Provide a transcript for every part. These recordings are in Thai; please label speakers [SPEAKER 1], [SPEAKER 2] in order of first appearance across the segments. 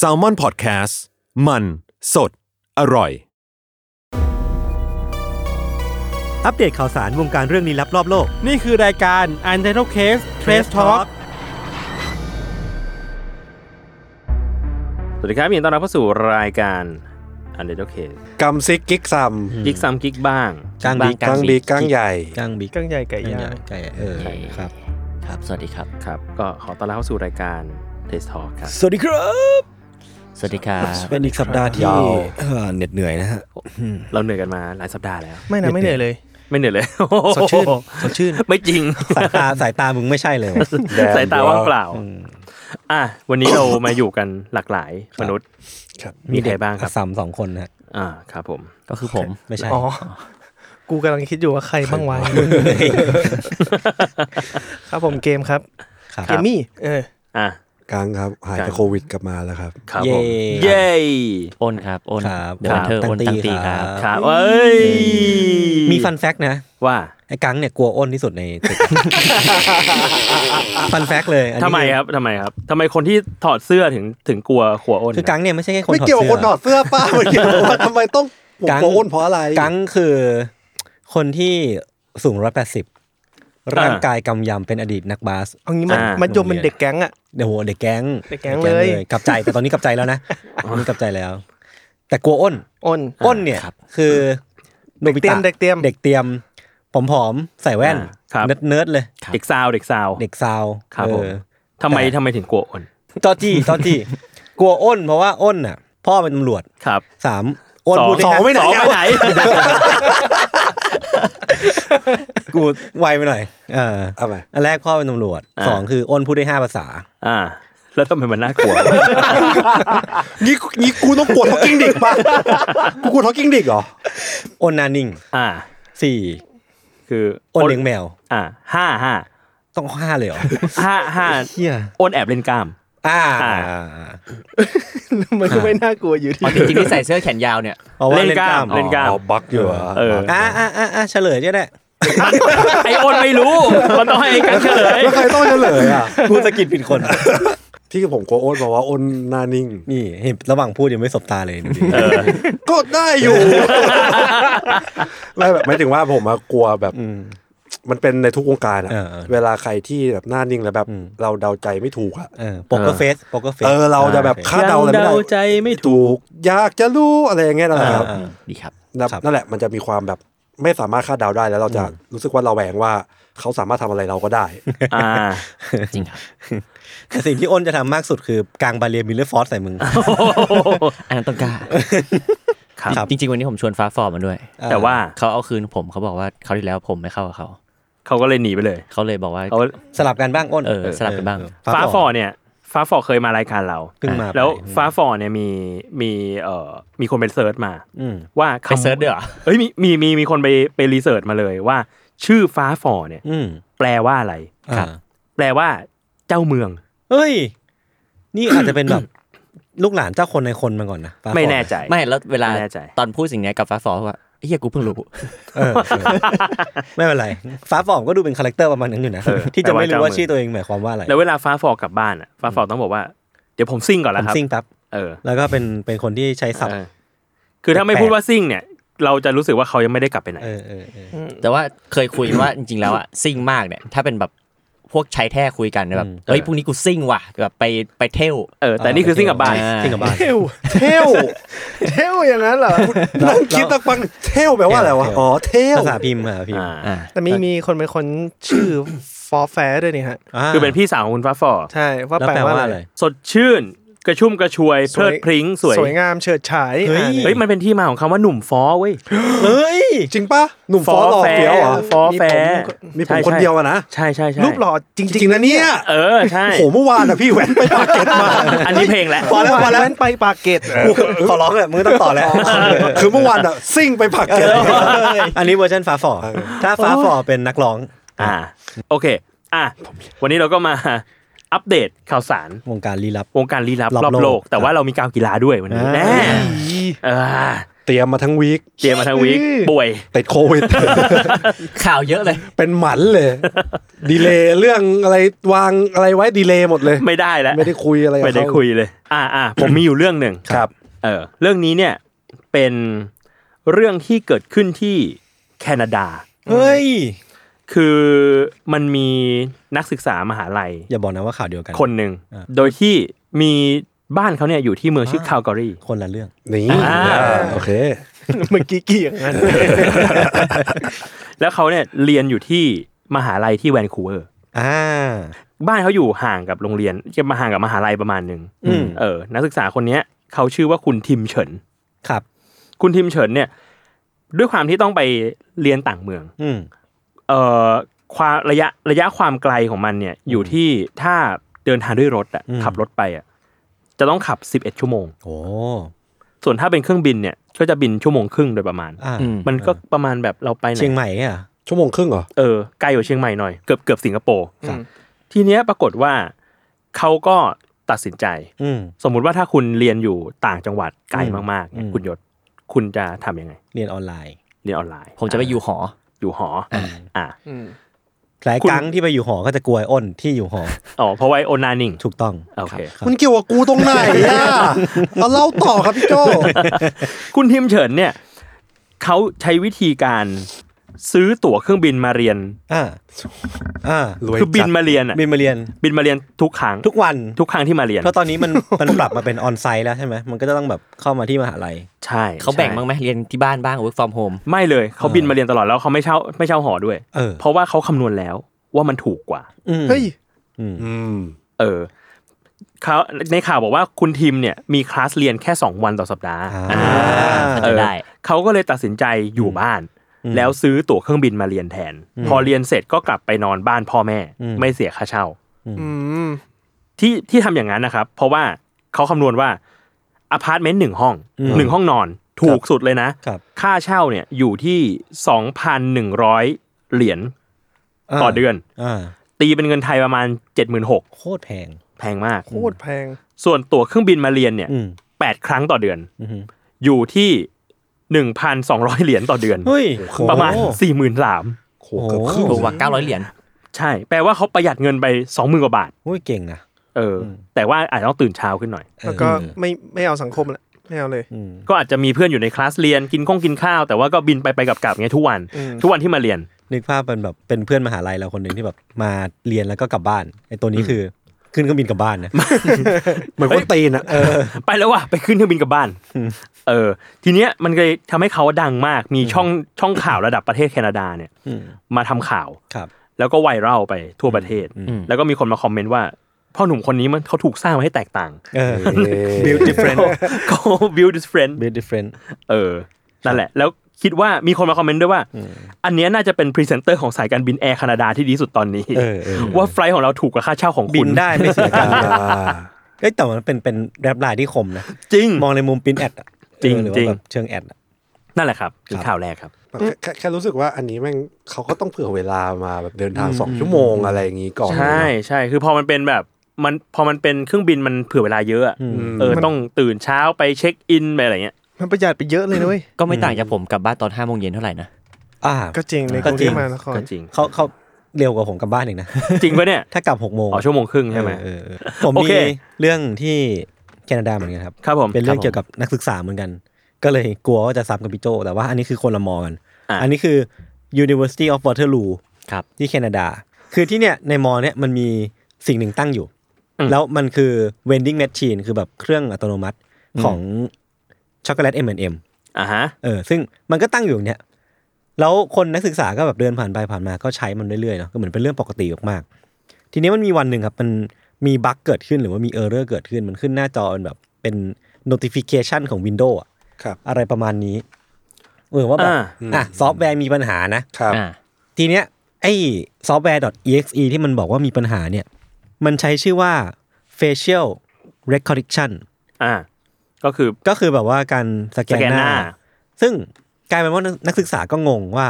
[SPEAKER 1] s a l m o n PODCAST มันสดอร่อย
[SPEAKER 2] อัปเดตข่าวสารวงการเรื่องนี้ลับรอบโลก
[SPEAKER 3] นี่คือรายการ u n t i t l e d Case Trace Talk สวัสดีครับยินดีต้อนรับเข้าสู่รายการ u n t i t l e d Case
[SPEAKER 4] กำซิกกิ๊กซัม
[SPEAKER 3] กิ๊กซัมกิ๊กบ้าง
[SPEAKER 5] กลางบิ๊ก
[SPEAKER 3] บ้
[SPEAKER 4] กางบีกกางใหญ่
[SPEAKER 5] กลางบิ๊ก
[SPEAKER 6] กางใหญ่ไก่
[SPEAKER 5] กลาง
[SPEAKER 6] ย่า
[SPEAKER 5] ใหญ่
[SPEAKER 6] ง
[SPEAKER 5] ไก่เออครับ
[SPEAKER 7] ครับ สวัสดีครับ
[SPEAKER 3] ครับ ก็ขอต้อนรับเข้าสู่รายการ Trace Talk ครับ
[SPEAKER 5] สวัสดีครับ
[SPEAKER 7] สวัสดีครับ
[SPEAKER 5] เป็นอีกสัปดาห์ที่
[SPEAKER 4] ยาว
[SPEAKER 5] เอ่อเหน็ดเหนื่อยนะฮะ
[SPEAKER 3] เราเหนื่อยกันมาหลายสัปดาห์แล้ว
[SPEAKER 6] ไม่นะไม่เหนื่อยเลย
[SPEAKER 3] ไม่เหนื่อยเลย
[SPEAKER 5] สดชื่น สดชื่น
[SPEAKER 3] ไม่จริง
[SPEAKER 5] สายต าสายตามึงไม่ใช่เลย
[SPEAKER 3] สายตาว่างเปล่า
[SPEAKER 5] อืม
[SPEAKER 3] อ่ะ วันนี้เรามาอยู่กันหลากหลายมนุษย์ มีใครบ้างครับ
[SPEAKER 5] สามสองคนนะฮะ
[SPEAKER 3] อ่า ครับผม
[SPEAKER 7] ก็คือผม
[SPEAKER 5] ไม่ใช่
[SPEAKER 6] อ๋อ กูกำลังคิดอยู่ว่าใครบ้างวะ ครับผมเกมครับ
[SPEAKER 5] ครับ
[SPEAKER 6] เกมมี่ เออ
[SPEAKER 3] อ่ะ
[SPEAKER 4] กางครับ หาย
[SPEAKER 3] กา
[SPEAKER 4] จาก
[SPEAKER 3] ง
[SPEAKER 4] โควิดกลับมาแล้วครับ
[SPEAKER 3] ครับผม
[SPEAKER 5] เย้
[SPEAKER 3] เย้
[SPEAKER 7] อ้นครับอ้น
[SPEAKER 5] ครับ
[SPEAKER 7] เดอะวันเทอร์
[SPEAKER 5] ครับ
[SPEAKER 7] อ้น
[SPEAKER 5] ตั้ง
[SPEAKER 7] ตั้ง
[SPEAKER 5] ตี้
[SPEAKER 7] ตี
[SPEAKER 5] ค
[SPEAKER 7] ค
[SPEAKER 5] รั
[SPEAKER 7] รับ บ
[SPEAKER 3] ครับเอ้ย
[SPEAKER 5] มีฟันแฟกนะ
[SPEAKER 3] ว่า
[SPEAKER 5] ไอ้กังเนี่ยกลัวอ้นที่สุดในตึก ฟันแฟกเลยอันนี้
[SPEAKER 3] ทำไมครับทำไมครับทำไมคนที่ถอดเสื้อถึงถึงกลัวขัวอ้น
[SPEAKER 5] คื
[SPEAKER 3] นะ
[SPEAKER 5] อกังเนี่ยไม่ใช่แค่คน
[SPEAKER 4] ไม่
[SPEAKER 5] ถอด
[SPEAKER 4] เกี่ยวกับค
[SPEAKER 5] เสื้
[SPEAKER 4] นถอดเสื้อป้าไม่เกี่ยวว่าทำไมต้องผมโกนเพราะอะไร
[SPEAKER 5] กังคือ คนที่สูงร้อยแปดสิบร่างกายกำยำเป็นอดีตนักบาส
[SPEAKER 6] เอางี้มัน
[SPEAKER 3] อ่ามั
[SPEAKER 6] มันยมมันเด็กแก๊งอ่ะ
[SPEAKER 5] เดี๋ยวโหเด็กแก๊ง
[SPEAKER 6] เด็กแก๊งเลย
[SPEAKER 5] กลับใจแต่ตอนนี้กลับใจ แล้วนะ ตอนนี้กลับใจแล้ว แต่กลัวอ้น
[SPEAKER 6] อ้น
[SPEAKER 5] อ้นเนี่ย
[SPEAKER 7] ครับ
[SPEAKER 5] คือโนบิตะ
[SPEAKER 6] เด็กเตรียม
[SPEAKER 5] เด็กเตรียมผอมๆใส่แว่น
[SPEAKER 3] อ่าครับ
[SPEAKER 5] เนิร์ดเนิร์ดๆเลย
[SPEAKER 3] เด็กซาวเด็กซาว
[SPEAKER 5] เด็กซาว
[SPEAKER 3] ครับผม
[SPEAKER 5] เออ
[SPEAKER 3] ทำไมทำไมถึงกลัวอ้น
[SPEAKER 5] จอจี้จอจี้ กลัวอ้น เพราะว่าอ้นน่ะ พ่อเป็นตำรวจ
[SPEAKER 3] ครับ
[SPEAKER 5] สามอ้น
[SPEAKER 3] สอง
[SPEAKER 5] พูดด้
[SPEAKER 3] สอง
[SPEAKER 5] แค่
[SPEAKER 3] ไม่ไหนสองไปไหน
[SPEAKER 5] กู ไวไปหน่อยเออ
[SPEAKER 4] เอาไป
[SPEAKER 5] อันแรกพ่อเป็นตำรวจ
[SPEAKER 3] อ่า
[SPEAKER 5] สองคืออ้นพูดได้ห้าภาษา
[SPEAKER 3] อ่า แล้วทำไมมันน่ากลัว
[SPEAKER 4] นี่นี่กูต้องกดท็อกกิ้งดิกป่ ะกูกดท็อกกิ้งดิกเหรอ
[SPEAKER 5] อ้นหนานิ่ง
[SPEAKER 3] อ่า
[SPEAKER 5] สี่
[SPEAKER 3] คือ
[SPEAKER 5] อ้นเลี้ยงแมว
[SPEAKER 3] อ่าห้าห้า
[SPEAKER 5] ต้องห้าเลยเหรอ
[SPEAKER 3] ห้าห้า
[SPEAKER 5] เฮีย
[SPEAKER 3] อ้นแอบเล่นกล้าม
[SPEAKER 5] อ่า
[SPEAKER 3] อ่า
[SPEAKER 6] มันก็ไม่น่ากลัวอยู่ดี
[SPEAKER 7] จริงๆที่ใส่เสื้อแขนยาวเนี่ย
[SPEAKER 5] เอาว่า
[SPEAKER 3] เล่น
[SPEAKER 5] เล่
[SPEAKER 3] ก
[SPEAKER 5] นก
[SPEAKER 3] ล้า
[SPEAKER 5] ล้าม ม
[SPEAKER 3] เล่นกล้าม
[SPEAKER 4] อ๋อบั๊กอยู่เหรอ
[SPEAKER 3] เออ
[SPEAKER 4] บั๊ก
[SPEAKER 5] อ่าอ่าอ่าอ่าเฉลย เนี่ยแหละ
[SPEAKER 3] ไออ้นไม่รู้มันต้องให้ไอ้กันเฉลย
[SPEAKER 4] แล้วใครต้องเฉลยอ่ะ
[SPEAKER 5] กูสะกิดผิดคน
[SPEAKER 4] ที่ผมโกลัวอ้นบอกว่าอ้นหน้านิ่ง
[SPEAKER 5] นี่เห็นระหว่างพูดยังไม่สบตา เลยดูดิ
[SPEAKER 3] เออ
[SPEAKER 4] ก็ได้อยู่ ไม่แบบหมายถึงว่าผมอะกลัวแบบ
[SPEAKER 5] อืม
[SPEAKER 4] มันเป็นในทุกวงการอะ
[SPEAKER 5] เออเออ
[SPEAKER 4] เวลาใครที่แบบหน้านิ่งแล้วแบบ
[SPEAKER 5] อืม
[SPEAKER 4] เราเดาใจไม่ถูกอะ
[SPEAKER 5] เออโป๊กเกอร์เฟสโป๊กเกอร์เฟส
[SPEAKER 4] เออเราจะแบบคาดเดาอะไร
[SPEAKER 3] ยัง
[SPEAKER 4] ไม่
[SPEAKER 3] เดา
[SPEAKER 4] ได้
[SPEAKER 3] ใจไม่ถูก
[SPEAKER 4] ถูกอยากจะรู้อะไรอย่างเงี้ยนนแหละ
[SPEAKER 5] อ่า
[SPEAKER 4] ครับ
[SPEAKER 5] อ่า
[SPEAKER 7] ดีครับ
[SPEAKER 4] นั่น
[SPEAKER 5] ครับ
[SPEAKER 4] นั่นแหละมันจะมีความแบบไม่สามารถคาดเดาได้แล้วเราจะรู้สึกว่าเราแหวงว่าเขาสามารถทำอะไรเราก็ได้
[SPEAKER 3] อ่า
[SPEAKER 7] จริงครับ
[SPEAKER 5] แต่สิ่งที่อ้นจะทำมากสุดคือกางบาเรียมิลเลอร์ฟอสใส่มึ ง
[SPEAKER 7] อันนั้นต้องกล้า
[SPEAKER 3] ครับ
[SPEAKER 7] จริงๆ วันนี้ผมชวนฟ้าฟอร์มมาด้วย
[SPEAKER 3] แต่ว่า
[SPEAKER 7] เขาเอาคืนผมเขาบอกว่าเขาวที่แล้วผมไม่เข้ากับเขา
[SPEAKER 3] เขาก็เลยหนีไปเลย
[SPEAKER 7] เขาเลยบอกว่า
[SPEAKER 3] เขา
[SPEAKER 5] สลับกันบ้างอ้น
[SPEAKER 7] เออสลับกันบ้าง
[SPEAKER 5] เ
[SPEAKER 3] ฟ้าฟอเนี่ย ฟ้าฟอเคยมารายการเรา
[SPEAKER 5] เพิ่งมา
[SPEAKER 3] แล้ว
[SPEAKER 5] ไป
[SPEAKER 3] ฟ้าฟอเนี่ยมีมีเอ่อมีคนไปเซิร์ชมา
[SPEAKER 5] อืม
[SPEAKER 3] ว่าคำ
[SPEAKER 7] ไปเซิร์ชด้วยเหรอ
[SPEAKER 3] เอ้ยมีมีมีมีคนไปไปรีเสิร์ชมาเลยว่า ชื่อฟ้าฟอเนี่ย
[SPEAKER 5] อืม
[SPEAKER 3] แปลว่าอะไร
[SPEAKER 5] ครับ
[SPEAKER 3] แปลว่าเจ้าเมือง
[SPEAKER 5] เฮ้ย นี่อาจจะเป็นแบบ ลูกหลานเจ้าคนในคนมาก่อนนะฟ้า
[SPEAKER 3] ไม่
[SPEAKER 5] ฟอ
[SPEAKER 3] แน่ใจ
[SPEAKER 7] ไม่แล้วเวลา
[SPEAKER 3] ไม่แน่ใจ
[SPEAKER 7] ตอนพูดสิ่งเนี้ยกับฟ้าฟอร์มว่าเฮียกูเพิ่งรู้
[SPEAKER 5] เออ เออไม่เป็นไร ฟ้าฟอมก็ดูเป็นคาแรคเตอร์ประมาณนั้นอยู่นะ
[SPEAKER 3] เออ
[SPEAKER 5] ที่จะไม่รู้ว่า
[SPEAKER 3] แต่ว่า
[SPEAKER 5] ชื่อตัวเองหมายความว่าอะไร
[SPEAKER 3] แล้วเวลาฟ้าฟอกลับบ้านอ่ะฟ้าฟอต้องบอกว่าเดี๋ยวผมซิ่งก่อน
[SPEAKER 5] ผ
[SPEAKER 3] แล้ว
[SPEAKER 5] ม
[SPEAKER 3] ครับ
[SPEAKER 5] ซิ่งปั๊บ
[SPEAKER 3] เออ
[SPEAKER 5] แล้วก็เป็นเป็นคนที่ใช้ศัพท์
[SPEAKER 3] เออคือถ้าไม่
[SPEAKER 5] แปลก
[SPEAKER 3] พูดว่าซิ่งเนี่ย เราจะรู้สึกว่าเขายังไม่ได้กลับไปไหน
[SPEAKER 5] เออเออเออ
[SPEAKER 7] แต่ว่าเคยคุยกันว่า จริงๆ แล้วอะซิ่งมากเนี่ย ถ้าเป็นแบบพวกใช้แท้คุยกันเนี่ยแบบเฮ้ยพรุ่งนี้กูซิ่งว่ะแบบไปไปเที่ยว
[SPEAKER 3] เออแต่นี่คือซิ่งกลับบ้าน
[SPEAKER 5] ซิ่งกลับบ้าน
[SPEAKER 6] เทว
[SPEAKER 4] เทล
[SPEAKER 6] เทวอย่างนั้นเหรอ
[SPEAKER 4] นั่งคิดตักฟังเทลแปลว่าอะไรวะ
[SPEAKER 5] เทล
[SPEAKER 4] อ๋อเทล
[SPEAKER 5] ภาษาพิมพ์ภาษาพิมพ์
[SPEAKER 3] อ่า
[SPEAKER 7] อ่า
[SPEAKER 6] แต่มีมีคนเป็นคนชื่อ ฟอแฟร์ด้วยนี่ฮะ
[SPEAKER 5] า
[SPEAKER 3] คือเป็นพี่สาวของคุณฟ้าฟอ
[SPEAKER 6] ใช่ ว่า
[SPEAKER 5] แล้ว
[SPEAKER 6] แปล
[SPEAKER 5] แปล
[SPEAKER 6] ว่า
[SPEAKER 5] ว่า
[SPEAKER 6] อะ
[SPEAKER 5] อะไร ไร
[SPEAKER 3] สดชื่น กระชุ่มกระชวยเพลิดพริ้งสวย
[SPEAKER 6] สวยงามเฉิดฉายอ่าน
[SPEAKER 3] เฮ้ยมันเป็นที่มาของคำว่าหนุ่มฟอเว้ย
[SPEAKER 5] เฮ้ย
[SPEAKER 4] จริงปะหนุ่มฟอหล่อเฟี้ยวเหรอ
[SPEAKER 3] ฟอแฟร์
[SPEAKER 4] มีผมคนเดียวอะนะ
[SPEAKER 3] ใช่ใช่ใช่
[SPEAKER 6] รูปหล่อจ
[SPEAKER 4] จ
[SPEAKER 6] ริง
[SPEAKER 4] ริงๆนะเนี่ย
[SPEAKER 3] เออใช่
[SPEAKER 4] โหเมื่อวานอะพี่แหวนไปปากเกร็ดมา
[SPEAKER 3] อันนี้เพลงแหละ
[SPEAKER 4] พอแล้วพอแล้ว
[SPEAKER 6] แนไปปากเกร็ด
[SPEAKER 5] ขอร้องเลยมึงต้องต่อแล้ว
[SPEAKER 4] คือเมื่อวานอะซิ่งไปปากเกร็ด
[SPEAKER 5] อันนี้เวอร์ชันฟ้าฝ่อ ถ้าฟ้าฝ่อเป็นนักร้อง
[SPEAKER 3] อ่าโอเค อ่ะวันนี้เราก็มาอัปเดตข่าวสาร
[SPEAKER 5] วงการลี้ลับ
[SPEAKER 3] วงการลี้ลับร
[SPEAKER 5] ร
[SPEAKER 3] อ
[SPEAKER 5] อ
[SPEAKER 3] บบ โล
[SPEAKER 5] โล
[SPEAKER 3] ก
[SPEAKER 5] ก
[SPEAKER 3] แต่ว่าเรามีการกีฬาด้วยวันนี้
[SPEAKER 5] อ่า
[SPEAKER 3] แน่เออ
[SPEAKER 4] เตรียมมาทั้งวีค
[SPEAKER 3] เตรียมมาทั้งวีคป่วย
[SPEAKER 4] ติดโควิ ด
[SPEAKER 7] ข่าวเยอะเลย
[SPEAKER 4] เป็นหมันเลย ดีเลย์เรื่องอะไรวางอะไรไว้ดีเลย์หมดเลย
[SPEAKER 3] ไม่ได้แล้ว
[SPEAKER 4] ไม่ได้คุยอะไรกับ
[SPEAKER 3] ไม่ได้
[SPEAKER 4] เขา
[SPEAKER 3] คุยเลย อ่าอ่าผมมีอยู่เรื่องหนึ่ง
[SPEAKER 4] ครับ
[SPEAKER 3] เออเรื่องนี้เนี่ยเป็นเรื่องที่เกิดขึ้นที่แคนาดา
[SPEAKER 5] เฮ้ย
[SPEAKER 3] คือมันมีนักศึกษามหาลัย
[SPEAKER 5] อย่าบอกนะว่าข่าวเดียวกัน
[SPEAKER 3] คนหนึ่ง
[SPEAKER 5] อ่า
[SPEAKER 3] โดยที่มีบ้านเขาเนี่ยอยู่ที่เมืองชื่อคาลการี
[SPEAKER 5] คนละเรื่อง
[SPEAKER 4] นี่
[SPEAKER 3] อ่า
[SPEAKER 4] อ่าโอเค
[SPEAKER 6] เมื่อกี้กี่อย่างนั้น
[SPEAKER 3] แล้วเขาเนี่ยเรียนอยู่ที่มหาลัยที่แวนคูเวอร์
[SPEAKER 5] อ่า
[SPEAKER 3] บ้านเขาอยู่ห่างกับโรงเรียนจะมาห่างกับมหาลัยประมาณหนึ่ง
[SPEAKER 5] อืม
[SPEAKER 3] เออ นักศึกษาคนเนี้ยเขาชื่อว่าคุณทิมเฉิน
[SPEAKER 5] ครับ
[SPEAKER 3] คุณทิมเฉินเนี่ย ด้วยความที่ต้องไปเรียนต่างเมือง
[SPEAKER 5] อืม
[SPEAKER 3] เอ่อความระยะระยะความไกลของมันเนี่ย อยู่ที่ถ้าเดินทางด้วยรถอะ
[SPEAKER 5] อืม
[SPEAKER 3] ขับรถไปอะจะต้องขับ 11 ชั่วโมง
[SPEAKER 5] โอ้
[SPEAKER 3] ส่วนถ้าเป็นเครื่องบินเนี่ย ก็จะบินชั่วโมงครึ่งโดยประมาณ
[SPEAKER 5] อ่า
[SPEAKER 7] อืม
[SPEAKER 3] มันก็ประมาณแบบเราไปไหน
[SPEAKER 5] เชียงใหม่อ่ะ
[SPEAKER 4] ชั่วโมงครึ่งเหรอ
[SPEAKER 3] เออไกลกว่าเชียงใหม่หน่อยเกือบเกือบสิงคโปร์
[SPEAKER 6] ครับ
[SPEAKER 3] ทีเนี้ยปรากฏว่าเขาก็ตัดสินใจ
[SPEAKER 5] อืม
[SPEAKER 3] สมมุติว่าถ้าคุณเรียนอยู่ต่างจังหวัดไกลมากๆเนี่ย
[SPEAKER 5] อืม
[SPEAKER 3] คุณยศคุณจะทำยังไง
[SPEAKER 5] เรียนออนไลน์
[SPEAKER 3] เรียนออนไลน์
[SPEAKER 7] ผมจะไปอยู่หอ
[SPEAKER 3] อยู่หอออ่า
[SPEAKER 5] หลาย
[SPEAKER 3] คุณ
[SPEAKER 5] กังที่ไปอยู่หอ ก็จะกลัวไอ้อ้นที่อยู่หอ
[SPEAKER 3] อ๋อเพราะไว้โอนานิง
[SPEAKER 5] ถูกต้อง
[SPEAKER 3] โอเค
[SPEAKER 4] มันเกี่ยวกับกูตรงไหน อ่ะเอาเล่าต่อครับพี่โจ
[SPEAKER 3] คุณทิมเฉินเนี่ยเขาใช้วิธีการซื้อตั๋วเครื่องบินมาเรียน
[SPEAKER 5] อ่า อ่า
[SPEAKER 3] คือบินมาเรียนอ่ะ
[SPEAKER 5] บินมาเรียน
[SPEAKER 3] บินมาเรียนทุกครั้ง
[SPEAKER 5] ทุกวัน
[SPEAKER 3] ทุกครั้งที่มาเรียน
[SPEAKER 5] เพราะตอนนี้มัน มันปรับมาเป็นออนไซต์แล้วใช่ไหม มันก็จะต้องแบบเข้ามาที่มหาลัย
[SPEAKER 3] ใช่
[SPEAKER 7] เขาแบ่ง
[SPEAKER 3] ใช่
[SPEAKER 7] บ้างไหมเรียนที่บ้านบ้าง work from home
[SPEAKER 3] ไม่เลยเขาบินมาเรียนตลอดแล้วเขาไม่เช่าไม่เช่าหอด้วย
[SPEAKER 5] เออ
[SPEAKER 3] ราะว่าเขาคำนวณแล้วว่ามันถูกกว่า
[SPEAKER 5] อืม
[SPEAKER 6] เฮ้ย
[SPEAKER 4] อืม
[SPEAKER 3] เออเขาในข่าวบอกว่าคุณทีมเนี่ยมีคลาสเรียนแค่ 2 วันต่อสัปดาห์
[SPEAKER 5] อ่า
[SPEAKER 3] เออ
[SPEAKER 7] ได้
[SPEAKER 3] เขาก็เลยตัดสินใจอยู่บ้าน แล้วซื้อตั๋วเครื่องบินมาเรียนแทน พอเรียนเสร็จก็กลับไปนอนบ้านพ่อแม่
[SPEAKER 5] อืม
[SPEAKER 3] ไม่เสียค่าเช่า
[SPEAKER 6] อืม
[SPEAKER 3] ที่ที่ทำอย่างนั้นนะครับ เพราะว่าเขาคำนวณว่าอพาร์ตเมนต์หนึ่งห้อง
[SPEAKER 5] อืม
[SPEAKER 3] หนึ่งห้องนอนถูกสุดเลยนะ
[SPEAKER 5] ครับ
[SPEAKER 3] ค่าเช่าเนี่ยอยู่ที่สองพันหนึ่งร้อยเหรียญต่อเดือน
[SPEAKER 5] อ่า
[SPEAKER 3] ตีเป็นเงินไทยประมาณ 76,000
[SPEAKER 5] โคตรแพง
[SPEAKER 3] แพงมาก
[SPEAKER 6] โคตรแพง
[SPEAKER 3] ส่วนตั๋วเครื่องบินมาเรียนเนี่ย
[SPEAKER 5] อืม
[SPEAKER 3] แปดครั้งต่อเดือน
[SPEAKER 5] อือหือ
[SPEAKER 3] อยู่ที่ 1,200 เหรียญต่อเดือน
[SPEAKER 5] เฮ้ย
[SPEAKER 3] ประมาณ
[SPEAKER 5] โอ้โห
[SPEAKER 4] โอ้โหเกือบครึ่ง
[SPEAKER 7] ถูกกว่า900 เหรียญ
[SPEAKER 3] ใช่ แปลว่าเขาประหยัดเงินไป 20,000กว่าบาท
[SPEAKER 5] โอ้ยเก่งนะ
[SPEAKER 3] เอออแต่ว่าอาจจะต้องตื่นเช้าขึ้นหน่อย
[SPEAKER 6] แล้วก็ไม่ไม่เอาสังคมละไม่เอาเลย
[SPEAKER 3] ก็อาจจะมีเพื่อนอยู่ในคลาสเรียนกินข้องกินข้าว แต่ว่าก็บินไปไปกลับกลับๆไงทุกวัน
[SPEAKER 6] อืม
[SPEAKER 3] ทุกวันที่มาเรียน
[SPEAKER 5] นึกภาพเป็นแบบเป็นเพื่อนมหาลัยเราคนหนึ่งที่แบบมาเรียนแล้วก็กลับบ้านไอ้ตัวนี้คือขึ้นเครื่องบินกลับบ้านนะ
[SPEAKER 4] เหมือนคนตีนอ่ะ
[SPEAKER 3] ไปแล้วว่ะไปขึ้นเครื่องบินกลับบ้าน เออ ทีเนี้ยมันก็เลยทำให้เขาดังมาก มีช่องช่องข่าวระดับประเทศแคนาดาเนี่ย
[SPEAKER 5] อืม
[SPEAKER 3] มาทำข่าว
[SPEAKER 5] ครับ
[SPEAKER 3] แล้วก็ไวรัลไปทั่วประเทศ
[SPEAKER 7] อืม
[SPEAKER 3] แล้วก็มีคนมาคอมเมนต์ว่าพ่อหนุ่มคนนี้มันเขาถูกสร้างมาให้แตกต่าง
[SPEAKER 5] เออ build different
[SPEAKER 3] เขา build this friend
[SPEAKER 5] build different
[SPEAKER 3] เออ นั่นแหละ แล้วคิดว่ามีคนมาคอมเมนต์ด้วยว่า อันเนี้ยน่าจะเป็นพรีเซนเตอร์ของสายการบินแอร์แคนาดาที่ดีที่สุดตอนนี้
[SPEAKER 5] เออเออ
[SPEAKER 3] ว่าไฟลท์ของเราถูกกว่าค่าเช่าของ
[SPEAKER 5] บิ
[SPEAKER 3] คุณ
[SPEAKER 5] นได้ไม่เสียการเอ้ยแต่มันเป็นเป็นแรปลายที่คมนะ
[SPEAKER 3] จริง
[SPEAKER 5] มองในมุมปริ้นแอดอะ
[SPEAKER 3] จริง
[SPEAKER 5] เออหรือ
[SPEAKER 3] จริ
[SPEAKER 5] ว่าง แบบเชิงแอดอะ
[SPEAKER 3] นั่นแหละครับคือ
[SPEAKER 5] ครับ
[SPEAKER 3] ข่าวแรกครับ
[SPEAKER 4] แบบแค่แค่แค่รู้สึกว่าอันนี้แม่งเขาก็ต้องเผื่อเวลามาแบบเดินทางสองชั่วโมงอะไรอย่างงี้ก่อน
[SPEAKER 3] ใช่ใช่คือพอมันเป็นแบบมันพอมันเป็นเครื่องบินมันเผื่อเวลาเยอะอะเออต้องตื่นเช้าไปเช็คอินไปอะไรเงี้ย
[SPEAKER 6] มันประหยัดไปเยอะเลยนุ้ย
[SPEAKER 7] ก็ไม่ต่างจากผมกลับบ้านตอน5โมงเย็นเท่าไหร่นะ
[SPEAKER 5] อ่า
[SPEAKER 6] ก็จริงในก
[SPEAKER 5] ก็
[SPEAKER 6] รุง
[SPEAKER 5] จ
[SPEAKER 6] เท
[SPEAKER 5] ริง
[SPEAKER 6] พมหานคร
[SPEAKER 3] ก็จริง
[SPEAKER 5] เขาเขาเร็วกว่าผมกลับบ้านอีกนะ
[SPEAKER 3] จริงปะเนี่ย
[SPEAKER 5] ถ้ากลับหกโมง
[SPEAKER 3] อ๋อชั่วโมงครึ่งใช่ไหม
[SPEAKER 5] เออเออเออผม
[SPEAKER 3] โอ
[SPEAKER 5] มี
[SPEAKER 3] เค
[SPEAKER 5] เรื่องที่แคนาดาเหมือนกันครับ
[SPEAKER 3] ครับผม
[SPEAKER 5] เป็นเรื่อง
[SPEAKER 3] คบผม
[SPEAKER 5] เกี่ยวกับนักศึกษาเหมือนกัน ก็เลยกลัวว่าจะซ้ำกับพี่โจแต่ว่าอันนี้คือคนละมอกัน
[SPEAKER 3] อ่ะ
[SPEAKER 5] อันนี้คือ University of Waterloo
[SPEAKER 7] ครับ
[SPEAKER 5] ที่แคนาดา คือที่เนี่ยในมอเนี่ยมันมีสิ่งหนึ่งตั้งอยู่ แล้วมันคือ vending machine คือแบบเครื่องอัตโนมัติของช็อกโกแลต M&M
[SPEAKER 3] อ่าฮะ
[SPEAKER 5] เออซึ่งมันก็ตั้งอยู่อย่างเนี่ยแล้วคนนักศึกษาก็แบบเดินผ่านไปผ่านมาก็ใช้มันเรื่อยๆเนาะก็เหมือนเป็นเรื่องปกติมากๆทีนี้มันมีวันหนึ่งครับ มัน มีบั๊กเกิดขึ้นหรือว่ามีเออร์เรอร์เกิดขึ้นมันขึ้นหน้าจอเป็นแบบเป็น notification ของ Windows อะ
[SPEAKER 4] ครับ
[SPEAKER 5] อะไรประมาณนี้เออว่าแบบ
[SPEAKER 3] อ่า
[SPEAKER 5] อ่ะซอฟต์แวร์มีปัญหานะ
[SPEAKER 4] ครับ
[SPEAKER 7] อ่า
[SPEAKER 5] ทีเนี้ยไอ้ซอฟต์แวร์ .exe ที่มันบอกว่ามีปัญหาเนี่ย มันใช้ชื่อว่า facial recognition
[SPEAKER 3] อ่า ก็คือ
[SPEAKER 5] ก็คือแบบว่าการสแก
[SPEAKER 3] ส
[SPEAKER 5] น
[SPEAKER 3] แกน
[SPEAKER 5] ห
[SPEAKER 3] ห
[SPEAKER 5] น้า
[SPEAKER 3] น้า
[SPEAKER 5] ซึ่งกลายเป็นว่านักศึกษาก็งงว่า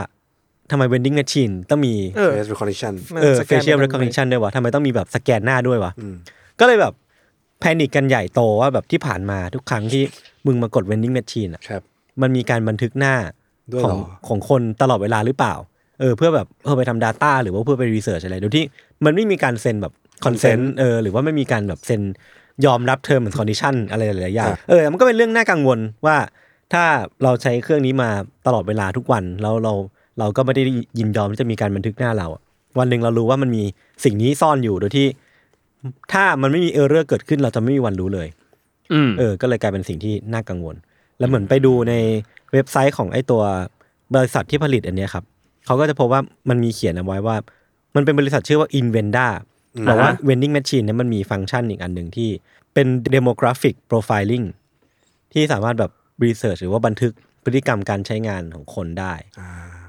[SPEAKER 5] ทำไม vending machine ต้องมี
[SPEAKER 6] เออ
[SPEAKER 4] face recognition
[SPEAKER 6] มัน
[SPEAKER 5] เออ
[SPEAKER 6] สแกน
[SPEAKER 5] facial
[SPEAKER 6] ไปทำไม
[SPEAKER 5] recognition ด้วยวะทำไมต้องมีแบบสแกนหน้าด้วยวะ
[SPEAKER 4] อืม
[SPEAKER 5] ก็เลยแบบแพนิคกันใหญ่โตว่าแบบที่ผ่านมาทุกครั้งที่มึงมากด vending machine อ่ะ
[SPEAKER 4] ครับ
[SPEAKER 5] มันมีการบันทึกหน้า
[SPEAKER 4] ด้วย
[SPEAKER 5] ข
[SPEAKER 4] เห
[SPEAKER 5] อ
[SPEAKER 4] รง อ
[SPEAKER 5] ของคนตลอดเวลาหรือเปล่า เออ เพื่อแบบเออไปทำ Data หรือว่าเพื่อไปรีเสิร์ชอะไร โดยที่มันไม่มีการเซ็นแบบคอนเซน
[SPEAKER 4] Consent
[SPEAKER 5] ต์เออหรือว่าไม่มีการแบบเซ็นยอมรับเทอมเหมือนคอนดิชันอะไรหลายๆอย่างเออ มันก็เป็นเรื่องน่ากังวลว่า ถ้าเราใช้เครื่องนี้มาตลอดเวลาทุกวันแล้วเราเราก็ไม่ได้ยินยอมที่จะมีการบันทึกหน้าเราอะวันหนึ่งเรารู้ว่ามันมีสิ่งนี้ซ่อนอยู่โดยที่ ถ้ามันไม่มีเออร์เรอร์เกิดขึ้นเราจะไม่มีวันรู้เลย
[SPEAKER 3] อืม
[SPEAKER 5] เออ ก็เลยกลายเป็นสิ่งที่น่ากังวล แล้วเหมือนไปดูในเว็บไซต์ของไอ้ตัวบริษัทที่ผลิตอันเนี้ยครับ เขาก็จะพบว่ามันมีเขียนเอาไว้ว่า มันเป็นบริษัทชื่อว่า Invenda แต่ว่า vending machine เนี่ยมันมีฟังก์ชันอีกอันหนึ่งที่เป็น demographic profiling ที่สามารถแบบ research หรือว่าบันทึกพฤติกรรมการใช้งานของคนได้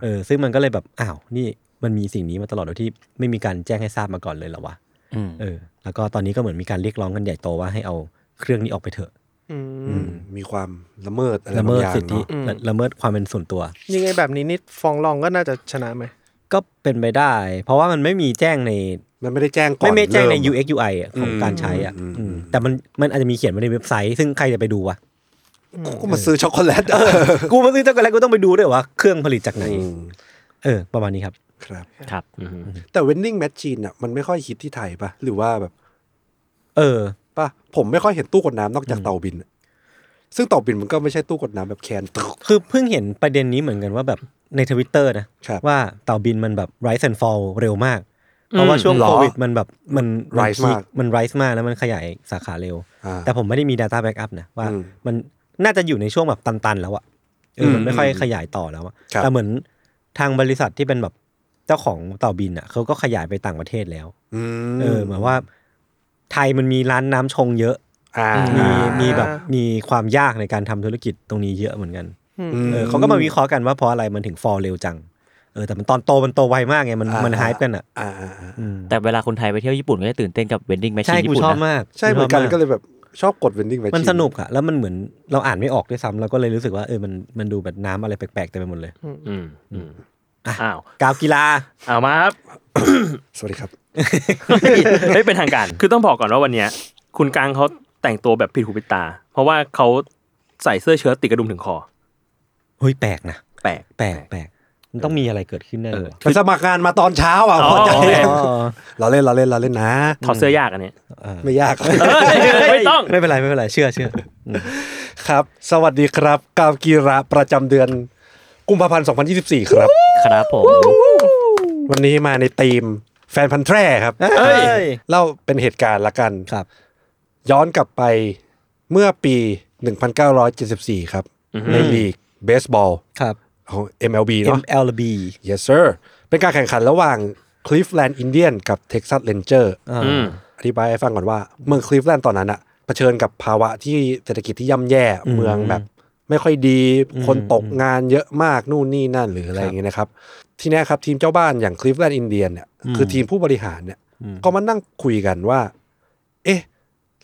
[SPEAKER 5] เออ ซึ่งมันก็เลยแบบ อ้าว นี่มันมีสิ่งนี้มาตลอดโดยที่ไม่มีการแจ้งให้ทราบมาก่อนเลยเหรอวะ
[SPEAKER 7] อืม
[SPEAKER 5] เออ แล้วก็ตอนนี้ก็เหมือนมีการเรียกร้องกันใหญ่โตว่าให้เอาเครื่องนี้ออกไปเถอะ
[SPEAKER 6] อืม
[SPEAKER 4] อืมมีความละเมิดอะไร
[SPEAKER 5] ละ
[SPEAKER 4] บา
[SPEAKER 5] เมิ
[SPEAKER 4] ง
[SPEAKER 5] ด
[SPEAKER 4] อย่าง
[SPEAKER 5] สิทธิ
[SPEAKER 4] เนาะ
[SPEAKER 5] ละละเมิดความเป็นส่วนตัว
[SPEAKER 6] ยังไงแบบนี้นี่ฟ้องร้องก็น่าจะชนะไหม
[SPEAKER 5] ก็เป็นไปได้ เพราะว่ามันไม่มีแจ้งใน
[SPEAKER 4] มันไม่ได้แจ้งก่อน
[SPEAKER 5] ไม่ไม่แจ้งใน
[SPEAKER 4] เริ่
[SPEAKER 5] UX UI อะของ
[SPEAKER 4] อืม
[SPEAKER 5] การใช้อ่ะ
[SPEAKER 4] อืม
[SPEAKER 5] อืมแต่มันมันอาจจะมีเขียนไว้ในเว็บไซต์ ซึ่งใครจะไปดูวะ
[SPEAKER 4] กูมาซื้อช็อกโกแลตเออ
[SPEAKER 5] กูมาซื้อช็อกโกแลตกูต้องไปดูด้วยวะเครื่องผลิตจากไหน
[SPEAKER 4] อืม
[SPEAKER 5] เออ ประมาณนี้ครับ
[SPEAKER 4] ครับ
[SPEAKER 7] ครับ
[SPEAKER 4] แต่ vending machine อ่ะมันไม่ค่อยฮิตที่ไทยป่ะ หรือว่าแบบ
[SPEAKER 5] เออ
[SPEAKER 4] ป่ะ ผมไม่ค่อยเห็นตู้กดน้ำนอกจากเตาบิน ซึ่งเตาบินมันก็ไม่ใช่ตู้กดน้ำแบบแคนตึก
[SPEAKER 5] คือเพิ่งเห็นประเด็นนี้เหมือนกันว่าแบบในทวิตเตอร์นะครับว่าเต่าบินมันแบบ rise and fall เร็วมาก เพราะว่าช่วง
[SPEAKER 4] เหรอ
[SPEAKER 5] โควิดมันแบบมันน
[SPEAKER 4] Rise มาก
[SPEAKER 5] peak มัน rise มากแล้วมันขยายสาขาเร็ว
[SPEAKER 4] อ่า
[SPEAKER 5] แต่ผมไม่ได้มี Data Backup นะว่า
[SPEAKER 4] อืม
[SPEAKER 5] มันน่าจะอยู่ในช่วงแบบตัน ๆ แล้วอะเอออ
[SPEAKER 4] ม
[SPEAKER 5] มันไม่ค่อยขยายต่อแล้วอะ
[SPEAKER 4] ครับ
[SPEAKER 5] แต่เหมือนทางบริษัทที่เป็นแบบเจ้าของเต่าบินอะเขาก็ขยายไปต่างประเทศแล้ว
[SPEAKER 4] อืม
[SPEAKER 5] เออเหมือนว่า ไทยมันมีร้านน้ำชงเยอะ
[SPEAKER 4] อ่า
[SPEAKER 5] มีมีแบบ
[SPEAKER 6] อ่ามี
[SPEAKER 5] มีความยากในการทำธุรกิจตรงนี้เยอะเหมือนกัน
[SPEAKER 4] อืม
[SPEAKER 5] เออเขาก็มาวิเคราะห์กันว่าเพราะอะไรมันถึงฟอลเร็วจัง เออแต่มันตอนโตมันโตไวมากไงมัน
[SPEAKER 4] อ่ามั
[SPEAKER 5] มันไฮป์กันอ่ะ
[SPEAKER 4] อ่าอ่าอ่า
[SPEAKER 5] อืม
[SPEAKER 7] แต่เวลาคนไทยไปเที่ยวญี่ปุ่นก็จะตื่นเต้นกับเวนดิ้งแมชชี
[SPEAKER 5] ใช่
[SPEAKER 7] น
[SPEAKER 5] กู
[SPEAKER 7] ญี่ปุ่น
[SPEAKER 5] ชอบ
[SPEAKER 7] นะ
[SPEAKER 5] มาก
[SPEAKER 4] ใช่เหมือนกัน
[SPEAKER 5] ชบา
[SPEAKER 4] ก็เลยแบบชอบกด vending machine
[SPEAKER 5] มันสนุกอะแล้วมันเหมือนเราอ่านไม่ออกด้วยซ้ำเราก็เลยรู้สึกว่าเออมันมันดูแบบน้ำอะไรแปลกๆเต็มไปหมดเลย
[SPEAKER 3] อืมอืมอ้าว
[SPEAKER 5] กาวกีฬา
[SPEAKER 3] เอามาครับ
[SPEAKER 4] สวัสดีครับ
[SPEAKER 3] เฮ้ยเป็นทางการคือต้องบอกก่อนว่าวันเนี้ย คุณกลางเขาแต่งตัวแบบผิดหูผิดตา เพราะว่าเขาใส่เสื้อเชิ้ตติดกระดุมถึงคอ
[SPEAKER 5] เฮ้ยแปลกนะ
[SPEAKER 3] แปลก
[SPEAKER 5] แปลกแปลกมันต้องมีอะไรเกิดขึ้นแน่เลย
[SPEAKER 4] ไปสมัครงานมาตอนเช้าอ่ะ
[SPEAKER 3] อ๋อ
[SPEAKER 4] พอใจ
[SPEAKER 3] โอเค
[SPEAKER 5] อ๋อ
[SPEAKER 4] เราเล่นเราเล่นเราเล่นนะ
[SPEAKER 3] ถอดเสื้อยากอันเนี้ย
[SPEAKER 4] ไม่ยาก
[SPEAKER 3] ไม่ต้อง
[SPEAKER 5] ไม่เป็นไรไม่เป็นไรเชื่อเชื่อ
[SPEAKER 4] ครับ สวัสดีครับกาวกีระประจำเดือน กุมภาพันธ์ 2024 ครับ
[SPEAKER 7] ครับผม
[SPEAKER 4] วันนี้มาในธีมแฟนพันธ์แท้ครับ
[SPEAKER 5] เฮ้ย
[SPEAKER 4] เล่าเป็นเหตุการณ์ละกัน
[SPEAKER 5] ครับ
[SPEAKER 4] ย้อนกลับไปเมื่อปี 1974 ครับ ในลีกเบสบอล
[SPEAKER 5] ครับ
[SPEAKER 4] ของ MLB เนาะ
[SPEAKER 5] MLB
[SPEAKER 4] Yes sir เป็นการแข่งขันระหว่าง Cleveland Indian กับ Texas Ranger
[SPEAKER 5] อ่า
[SPEAKER 3] อืม
[SPEAKER 4] อธิบายให้ฟังก่อนว่าเมืองคลีฟแลนด์ตอนนั้นอะเผชิญกับภาวะที่เศรษฐกิจที่ย่ำแย่เมืองแบบ ไม่ค่อยดีคนตกงานเยอะมากนู่นนี่นั่นหรืออะไรอย่างเงี้ยนะครับ ทีเนี้ยครับทีมเจ้าบ้านอย่างคลีฟแลนด์อินเดียนเนี่ยคือทีมผู้บริหารเนี่ยก็มานั่งคุยกันว่า เอ๊ะ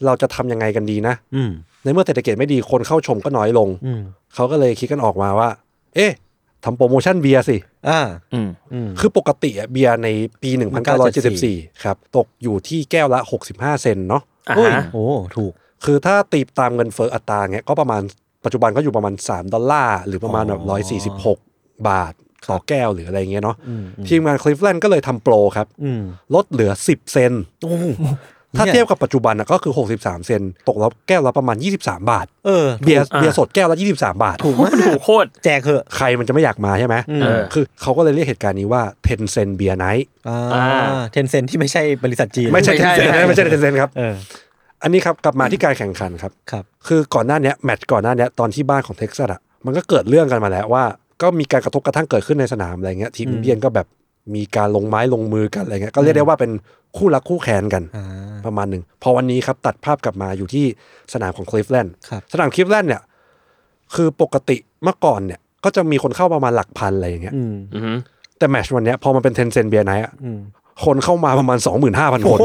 [SPEAKER 4] เราจะทำยังไงกันดีนะ
[SPEAKER 5] อืม
[SPEAKER 4] ในเมื่อเศรษฐกิจไม่ดีคนเข้าชมก็น้อยลง
[SPEAKER 5] อืม
[SPEAKER 4] เขาก็เลยคิดกันออกมาว่า เอ๊ะทำโปรโมชั่นเบียร์สิ
[SPEAKER 5] อ่า
[SPEAKER 7] อืม
[SPEAKER 5] อืม
[SPEAKER 4] คือปกติอะเบียร์ในปี 1974
[SPEAKER 5] 1974
[SPEAKER 4] ครับตกอยู่ที่แก้วละ 65 เซนต์เนาะ
[SPEAKER 3] อ่าฮะ
[SPEAKER 5] โอ้ถูก
[SPEAKER 4] คือถ้าตีตามเงินเฟ้ออัตราเงี้ยก็ประมาณปัจจุบันก็อยู่ประมาณ 3 ดอลลาร์หรือประมาณแบบ
[SPEAKER 5] อ๋อ
[SPEAKER 4] ร้อยสี่สิบหกบาท ต่อแก้วหรืออะไรเงี้ยเนาะ
[SPEAKER 5] อืมอืม
[SPEAKER 4] ทีมงานคลิฟแลนด์ก็เลยทำโปรครับ
[SPEAKER 5] อืม
[SPEAKER 4] ลดเหลือ 10 เซนต์
[SPEAKER 5] โอ้โห
[SPEAKER 4] ถ้า
[SPEAKER 5] นี่
[SPEAKER 4] เทียบกับปัจจุบันนะก็คือ 63 เซนต์ตกแล้วแก้วละประมาณ 23 บาท
[SPEAKER 5] เออ
[SPEAKER 4] เบียร์เบียร์สดแก้วละ 23 บาท
[SPEAKER 3] ถูกมันถูกโคตร
[SPEAKER 5] แจกเหอะ
[SPEAKER 4] ใครมันจะไม่อยากมาใช่ไหม
[SPEAKER 5] อืม
[SPEAKER 3] เออ
[SPEAKER 4] คือเขาก็เลยเรียกเหตุการณ์นี้ว่าเทนเซนเบียร์ไนท์
[SPEAKER 5] อ่าเทนเซนที่ไม่ใช่บริษัทจีน
[SPEAKER 4] ไม่ใช่เทนเซนไม่ใช่เทนเซนครับ
[SPEAKER 5] เออ
[SPEAKER 4] อันนี้ครับกลับมาที่การแข่งขันครับ
[SPEAKER 5] ครับ
[SPEAKER 4] คือก่อนหน้าเนี้ยแมตช์ก่อนหน้าเนี้ยตอนที่บ้านของเท็กซัสอ่ะมันก็เกิดเรื่องกันมาแล้วว่า ก็มีการกระทบกระทั่งเกิดขึ้นในสนามอะไรเงี้ยทีมอินเดียนก็แบบ มีการลงไม้ลงมือกันอะไรเงี้ยก็เรียกได้ว่าเป็นคู่รักคู่แค้นกัน
[SPEAKER 5] อ่า
[SPEAKER 4] ประมาณหนึ่งพอวันนี้ครับตัดภาพกลับมาอยู่ที่สนามของคลิฟแลนด์
[SPEAKER 5] ครับ
[SPEAKER 4] สนามคลิฟแลนด์เนี่ยคือปกติเมื่อก่อนเนี่ยก็จะมีคนเข้าประมาณหลักพันอะไรอย่างเงี้ย
[SPEAKER 5] อืม
[SPEAKER 3] อือฮึ
[SPEAKER 4] แต่แมตชวันเนี้ยพอมันเป็นเทนเซนเบียร์ไนท์
[SPEAKER 5] อืม
[SPEAKER 4] คนเข้ามาประมาณ 25,000 คน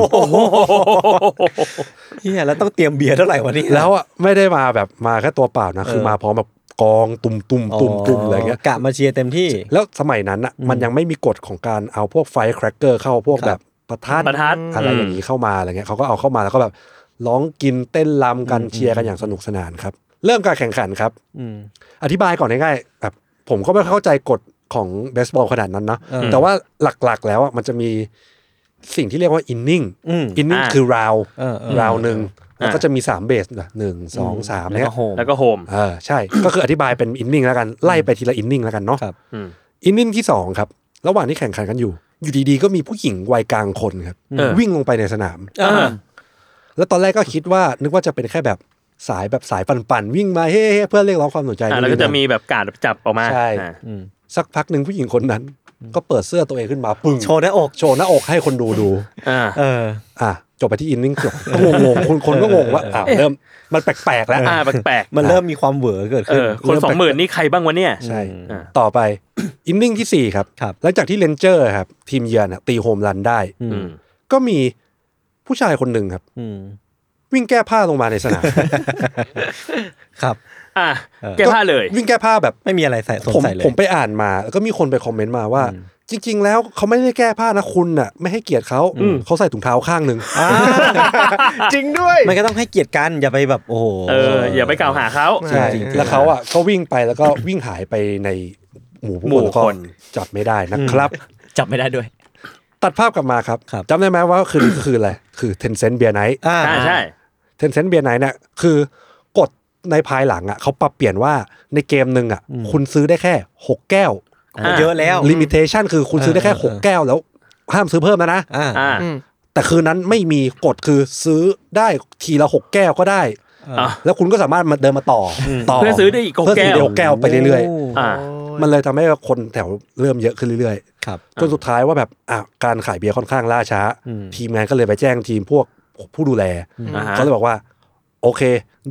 [SPEAKER 5] เฮียแล้วต้องเตรียมเบียร์เท่าไหร่วันนี้
[SPEAKER 4] แล้วอ่ะไม่ได้มาแบบมาแค่ตัวเปล่านะ คือมาพร้อมแบบกองตุ่มตุ่มตุ่มตุ่มอะไรเงี้ย
[SPEAKER 5] กะมาเชียร์เต็มที่
[SPEAKER 4] แล้วสมัยนั้นอ่ะมันยังไม่มีกฎของการเอาพวกไฟแครกเกอร์เข้าพวกแบบประทัด
[SPEAKER 3] ประทัด
[SPEAKER 4] อะไรอย่างนี้เข้ามาอะไรเงี้ยเขาก็เอาเข้ามาแล้วก็แบบร้องกินเต้นรำกันเชียร์กันอย่างสนุกสนานครับ เริ่มการแข่งขันครับ
[SPEAKER 5] อืม
[SPEAKER 4] อธิบายก่อนง่ายๆแบบผมก็ไม่เข้าใจกฎของเบสบอลขนาดนั้นนะ
[SPEAKER 5] เออ
[SPEAKER 4] แต่ว่าหลักๆแล้วอะมันจะมีสิ่งที่เรียกว่าอินนิ่ง
[SPEAKER 5] อืม
[SPEAKER 4] อินนิ่ง
[SPEAKER 3] อ่า
[SPEAKER 4] คือราว
[SPEAKER 5] เออเออ
[SPEAKER 4] ราวหนึ่งแล้วก็จะมี 3 เบสนะหนึ่งสองสาม
[SPEAKER 5] แล้ว
[SPEAKER 4] เนี้
[SPEAKER 5] ก็
[SPEAKER 4] ย
[SPEAKER 5] โฮม
[SPEAKER 3] แล้วก็โฮม
[SPEAKER 4] เออใช่ ก็คืออธิบายเป็นอินนิ่งแล้วกันไล่ไปทีละอินนิ่งแล้วกันเนาะ
[SPEAKER 5] ครับ
[SPEAKER 3] อืม
[SPEAKER 4] อินนิ่งที่สองครับระหว่างที่แข่งขันกันอยู่ อยู่ดีๆก็มีผู้หญิงวัยกลางคนครับ
[SPEAKER 3] เออ
[SPEAKER 4] วิ่งลงไปในสนาม
[SPEAKER 3] อ่า
[SPEAKER 4] แล้วตอนแรกก็คิดว่านึกว่าจะเป็นแค่แบบสายแบบสายปั่นๆวิ่งมาเฮ้เฮ้เพื่อเรียกร้องความสนใจ
[SPEAKER 3] อ่าแล้วก็จะมีแบบการดจับออกมา
[SPEAKER 4] ใช่
[SPEAKER 3] อ่า
[SPEAKER 5] อืม
[SPEAKER 4] สักพักหนึ่งผู้หญิงคนนั้น ก็เปิดเสื้อตัวเองขึ้นมาปึ้ง
[SPEAKER 5] โชว์หน้าอก
[SPEAKER 4] โชว์หน้าอกให้คนดูดู
[SPEAKER 3] อ่า
[SPEAKER 5] เออ
[SPEAKER 4] อ่ะจบไปที่อินนิ่ง จบก็งงๆคนคนก็งงว่าอ้าวเริ่มมันแปลกๆแล้ว
[SPEAKER 3] อ่าแปลก
[SPEAKER 5] มันเริ่มมีความเหวอเกิด
[SPEAKER 3] ๆเออ
[SPEAKER 5] ขึ้น
[SPEAKER 3] คนสองหมื่นนี่ใครบ้างวะเนี่ย
[SPEAKER 4] ใช่
[SPEAKER 3] อ่า
[SPEAKER 4] ต่อไป อินนิ่งที่สี่ครับ
[SPEAKER 5] ครับ
[SPEAKER 4] หลังจากที่เลนเจอร์ครับทีมเยือนอะตีโฮมรันได้
[SPEAKER 5] อืม
[SPEAKER 4] ก็มีผู้ชายคนหนึ่งครับ
[SPEAKER 5] อืม
[SPEAKER 4] วิ่งแก้ผ้าลงมาใน สนาม
[SPEAKER 5] ครับ
[SPEAKER 3] อ่า
[SPEAKER 5] เออ
[SPEAKER 3] แก้ผ้าเลย
[SPEAKER 4] วิ่งแก้ผ้าแบบ
[SPEAKER 5] ไม่มีอะไรใส่สวม
[SPEAKER 4] ผม
[SPEAKER 5] ใส่เลย
[SPEAKER 4] ผมไปอ่านมาแล้วก็มีคนไปคอมเมนต์มาว่า จริง ๆ แล้วเขาไม่ได้แก้ผ้านะคุณน่ะ ไม่ให้เกียรติเขา
[SPEAKER 5] อืม
[SPEAKER 4] เขาใส่ถุงเท้าข้างหนึ่ง
[SPEAKER 5] อ่า
[SPEAKER 6] จริงด้วย
[SPEAKER 5] มันก็ต้องให้เกียรติกันอย่าไปแบบโอ้โห
[SPEAKER 3] เออ อย่าไปกล่าวหาเขา
[SPEAKER 6] ใช่
[SPEAKER 4] ใช่แล้วเขาอ่ะก็วิ่งไปแล้วก็ วิ่งหายไปในหมู่ผู้
[SPEAKER 3] หมู่
[SPEAKER 4] คนแล้วก็
[SPEAKER 3] คน
[SPEAKER 4] จับไม่ได้นะครับ
[SPEAKER 7] จับไม่ได้ด้วย
[SPEAKER 4] ตัดภาพกลับมาครับ
[SPEAKER 5] ครับ
[SPEAKER 4] จำได้ไหมว่าคือคืออะไรคือเทนเซนต์เบียร์ไนท์
[SPEAKER 5] อ่า
[SPEAKER 3] อ่าใช่
[SPEAKER 4] เทนเซนต์เบียร์ไนท์เนี่ยคือกฎในภายหลังอ่ะเขาปรับเปลี่ยนว่าในเกมหนึ่งอ่ะ คุณซื้อได้แค่หกแก้ว
[SPEAKER 3] อ่า
[SPEAKER 5] เยอะแล้ว
[SPEAKER 4] ลิมิเตชันคือคุณซื้อได้แค่หกแก้วแล้วห้ามซื้อเพิ่มแล้วนะ
[SPEAKER 5] อ่า
[SPEAKER 3] อ่า
[SPEAKER 4] แต่คืนนั้นไม่มีกฎคือซื้อได้ทีละหกแก้วก็ได้
[SPEAKER 3] อ่า
[SPEAKER 4] แล้วคุณก็สามารถมาเดินมาต่ออต่อ
[SPEAKER 3] เพื่อซื้อได้อีกหก
[SPEAKER 4] เพื่ซื้
[SPEAKER 3] แก้ว
[SPEAKER 4] ได้หกแก้วไปเรื่อย
[SPEAKER 3] อ่า
[SPEAKER 4] ๆ มันเลยทำให้คนแถวเริ่มเยอะขึ้นเรื่อย
[SPEAKER 5] ๆครับ
[SPEAKER 4] ๆจนสุดท้ายว่าแบบอ่ะการขายเบียร์ค่อนข้างล่าช้า
[SPEAKER 5] อืม
[SPEAKER 4] ทีมงานก็เลยไปแจ้งทีมพวกผู้ดูแล
[SPEAKER 3] อ่าฮะ
[SPEAKER 4] เขาเลยบอกว่า โอเค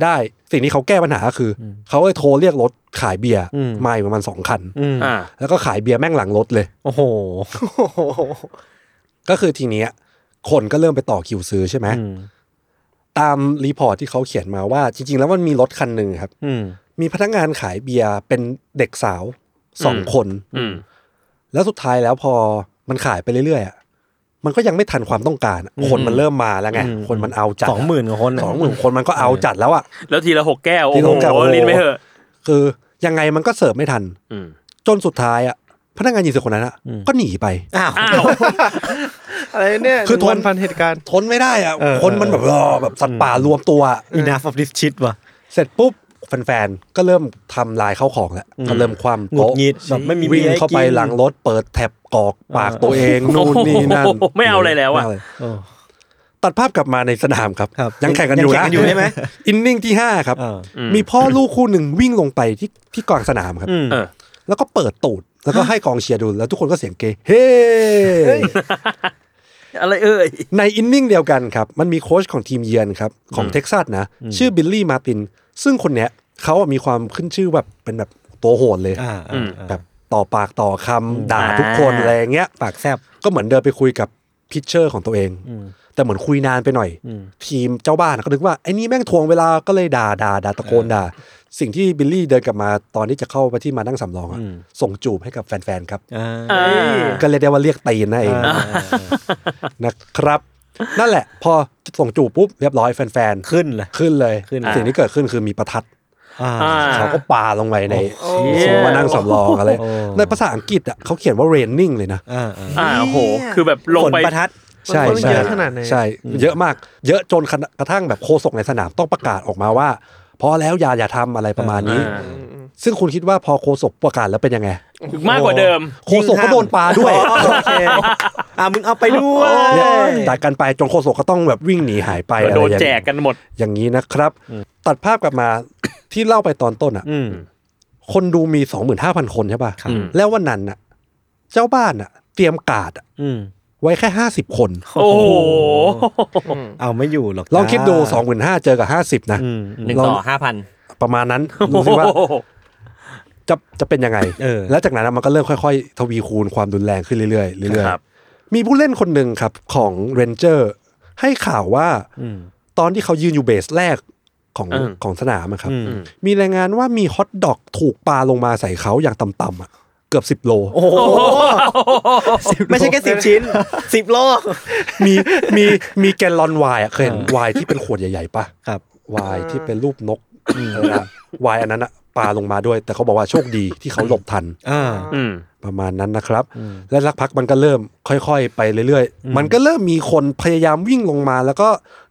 [SPEAKER 4] ได้สิ่งที่เขาแก้ปัญหาคืออเขาเลยโทรเรียกรถขายเบียร์มาอยู่ประมาณสองคัน
[SPEAKER 5] อืม
[SPEAKER 3] อ่า
[SPEAKER 4] แล้วก็ขายเบียร์แม่งหลังรถเลย
[SPEAKER 5] โอ้โห
[SPEAKER 4] ก็คือทีเนี้ยคนก็เริ่มไปต่อคิวซื้อใช่ไหม
[SPEAKER 5] อืม
[SPEAKER 4] ตามรีพอร์ตที่เขาเขียนมาว่า จริง ๆ แล้วมันมีรถคันหนึ่งครับ
[SPEAKER 5] อืม
[SPEAKER 4] มีพนักงานขายเบียร์เป็นเด็กสาวสอง
[SPEAKER 3] อืม
[SPEAKER 4] คน
[SPEAKER 3] อืม
[SPEAKER 4] แล้วสุดท้ายแล้วพอมันขายไปเรื่อยๆอ่ะมันก็ยังไม่ทันความต้องการอะคนมันเริ่มมาแล้วไงคนมันเอาจัด
[SPEAKER 5] สองหมื่นกว่าคนน่ะ
[SPEAKER 4] สองหมื่นคนมันก็เอาจัดแล้วอ่ะ
[SPEAKER 3] แล้วทีละหกแก้ว โอ้
[SPEAKER 4] ทีละหก
[SPEAKER 3] โห
[SPEAKER 4] แก้วโอ้โห
[SPEAKER 3] ลิ้นไม่เหอะ
[SPEAKER 4] คือยังไงมันก็เสิร์ฟไม่ทัน
[SPEAKER 3] อืม
[SPEAKER 4] จนสุดท้ายอ่ะพนักงานหญิงสาวคนนั้นอ่ะก็หนีไป
[SPEAKER 5] อ้าว
[SPEAKER 3] อ้าว
[SPEAKER 6] อะไรเนี่ย
[SPEAKER 4] คือทน
[SPEAKER 6] วันพันเหตุการณ์
[SPEAKER 4] ทนไม่ได้อ่ะ
[SPEAKER 5] เออ
[SPEAKER 4] คนมันแบบรอแบบสัตว์ป่ารวมตัวอะ
[SPEAKER 5] enough of this shit ว่ะ
[SPEAKER 4] เสร็จปุ๊บแฟนๆก็เริ่มทำลายเข้าของแล้วก็เริ่มคว่ำ
[SPEAKER 5] หงุด
[SPEAKER 4] โต๊ะ
[SPEAKER 5] หงิดแบบไม่มี
[SPEAKER 4] วิ่ง
[SPEAKER 5] บียร์
[SPEAKER 4] เข้าไป
[SPEAKER 5] กิน
[SPEAKER 4] หลังรถเปิดแถบกรอกปากตัวเอง
[SPEAKER 3] โอ้
[SPEAKER 4] นู่
[SPEAKER 3] โห
[SPEAKER 4] นนี่นั่น
[SPEAKER 3] ไม่เอาอะไรแล้ว
[SPEAKER 4] ม่
[SPEAKER 3] อะ
[SPEAKER 4] เาไร
[SPEAKER 5] โอ้
[SPEAKER 4] ตัดภาพกลับมาในสนามครับ
[SPEAKER 5] ครับ
[SPEAKER 4] ยังแข่งกันอยู่
[SPEAKER 5] ยังแข่งกันอยู่ใช่ไหม
[SPEAKER 4] อินนิ่งที่ห้าครับ
[SPEAKER 5] เออ
[SPEAKER 4] มีพ่อลูกคู่หนึ่งวิ่งลงไปที่ที่กลางสนามครับ
[SPEAKER 5] อืม
[SPEAKER 3] เออ
[SPEAKER 4] แล้วก็เปิดตูด แล้วก็ให้กองเชียร์ดูแล้วทุกคนก็เสียงเกเฮ้
[SPEAKER 3] อะไรเอ่ย
[SPEAKER 4] ในอินนิ่งเดียวกันครับ มันมีโค้ชของทีมเยือนครับ ของเท็กซัสนะ ชื่อบิลลี่มาติน ซึ่งคนเนี้ยเขาอะมีความขึ้นชื่อแบบเป็นแบบตัวโหดเลย
[SPEAKER 5] อ่าอ่าอ่า
[SPEAKER 4] แบบต่อปากต่อคำด่าทุกคนอะไรอย่างเงี้ย
[SPEAKER 5] ปากแซบ
[SPEAKER 4] ก็เหมือนเดินไปคุยกับพิชเชอร์ของตัวเอง แต่เหมือนคุยนานไปหน่อย ทีมเจ้าบ้านก็นึกว่าไอ้นี่แม่งทวงเวลาก็เลยด่าด่าด่าตะโกนด่า สิ่งที่บิลลี่เดินกลับมาตอนที่จะเข้าไปที่มานั่งสำรองอะ
[SPEAKER 5] อืม
[SPEAKER 4] ส่งจูบให้กับแฟนๆครับ
[SPEAKER 5] อ่า
[SPEAKER 3] อ่า
[SPEAKER 4] ก็เลยกได้ว่าเรียกตีนนั่นเอง
[SPEAKER 5] อ่า
[SPEAKER 4] นะครับ นั่นแหละ พอส่งจูบปุ๊บเรียบร้อยแฟน
[SPEAKER 5] ขึ้นเลย
[SPEAKER 4] ๆ ขึ้นเลย
[SPEAKER 5] ขึ้นเลย
[SPEAKER 4] สิ่งที่เกิดขึ้นคือมีประทัด
[SPEAKER 5] อ่า
[SPEAKER 3] อ่า
[SPEAKER 4] เขาก็ปาลงไปใน
[SPEAKER 3] โอ้โห
[SPEAKER 4] ซุ้มมานั่งสำรองอะไร
[SPEAKER 5] โอ้
[SPEAKER 4] ในภาษาอังกฤษอะเขาเขียนว่า raining เลยนะ
[SPEAKER 5] อ่าอ่า
[SPEAKER 3] อ่าโอ้โห คือแบบลง
[SPEAKER 5] ฝน
[SPEAKER 3] ไป
[SPEAKER 5] ประทัด
[SPEAKER 4] ใช่
[SPEAKER 6] มัน
[SPEAKER 4] ใช่
[SPEAKER 6] เยอะขนาดไหน
[SPEAKER 4] ใช่ เยอะมาก เยอะจนขณะกระทั่งแบบโคศกในสนามต้องประกาศออกมาว่าพอแล้วอย่าอย่าทำอะไรประมาณนี้
[SPEAKER 3] อ่า
[SPEAKER 4] ซึ่งคุณคิดว่าพอโคศกประกาศแล้วเป็นยังไง
[SPEAKER 3] มากกว่าเดิม
[SPEAKER 4] โคศกก็โดนปลาด้วย
[SPEAKER 5] โอเคอ่ามึงเอาไปด้วย
[SPEAKER 4] เนี่ยตัดกันไปจนโคศกก็ต้องแบบวิ่งหนีหายไปอะไร
[SPEAKER 3] โดน
[SPEAKER 4] อย่าง
[SPEAKER 3] แจกกันหมด
[SPEAKER 4] อย่างนี้นะครับ ตัดภาพกลับมา ที่เล่าไปตอนต้นอ่ะ
[SPEAKER 5] อืม
[SPEAKER 4] คนดูมี 25,000 คนใช่ป่ะ
[SPEAKER 3] ครับ
[SPEAKER 4] แล้ววันนั้นอ่ะ เจ้าบ้านอ่ะ เตรียมการ์ดอะ
[SPEAKER 5] อืม
[SPEAKER 4] ไว้แค่ห้าสิบคน
[SPEAKER 3] โอ้โห
[SPEAKER 5] เอาไม่อยู่หรอก
[SPEAKER 4] ลองคิดดูส
[SPEAKER 5] จ้า
[SPEAKER 4] องหมื่นห้าเจอกับห้าสิบนะ
[SPEAKER 5] อืม
[SPEAKER 7] หนึ่งต่อห้าพัน
[SPEAKER 4] ประมาณนั้นดูสิว่าจะจะเป็นยังไง
[SPEAKER 5] เออ
[SPEAKER 4] แล้วจากนั้นนะมันก็เริ่มค่อยๆ ทวีคูณความรุนแรงขึ้นเรื่อยๆเรื่อย
[SPEAKER 3] ครับ
[SPEAKER 4] ๆมีผู้เล่นคนหนึ่งครับของเรนเจอร์ให้ข่าวว่า
[SPEAKER 5] อืม
[SPEAKER 4] ตอนที่เขายืนอยู่เบสแรกของ
[SPEAKER 3] อืม
[SPEAKER 4] ของสนามอะครับ
[SPEAKER 5] อืม
[SPEAKER 4] มีรายงานว่ามีฮอตดอกถูกปาลงมาใส่เขาอย่างต่ำๆอะเกือบสิบโล
[SPEAKER 5] โอ้โห
[SPEAKER 6] ไม่ใช่แค่สิบชิ้นสิบโล
[SPEAKER 4] มีมีมีแกลลอนไว น์อะเคยเห็นไวน์ที่เป็นขวดใหญ่ๆปะ
[SPEAKER 5] ครับ
[SPEAKER 4] วายที่เป็นรูปนกอะไรนะวายอันนั้นอะปาลงมาด้วย แต่เขาบอกว่าโชคดีที่เขาหลบทัน
[SPEAKER 5] อ่า
[SPEAKER 3] อืม
[SPEAKER 4] ประมาณนั้นนะครับ และสักพักมันก็เริ่มค่อยๆ ไปเรื่อยๆ มันก็เริ่มมีคนพยายามวิ่งลงมา แล้วก็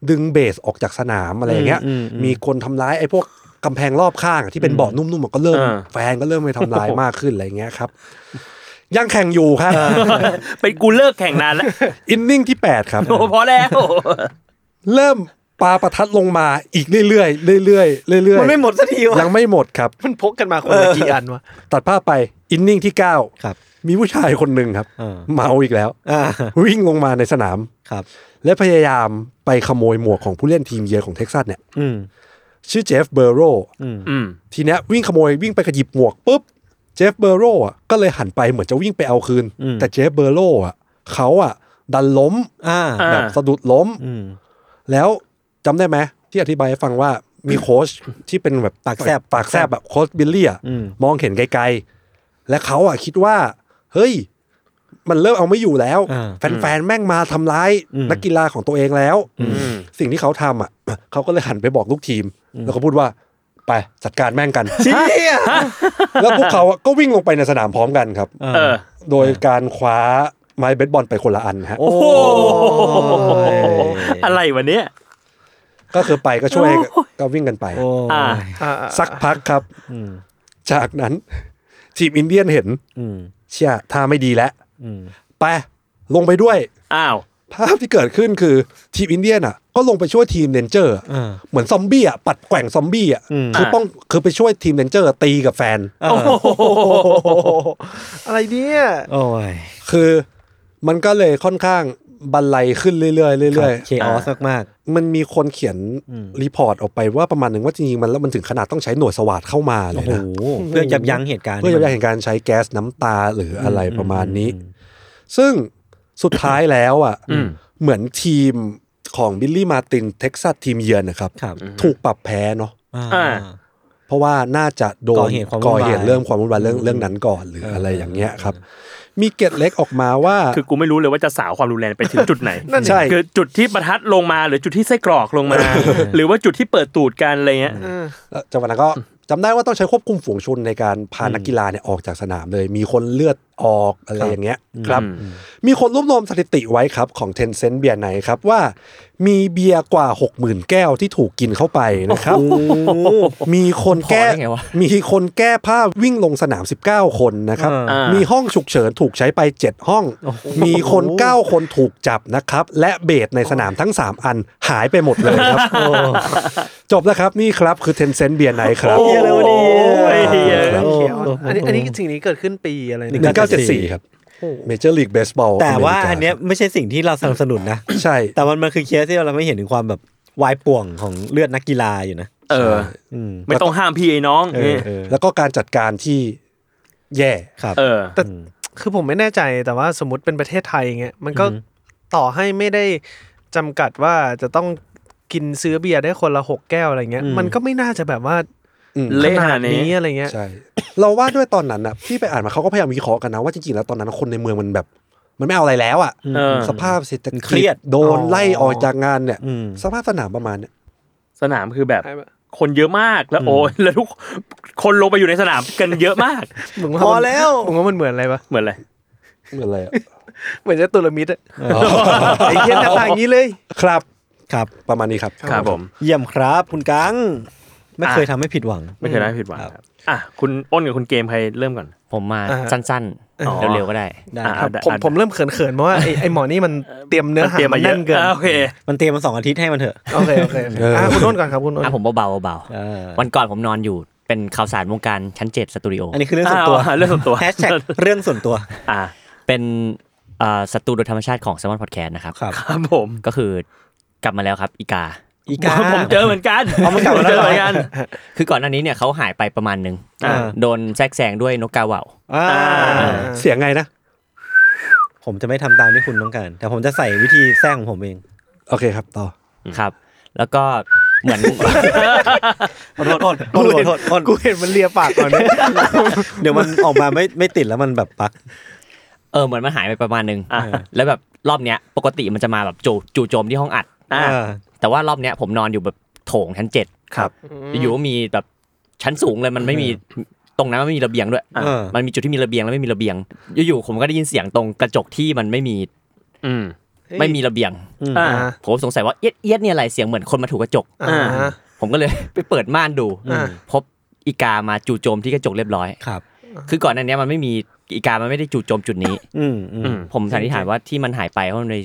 [SPEAKER 4] ดึงเบสออกจากสนามอะไรอย่างเงี้ย
[SPEAKER 5] อืมอืม
[SPEAKER 4] มีคนทำร้ายไอ้พวกกำแพงรอบข้างอะที่เป็นเบาะนุ่มๆมันก็เริ่ม
[SPEAKER 3] อ่า
[SPEAKER 4] แฟนก็เริ่มไปทำร้ายมากขึ้นอะไรอย่างเงี้ยครับ ยังแข่งอยู่ครับ
[SPEAKER 3] เป็นกูเลิกแข่งนานแล้ว
[SPEAKER 4] อินนิ่งที่แปดครับ
[SPEAKER 3] โอ้พอแล้ว
[SPEAKER 4] เริ่มปาประทัดลงมาอีกเรื่อยๆเรื่อยๆเรื่อยๆ
[SPEAKER 6] มันไม่หมดสักทีวะ
[SPEAKER 4] ยังไม่หมดครับ
[SPEAKER 6] มันพกกันมาคนละกี่อันวะ
[SPEAKER 4] ตัดภาพไปอินนิ่งที่ 9
[SPEAKER 5] ครับ
[SPEAKER 4] มีผู้ชายคนหนึ่งครับ
[SPEAKER 5] อ่า
[SPEAKER 4] เมาอีกแล้ว
[SPEAKER 5] อ่า
[SPEAKER 4] วิ่งลงมาในสนาม
[SPEAKER 5] ครับ
[SPEAKER 4] และพยายามไปขโมยหมวกของผู้เล่นทีมเยือนของเท็กซัสเนี่ย
[SPEAKER 5] อืม
[SPEAKER 4] ชื่อเจฟเบอร์โร
[SPEAKER 3] อืม
[SPEAKER 4] ทีเนี้ยวิ่งขโมยวิ่งไปกระหยิบหมวกปุ๊บเจฟเบอร์โรอ่ะก็เลยหันไปเหมือนจะวิ่งไปเอาคืน แต่เจฟเบอร์โรอ่ะเขาอ่ะ ดันล้ม
[SPEAKER 5] อ่า
[SPEAKER 3] อ่า
[SPEAKER 4] แบบสะดุดล้ม
[SPEAKER 5] อืม
[SPEAKER 4] แล้วจำได้ไหมที่อธิบายให้ฟังว่ามีโค้ช ที่เป็นแบบ
[SPEAKER 5] ปากแซ่บ
[SPEAKER 4] ปากแซบแบบโค้ชบิลลี่อะ
[SPEAKER 5] อืม
[SPEAKER 4] มองเห็นไกลๆ และเขาอะคิดว่า เฮ้ย มันเริ่มเอาไม่อยู่แล้ว
[SPEAKER 5] อ่า
[SPEAKER 4] แฟนๆ แม่งมาทำร้าย
[SPEAKER 5] อืม
[SPEAKER 4] นักกีฬาของตัวเองแล้ว
[SPEAKER 3] อืม
[SPEAKER 4] สิ่งที่เขาทำอ่ะ เขาก็เลยหันไปบอกลูกทีม แล้วก็พูดว่า ไปจัดการแม่งกัน
[SPEAKER 6] เชี่ย
[SPEAKER 4] แล้วพวกเขาอะก็วิ่งลงไปในสนามพร้อมกันครับ
[SPEAKER 3] เออ
[SPEAKER 4] โดยการคว้าไม้เบสบอลไปคนละอันฮะ
[SPEAKER 3] โอ้โหอะไรวะเนี่ย
[SPEAKER 4] ก็คือไปก็ช่วย
[SPEAKER 3] โอ้ย
[SPEAKER 4] ก็วิ่งกันไป
[SPEAKER 5] โอ้
[SPEAKER 3] อ่า
[SPEAKER 6] อ่า
[SPEAKER 4] สักพักครับ
[SPEAKER 5] อืม
[SPEAKER 4] จากนั้น ทีมอินเดียนเห็น
[SPEAKER 5] อืม
[SPEAKER 4] เชี่ยท่าไม่ดีแล้ว
[SPEAKER 5] อืม
[SPEAKER 4] ไปลงไปด้วย
[SPEAKER 3] อ้าว
[SPEAKER 4] ภาพที่เกิดขึ้นคือทีมอินเดียนอ่ะ ก็ลงไปช่วยทีมเรนเจอร์อะ
[SPEAKER 5] อ่า
[SPEAKER 4] เหมือนซอมบี้อ่ะ ปัดแกว่งซอมบี้อ่ะ
[SPEAKER 5] อืม
[SPEAKER 4] คือป้องคือไปช่วยทีมเรนเจอร์ตีกับแฟน
[SPEAKER 5] อ่า
[SPEAKER 6] อะไรเนี่ย
[SPEAKER 5] โอ้ย
[SPEAKER 4] คือมันก็เลยค่อนข้างบันไลขึ้นเรื่อยๆเรื่อย
[SPEAKER 5] เคออสมาก
[SPEAKER 4] ๆ มันมีคนเขียน
[SPEAKER 5] อืม
[SPEAKER 4] รีพอร์ตออกไปว่าประมาณหนึ่งว่าจริงๆมันแล้วมันถึงขนาดต้องใช้หน่วยสวาดเข้ามา
[SPEAKER 5] ๆ
[SPEAKER 4] เล
[SPEAKER 5] โอ้
[SPEAKER 4] ย
[SPEAKER 5] โห
[SPEAKER 4] นะ
[SPEAKER 5] เพื่อยับยั้งเหตุการณ์
[SPEAKER 4] เพื่อจะแยกเห็นการใช้แก๊สน้ำตาหรืออะไรประมาณนี้ ซึ่งสุดท้ายแล้วอ่ะ
[SPEAKER 3] อืม
[SPEAKER 4] เหมือนทีมของบิลลี่มาตินเท็กซัสทีมเยือนนะครับ
[SPEAKER 5] ครับ
[SPEAKER 4] ถูกปรับแพ้เนาะ
[SPEAKER 5] อ่า
[SPEAKER 4] เพราะว่าน่าจะโดน
[SPEAKER 5] ก่อเหตุความวุ่นวาย
[SPEAKER 4] อเหตุเริ่มความวุ่นวายเรื่องเรื่องนั้นก่อนหรืออะไรอย่างเงี้ยครับ มีเกร็ดเล็กออกมาว่า
[SPEAKER 3] คือกูไม่รู้เลยว่าจะสาวความรุนแรงไปถึงจุดไหน
[SPEAKER 4] นั่นดิใช่
[SPEAKER 3] คือจุดที่ประทัดลงมาหรือจุดที่ไส้กรอกลงมา หรือว่าจุดที่เปิดตูดกันอะไรเงี้ย
[SPEAKER 6] เออ
[SPEAKER 4] เอ่อจังหวะนั้นก็จำได้ว่าต้องใช้ควบคุมฝูงชนในการพานักกีฬาเนี่ยออกจากสนามเลย มีคนเลือดออกอะไรอย่างเงี้ยครับ
[SPEAKER 3] อืม
[SPEAKER 4] มีคนรวบรวมสถิติไว้ครับของ Tencent เบียร์ไหนครับว่า มีเบียร์กว่า 60,000 แก้วที่ถูกกินเข้าไปนะครับ มีคนแก้
[SPEAKER 7] พอได้ไงวะ
[SPEAKER 4] มีคนแก้ผ้าวิ่งลงสนาม 19 คนนะครับ
[SPEAKER 5] อ่ามี
[SPEAKER 4] มีห้องฉุกเฉินถูกใช้ไป 7 ห้อง มีคน 9 คนถูกจับนะครับ และเบสในสนามทั้ง 3 อันหายไปหมดเลยครับ จบแล้วครับนี่ครับคือ Tencent เบียร์ไหนครับ
[SPEAKER 3] โอ้โหเหี้ย
[SPEAKER 4] ครับ
[SPEAKER 6] เขียวอะอันนี้อันนี้สิ่งนี้เกิดขึ้นปีอะไร
[SPEAKER 5] หนึ่
[SPEAKER 6] นะ
[SPEAKER 5] ง
[SPEAKER 4] 1974 ครับเมเจอร์ลีกเบสบอล
[SPEAKER 5] แต่ว่าอันเนี้ยไม่ใช่สิ่งที่เราสนับสนุนนะ
[SPEAKER 4] ใช่
[SPEAKER 5] แต่มันมันคือเคสที่เราไม่เห็นถึงความแบบวายป่วงของเลือดนักกีฬาอยู่นะ
[SPEAKER 3] เออ
[SPEAKER 5] อืม
[SPEAKER 3] ไม่ต้องห้ามพี่ไอ้น้อง
[SPEAKER 5] เออ
[SPEAKER 3] นี่
[SPEAKER 5] เออ
[SPEAKER 4] แล้วก็การจัดการที่แย่
[SPEAKER 5] ครับ
[SPEAKER 3] เออ
[SPEAKER 6] แต่คือผมไม่แน่ใจแต่ว่าสมมติเป็นประเทศไทยอย่างเงี้ยมันก็ต่อให้ไม่ได้จำกัดว่าจะต้องกินซื้อเบียร์ได้คนละหกแก้วอะไรเงี้ย
[SPEAKER 5] อืม
[SPEAKER 6] มันก็ไม่น่าจะแบบว่า
[SPEAKER 3] เละ
[SPEAKER 6] ข
[SPEAKER 3] ข
[SPEAKER 6] นา
[SPEAKER 3] นา
[SPEAKER 6] ด
[SPEAKER 3] ด
[SPEAKER 6] นี้
[SPEAKER 3] นี้
[SPEAKER 6] อะไรเงี้ย
[SPEAKER 4] ใช่ เราว่าด้วยตอนนั้นนะที่ไปอ่านมาเขาก็พยายามวิเคราะห์กันนะ ว่าจริงๆแล้วตอนนั้นคนในเมืองมันแบบ มันไม่เอาอะไรแล้วอ่ะ
[SPEAKER 3] เออ
[SPEAKER 4] สภาพเศรษฐกิจ
[SPEAKER 5] เครียด
[SPEAKER 4] โดน
[SPEAKER 5] อ๋อ
[SPEAKER 4] ไล่ออกจากงานเนี่ย
[SPEAKER 5] อืม
[SPEAKER 4] สภาพสนามประมาณเนี่ย
[SPEAKER 3] สนามคือแบบ คนเยอะมากแล้วโอ้ยแล้วทุกคนลงไปอยู่ในสนามกันเยอะมาก
[SPEAKER 6] มึงว่า
[SPEAKER 5] พอ
[SPEAKER 6] มัน
[SPEAKER 5] แล้ว
[SPEAKER 6] มึงว่ามันเหมือนอะไรปะ
[SPEAKER 3] เหมือนอะไร
[SPEAKER 4] เหมือนอะไรอะ
[SPEAKER 6] เหมือนจะตุลมิดอะไอ้เหี้ยหน้าตาอย่างนี้เลย
[SPEAKER 4] ครับ
[SPEAKER 5] ครับ
[SPEAKER 4] ประมาณนี้ครับ
[SPEAKER 3] ครับผม
[SPEAKER 5] เยี่ยมครับคุณกัง ไม่เคยทำให้ผิดหวัง
[SPEAKER 3] ไม่เคยได้ผิดหวังครับอ่ะคุณอ้นกับคุณเกมใครเริ่มก่อน
[SPEAKER 7] ผมมา
[SPEAKER 6] อ่าฮะ
[SPEAKER 7] สั้น
[SPEAKER 3] อ๋อ
[SPEAKER 7] ๆ เร็วๆก็ได้
[SPEAKER 5] ได้
[SPEAKER 3] อ่ะ
[SPEAKER 5] ครับ
[SPEAKER 3] ได้
[SPEAKER 6] ผม
[SPEAKER 3] อ่ะ
[SPEAKER 6] ผมเริ่มเขินๆเพราะว่าไอ้ไอ้หมอนี่มันเตรียมเนื้อหา
[SPEAKER 3] เตรียม
[SPEAKER 6] มั
[SPEAKER 3] มาน เย
[SPEAKER 6] แน่
[SPEAKER 3] อะ
[SPEAKER 6] นเกิน
[SPEAKER 3] อ่ะโอเค
[SPEAKER 5] มันเตรียมมาสองอาทิตย์ให้มันเถอะ
[SPEAKER 6] โอเคโอเคโอเค
[SPEAKER 4] เอออ่
[SPEAKER 6] ะคุณอ้นก่อนครับคุณอ้น
[SPEAKER 7] อ่ะผมเบาๆเบา
[SPEAKER 5] เออ
[SPEAKER 7] ๆวันก่อนผมนอนอยู่เป็นข่าวสารวงการชั้นเจ็ดสตูดิโอ
[SPEAKER 5] อันนี้คือเรื่องส่วนตัว
[SPEAKER 3] อ่ะเรื่องส่วนตัว
[SPEAKER 5] แฮชแท็กเรื่องส่วนตัว
[SPEAKER 3] อ่ะ
[SPEAKER 7] เป็น อ่าศัตรูโดยธรรมชาติของ s ซ l m o n Podcast นะครับ
[SPEAKER 5] ครับ
[SPEAKER 3] ครับผม
[SPEAKER 7] ก็คือกลับมาแล้วครับอีกา
[SPEAKER 5] อีกา
[SPEAKER 3] ผมเจอเหมือนกัน
[SPEAKER 5] เอามากลับ
[SPEAKER 3] ผ
[SPEAKER 5] มา
[SPEAKER 3] เจอเหมือนกัน
[SPEAKER 7] คือก่อนหน้านี้เนี่ยเขาหายไปประมาณหนึง
[SPEAKER 5] อ่า
[SPEAKER 7] โดนแทรกแซงด้วยนกกาเหว่า
[SPEAKER 5] อ่า
[SPEAKER 3] อ่า
[SPEAKER 4] เสียงไงนะ
[SPEAKER 5] ผมจะไม่ทำตามที่คุณต้องการ แต่ผมจะใส่วิธีแทรกของผมเอง
[SPEAKER 4] โอเคครับต่อ
[SPEAKER 7] ครับ แล้วก็เหมือน
[SPEAKER 5] ขอโทษขอโทษขอโทษขอโท
[SPEAKER 6] กู
[SPEAKER 5] ษ
[SPEAKER 6] เห็นมันเลียปากก่อนเนี่ย
[SPEAKER 5] เดี๋ยวมันออกมาไม่ไม่ติดแล้วมันแบบปัก
[SPEAKER 7] เออเหมือนมันหายไปประมาณหนึง
[SPEAKER 3] อ่า
[SPEAKER 7] แล้วแบบรอบเนี้ยปกติมันจะมาแบบจู่จู่โจมที่ห้องอัด
[SPEAKER 3] อ่า
[SPEAKER 7] แต่ว่ารอบเนี้ยผมนอนอยู่แบบโถงชั้นเจ็ด
[SPEAKER 5] ครับ
[SPEAKER 7] อยู่ก็มีแบบชั้นสูงเลยมันไม่มีตรงนั้นมันไม่มีระเบียงด้วย
[SPEAKER 5] อ่า
[SPEAKER 7] มันมีจุดที่มีระเบียงแล้วไม่มีระเบียง อยู่ๆผมก็ได้ยินเสียงตรงกระจกที่มันไม่มี
[SPEAKER 3] อืม
[SPEAKER 7] ไม่มีระเบียง
[SPEAKER 3] อ่า
[SPEAKER 7] ผมสงสัยว่าเอียดเอียดเนี่ยอะไรเสียงเหมือนคนมาถูกกระจก
[SPEAKER 3] อ่า
[SPEAKER 7] ผมก็เลย ไปเปิดม่านดู
[SPEAKER 6] อ่า
[SPEAKER 7] พบอีกามาจู่โจมที่กระจกเรียบร้อย
[SPEAKER 5] ครับ
[SPEAKER 7] คือก่อนหน้าเนี้ยมันไม่มีอีกามันไม่ได้จู่โจมจุดนี้
[SPEAKER 5] อืมอืม
[SPEAKER 7] ผมสันนิษฐานว่าที่มันหายไปเพราะมันไป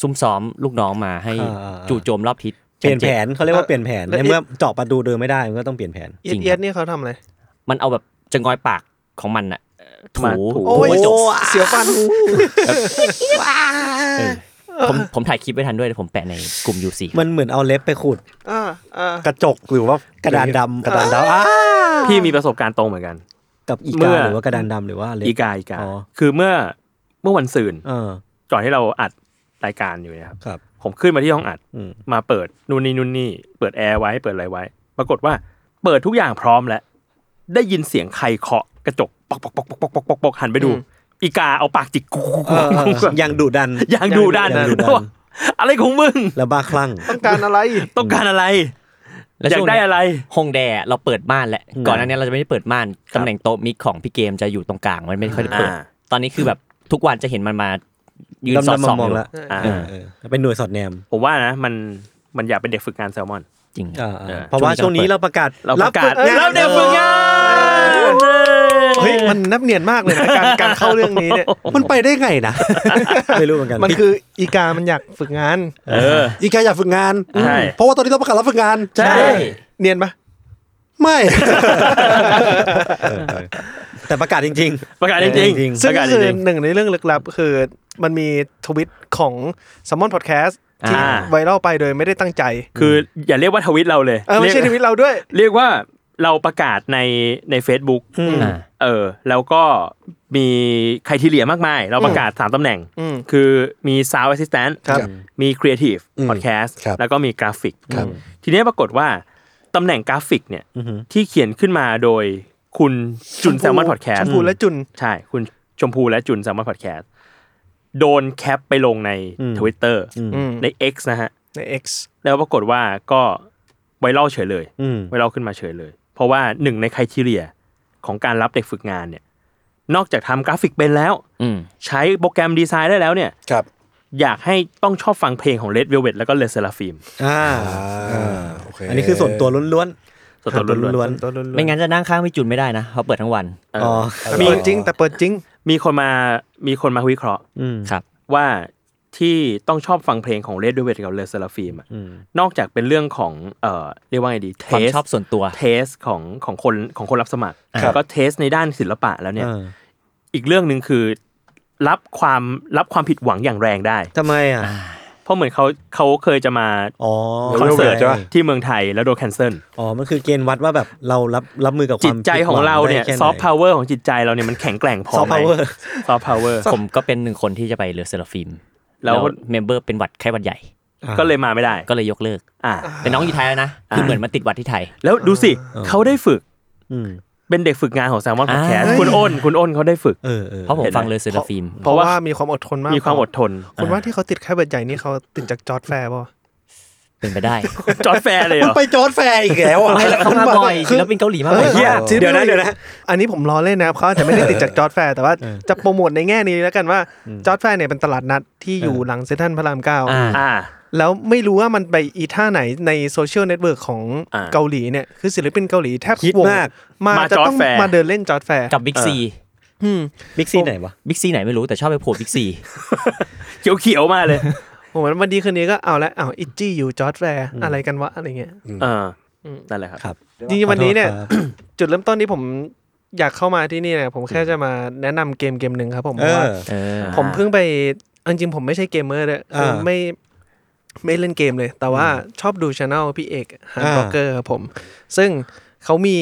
[SPEAKER 7] ซุ่มซ้อมลูกน้องมาให้
[SPEAKER 5] อ่า
[SPEAKER 7] จู่โจมรอบทิศ
[SPEAKER 5] เปลี่ยนแผ
[SPEAKER 7] น
[SPEAKER 5] นเขาเรียกว่าเปลี่ยนแผนในเมื่อเจาะประตูเดินไม่ได้มันก็ต้องเปลี่ยนแผน
[SPEAKER 6] เอียดๆนี่เขาทำอะไร
[SPEAKER 7] มันเอาแบบจะงอยปากของมันอะเอ่อถู
[SPEAKER 3] มาถู
[SPEAKER 7] ถู
[SPEAKER 6] โอ้ย
[SPEAKER 7] กระจก
[SPEAKER 6] เสียวฟัน
[SPEAKER 7] ผมผมถ่ายคลิปไว้ทันด้วยเดี๋ยวผมแปะในกลุ่ม UC
[SPEAKER 5] มันเหมือนเอาเล็บไปขูด
[SPEAKER 6] อ่าอ่าก
[SPEAKER 4] ระจกหรือว่าก ก
[SPEAKER 5] ระดานดำ
[SPEAKER 4] กระดานดำอ่ะ
[SPEAKER 3] พี่มีประสบการณ์ตรงเหมือนกัน
[SPEAKER 5] กับอี
[SPEAKER 3] เมื่อ
[SPEAKER 5] กาหรือว่ากระดานดำหรือว่าเล็บ
[SPEAKER 3] อีกาอีกา
[SPEAKER 5] อ๋อ
[SPEAKER 3] คือเมื่อเมื่อวันศุกร์
[SPEAKER 5] เออ
[SPEAKER 3] ก่อนที่เราอัดรายการอยู่เนะครับ
[SPEAKER 5] ครับ
[SPEAKER 3] ผมขึ้นมาที่ห้องอัด
[SPEAKER 5] อืม
[SPEAKER 3] มาเปิดนู่นนี่นู่นนี่เปิดแอร์ไว้เปิดอะไรไว้ ปรากฏว่าเปิดทุกอย่างพร้อมแล้ว ได้ยินเสียงใครเคาะกระจกปอกปอกปอกปอกปอกปอกปอกปอกหันไปดู อีกาเอาปากจิกกูกูกู
[SPEAKER 5] เออเอ
[SPEAKER 3] กู
[SPEAKER 5] อยังดุดัน
[SPEAKER 3] อย่างดูด้าน
[SPEAKER 5] อย่างดุดัน
[SPEAKER 3] ว่าอะไรของมึง
[SPEAKER 5] แล้วบ้าคลั่ง
[SPEAKER 6] ต้องการอะไร
[SPEAKER 3] ต้องการอะไร
[SPEAKER 7] แล้ว
[SPEAKER 3] อยา
[SPEAKER 7] ช่
[SPEAKER 3] ก
[SPEAKER 7] วง
[SPEAKER 3] ได้
[SPEAKER 7] เนี้ย
[SPEAKER 3] อะไร
[SPEAKER 7] ห้องแดร์เราเปิดม่านแหละ
[SPEAKER 5] อืม
[SPEAKER 7] ก่อนหน้าเนี้ยเราจะไม่ได้เปิดม่านตำแหน่งโต๊ะมิกของพี่เกมจะอยู่ตรงกลางมันไม่ค่อยได้เปิด
[SPEAKER 3] อ่า
[SPEAKER 7] ตอนนี้คือแบบทุกวันจะเห็นมันมายืนสอด
[SPEAKER 5] ดำๆ
[SPEAKER 7] ส่อง
[SPEAKER 5] มอ
[SPEAKER 7] องยู่
[SPEAKER 5] ๆแล้ว
[SPEAKER 3] อ่า
[SPEAKER 5] เออเออเป็นหน่วยสอดแนม
[SPEAKER 3] ผมว่านะมันมันอยากเป็นเด็กฝึกงานแซลมอน
[SPEAKER 7] จริง
[SPEAKER 5] เออเออ
[SPEAKER 3] เออ
[SPEAKER 5] เพราะว่าช่วงนี้เราประกาศ
[SPEAKER 3] เราประกาศ
[SPEAKER 5] ฝึงน
[SPEAKER 3] รับเด็กฝึกงาน
[SPEAKER 6] เฮ้ย มันนับเนียนมากเลยนะการการเข้าเรื่องนี้เนี่ย
[SPEAKER 4] มันไปได้ไงนะ
[SPEAKER 5] ไม่รู้เหมือนกัน
[SPEAKER 6] มันคืออีกา มันอยากฝึกงาน
[SPEAKER 3] เออ
[SPEAKER 4] อีกาอยากฝึกงาน
[SPEAKER 3] ใช่
[SPEAKER 4] เพราะว่าตอนนี้เราประกาศรับฝึกงาน
[SPEAKER 3] ใช่
[SPEAKER 6] เนียนปะ
[SPEAKER 4] ไม่
[SPEAKER 5] เออเออแต่ประกาศจริง
[SPEAKER 3] ประกาศจริง
[SPEAKER 5] จริง
[SPEAKER 3] ๆ
[SPEAKER 6] ซึ่ง
[SPEAKER 3] ประกาศจ
[SPEAKER 6] คือ
[SPEAKER 3] ริง
[SPEAKER 6] หนึ่งในเรื่องลึกลับคือมันมีทวิตของสมอนพอดแคสต์ที่
[SPEAKER 3] อ่า
[SPEAKER 6] ไวรัลไปโดยไม่ได้ตั้งใจ
[SPEAKER 3] ๆคืออย่าเรียกว่าทวิตเราเลย
[SPEAKER 6] เออไม่ใช่ท
[SPEAKER 3] เรียก
[SPEAKER 6] วิตเราด้วย
[SPEAKER 3] เรียกว่าเราประกาศในใน Facebook
[SPEAKER 7] อ่า
[SPEAKER 3] เออ แล้วก็มีใครที่เหลียมากมาย เราประกาศ 3ตำแหน่ง
[SPEAKER 6] อืม
[SPEAKER 3] คือมี Sound Assistant
[SPEAKER 6] ครับ
[SPEAKER 3] มี Creative
[SPEAKER 4] อืม
[SPEAKER 3] Podcast
[SPEAKER 4] ครับ
[SPEAKER 3] แล้วก็มีกราฟิก
[SPEAKER 4] ครับ
[SPEAKER 3] ทีนี้ปรากฏว่า ตำแหน่งกราฟิกเนี่ยที่เขียนขึ้นมาโดยคุณจุนแซลมอนพอดแคส
[SPEAKER 6] ชม
[SPEAKER 3] ต์
[SPEAKER 6] พูและจุน
[SPEAKER 3] ใช่ คุณชมพูและจุนแซลมอนพอดแคสต์โดนแคปไปลงใน Twitter
[SPEAKER 6] อืม
[SPEAKER 3] ใน X นะฮะ
[SPEAKER 6] ใน X
[SPEAKER 3] แล้วปรากฏว่าก็ไวรัลเฉยเลย
[SPEAKER 5] อืม
[SPEAKER 3] ไวรัลขึ้นมาเฉยเลย เพราะว่าหนึ่งในค r i ทีเรียของการรับเด็กฝึกงานเนี่ย นอกจากทำกราฟิกเป็นแล้ว
[SPEAKER 7] อืม
[SPEAKER 3] ใช้โปรแกรมดีไซน์ได้แล้วเนี่ย
[SPEAKER 4] ครับ
[SPEAKER 3] อยากให้ต้องชอบฟังเพลงของ Red Velvet แล้วก็ Led Seraphim
[SPEAKER 5] ๆอ่า
[SPEAKER 4] อ่า
[SPEAKER 5] อ่า
[SPEAKER 4] โอเค
[SPEAKER 5] อันนี้คือส่วนตัวล้วน
[SPEAKER 3] สดๆล้วน
[SPEAKER 5] ๆ
[SPEAKER 6] ตัวรุ่น
[SPEAKER 7] ไม่งั้นจะนั่งข้างพี่จุนไม่ได้นะเขาเปิดทั้งวัน
[SPEAKER 3] ๆเออ
[SPEAKER 5] อ๋อ
[SPEAKER 6] แต่เปิดจริง แต่เปิดจริง
[SPEAKER 3] อมีคนมามีคนมาวิเคราะห์
[SPEAKER 5] อืม
[SPEAKER 7] ครับ
[SPEAKER 3] ว่าที่ต้องชอบฟังเพลงของ Red Velvet กับ Led Seraphim อะนอกจากเป็นเรื่องของเอ่อเรียกว่าไงดีเท
[SPEAKER 7] ความ
[SPEAKER 3] ส
[SPEAKER 7] ชอบส่วนตัว
[SPEAKER 3] เทสของของคนของคนรับสมัคร
[SPEAKER 7] ครับ
[SPEAKER 3] แล้วก็เทสในด้านศิลปะแล้วเนี่ย
[SPEAKER 5] อ่า
[SPEAKER 3] อีกเรื่องหนึ่งคือรับความรับความผิดหวังอย่างแรงได้
[SPEAKER 5] ทำไมอ่ะ
[SPEAKER 3] เพราะเหมือนเขาเขาเคยจะมา
[SPEAKER 5] อ๋อ
[SPEAKER 3] คอนเสิร์ต
[SPEAKER 4] ใช่ปะ
[SPEAKER 3] ที่เมืองไทยแล้วโดนแคนเซิล
[SPEAKER 5] อ๋อมันคือเกณฑ์วัดว่าแบบเรารับรับมือกับค
[SPEAKER 3] จิ
[SPEAKER 5] วา
[SPEAKER 3] ต
[SPEAKER 5] ม
[SPEAKER 3] ใจของเราเนี่ย
[SPEAKER 5] ผิดหวัได้แค่ไห
[SPEAKER 3] ซอฟต์พาวเวอร์ของจิตใจเราเนี่ยมันแข็งแกร่งพอ
[SPEAKER 5] ซอฟต์
[SPEAKER 3] ไหม
[SPEAKER 5] พาวเวอร์
[SPEAKER 3] ซอฟต์พาวเวอร์
[SPEAKER 7] ผมก็เป็นหนึ่งคนที่จะไปเรือเซลฟิล์ม
[SPEAKER 3] แล้
[SPEAKER 7] แล้ว วเมมเบอร์เป็นหวัดไข้หวัดใหญ่
[SPEAKER 3] ก็เลยมาไม่ได้
[SPEAKER 7] ก็เลยยกเลิก
[SPEAKER 3] อ่า
[SPEAKER 7] แต่น้องอยู่ไทยแล้วนะ คือเหมือนมาติดหวัดที่ไทย
[SPEAKER 3] แล้วดูสิเขาได้ฝึก
[SPEAKER 5] อืม
[SPEAKER 3] เป็นเด็กฝึกงานของแซมมอนพอดแคส
[SPEAKER 7] อ่า
[SPEAKER 3] คุณอ้นคุณอ้นเขาได้ฝึก
[SPEAKER 5] เออเออ
[SPEAKER 7] เพราะผม
[SPEAKER 3] เห็นไหม
[SPEAKER 7] ฟังเรือเซลฟิล์ม
[SPEAKER 3] เพ
[SPEAKER 6] เพราะ
[SPEAKER 3] ราะว่า
[SPEAKER 6] ว่ามีความอดทนมาก
[SPEAKER 3] มีความอดทน
[SPEAKER 6] คุณว่าที่เขาติดแค่เบิดใหญ่นี่เขาติดจากจอร์ดแฟร์ป่ะ
[SPEAKER 7] เป็นไปได้
[SPEAKER 3] จอร์ดแฟร์เลยเหรอ
[SPEAKER 4] ไปจอร์ดแฟร์อีกแล้วอ่ะ
[SPEAKER 7] ไม่แล้วเขามาบ่อยศิลปินเกาหลีมาบ่อย
[SPEAKER 6] เหี้ย
[SPEAKER 5] เดี๋ยวนะเดี๋ยวนะ
[SPEAKER 6] อันนี้ผมล้อเล่นนะครับเขาอาจจะไม่ได้ติดจากจอร์ดแฟร์แต่ว่าจะโปรโมทในแง่นี้แล้วกันว่าจอร์ดแฟร์เนี่ยเป็นตลาดนัดที่อยู่หลังเซ็นทรัลพระรามเก้า
[SPEAKER 7] อ่า
[SPEAKER 3] อ่า
[SPEAKER 6] แล้วไม่รู้ว่ามันไปอีท่าไหนในโซเชียลเน็ตเวิร์กของ
[SPEAKER 3] อ่า
[SPEAKER 6] เกาหลีเนี่ยคือศิลปินเกาหลีแทบ
[SPEAKER 5] คิด
[SPEAKER 6] วง
[SPEAKER 5] มาก
[SPEAKER 6] มา
[SPEAKER 3] มา
[SPEAKER 6] จะ
[SPEAKER 3] จอร์จ
[SPEAKER 6] ต้อง
[SPEAKER 3] แฟร์
[SPEAKER 6] มาเดินเล่นจอร์ดแฟร์
[SPEAKER 7] กับบิ๊กซี
[SPEAKER 6] อืม
[SPEAKER 5] บิ๊กซีไหนวะ
[SPEAKER 7] บิ๊กซีไหนไม่รู้แต่ชอบไปโผล่บิ๊กซี
[SPEAKER 3] เขียวๆมาเลย
[SPEAKER 6] ผมว่าวันดีคืนนี้ก็เอาละเอาอิจี้อยู่จอร์ดแฟร์อะไรกันวะอะไรเงี้ย
[SPEAKER 3] เอออนั่นแหละครับ
[SPEAKER 6] จริงๆวันนี้เนี่ย จุดเริ่มต้นที่ผม อยากเข้ามาที่นี่เนี่ยผมแค่จะมาแนะนำเกมเกมหนึ่งครับ ผมเพ
[SPEAKER 5] เอ
[SPEAKER 6] ราะว่า
[SPEAKER 5] อ
[SPEAKER 7] เออ
[SPEAKER 6] ผมเพิ่งไปเอาจริงๆผมไม่ใช่เกมเมอร์เลยคือ
[SPEAKER 5] เออ
[SPEAKER 6] ไม่ไม่เล่นเกมเลย แต่ว่าชอบดูช anel พี่เอกฮาร์ด
[SPEAKER 5] อ่า
[SPEAKER 6] บล็อกเกอร์ครับผม ซึ่งเขามี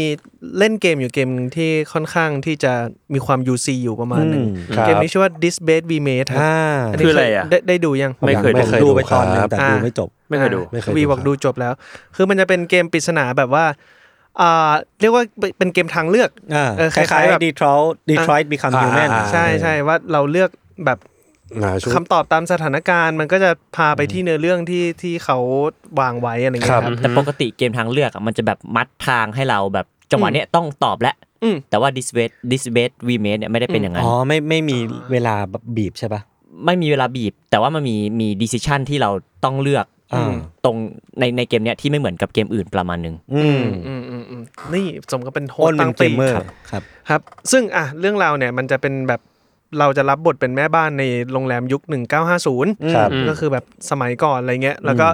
[SPEAKER 6] เล่นเกมอยู่เกมหนึ่งที่ค่อนข้างที่จะมีความ UC อยู่ประมาณหนึ่ง
[SPEAKER 4] ครับ
[SPEAKER 6] เกมนี้ชื่อว่า This Bed We Made ครับ
[SPEAKER 5] อ่า
[SPEAKER 6] นี้
[SPEAKER 3] คืออะไรอะ
[SPEAKER 6] ด้ได้ดูยัง
[SPEAKER 3] ไม่เคย
[SPEAKER 4] ไม่
[SPEAKER 3] ดู
[SPEAKER 4] เคย
[SPEAKER 5] ดูไปตอนหนึง
[SPEAKER 4] ครับ
[SPEAKER 5] แต่ดูไม่จบ
[SPEAKER 3] ไม่เคยดู
[SPEAKER 6] อ่า
[SPEAKER 4] ไม่เคยดูค
[SPEAKER 6] วี
[SPEAKER 4] รับ บ
[SPEAKER 6] อกดูจบแล้ว คือมันจะเป็นเกมปริศนาแบบว่าอ่าเรียกว่าเป็นเกมทางเลือก
[SPEAKER 5] อ่า
[SPEAKER 6] เออ
[SPEAKER 5] ค
[SPEAKER 6] คล้ายๆ
[SPEAKER 5] ล้าย
[SPEAKER 6] แบบ
[SPEAKER 5] ๆ Detroit Detroit Become
[SPEAKER 4] อ่า
[SPEAKER 5] Human
[SPEAKER 4] อ่า
[SPEAKER 6] ใช่ใช่ว่าเราเลือกแบบ
[SPEAKER 4] อ่าชุด
[SPEAKER 6] คำตอบตามสถานการณ์ มันก็จะพาไปที่เนื้อเรื่องที่ที่เขาวางไว้อะไรเงี้ย
[SPEAKER 4] ค
[SPEAKER 6] ค
[SPEAKER 4] รั
[SPEAKER 6] รับ บ
[SPEAKER 7] แต่ปกติเกมทางเลือกอะมันจะแบบมัดทางให้เราแบบจังหวะเนี้ยต้องตอบแล้ว
[SPEAKER 6] อืม
[SPEAKER 7] แต่ว่า this bed this bed we made เนี่ยไม่ได้เป็นอย่างนั้น
[SPEAKER 5] อ๋อไม่ไม่มีเวลาบีบใช่ป่ะ
[SPEAKER 7] ไม่มีเวลาบีบ แต่ว่ามันมีมี decision ที่เราต้องเลือก
[SPEAKER 5] อ่า
[SPEAKER 7] ตรงในในเกมเนี้ยที่ไม่เหมือนกับเกมอื่นประมาณหนึง
[SPEAKER 5] อืม
[SPEAKER 6] อืมอืมอืมนี่สมกับเป็นโฮ
[SPEAKER 5] อ้
[SPEAKER 6] สต์
[SPEAKER 5] นเป็
[SPEAKER 6] ตั้
[SPEAKER 5] น
[SPEAKER 6] ง
[SPEAKER 5] เก
[SPEAKER 6] ปี
[SPEAKER 5] มเมอร์
[SPEAKER 6] ครับ
[SPEAKER 5] ครับ
[SPEAKER 6] ครับ ซึ่งอ่ะเรื่องราวเนี่ยมันจะเป็นแบบเราจะรับบทเป็นแม่บ้านในโรงแรมยุค 1950
[SPEAKER 4] ครับ
[SPEAKER 3] อืม
[SPEAKER 6] ก็คือแบบสมัยก่อนอะไรเงี้ย แล้วก็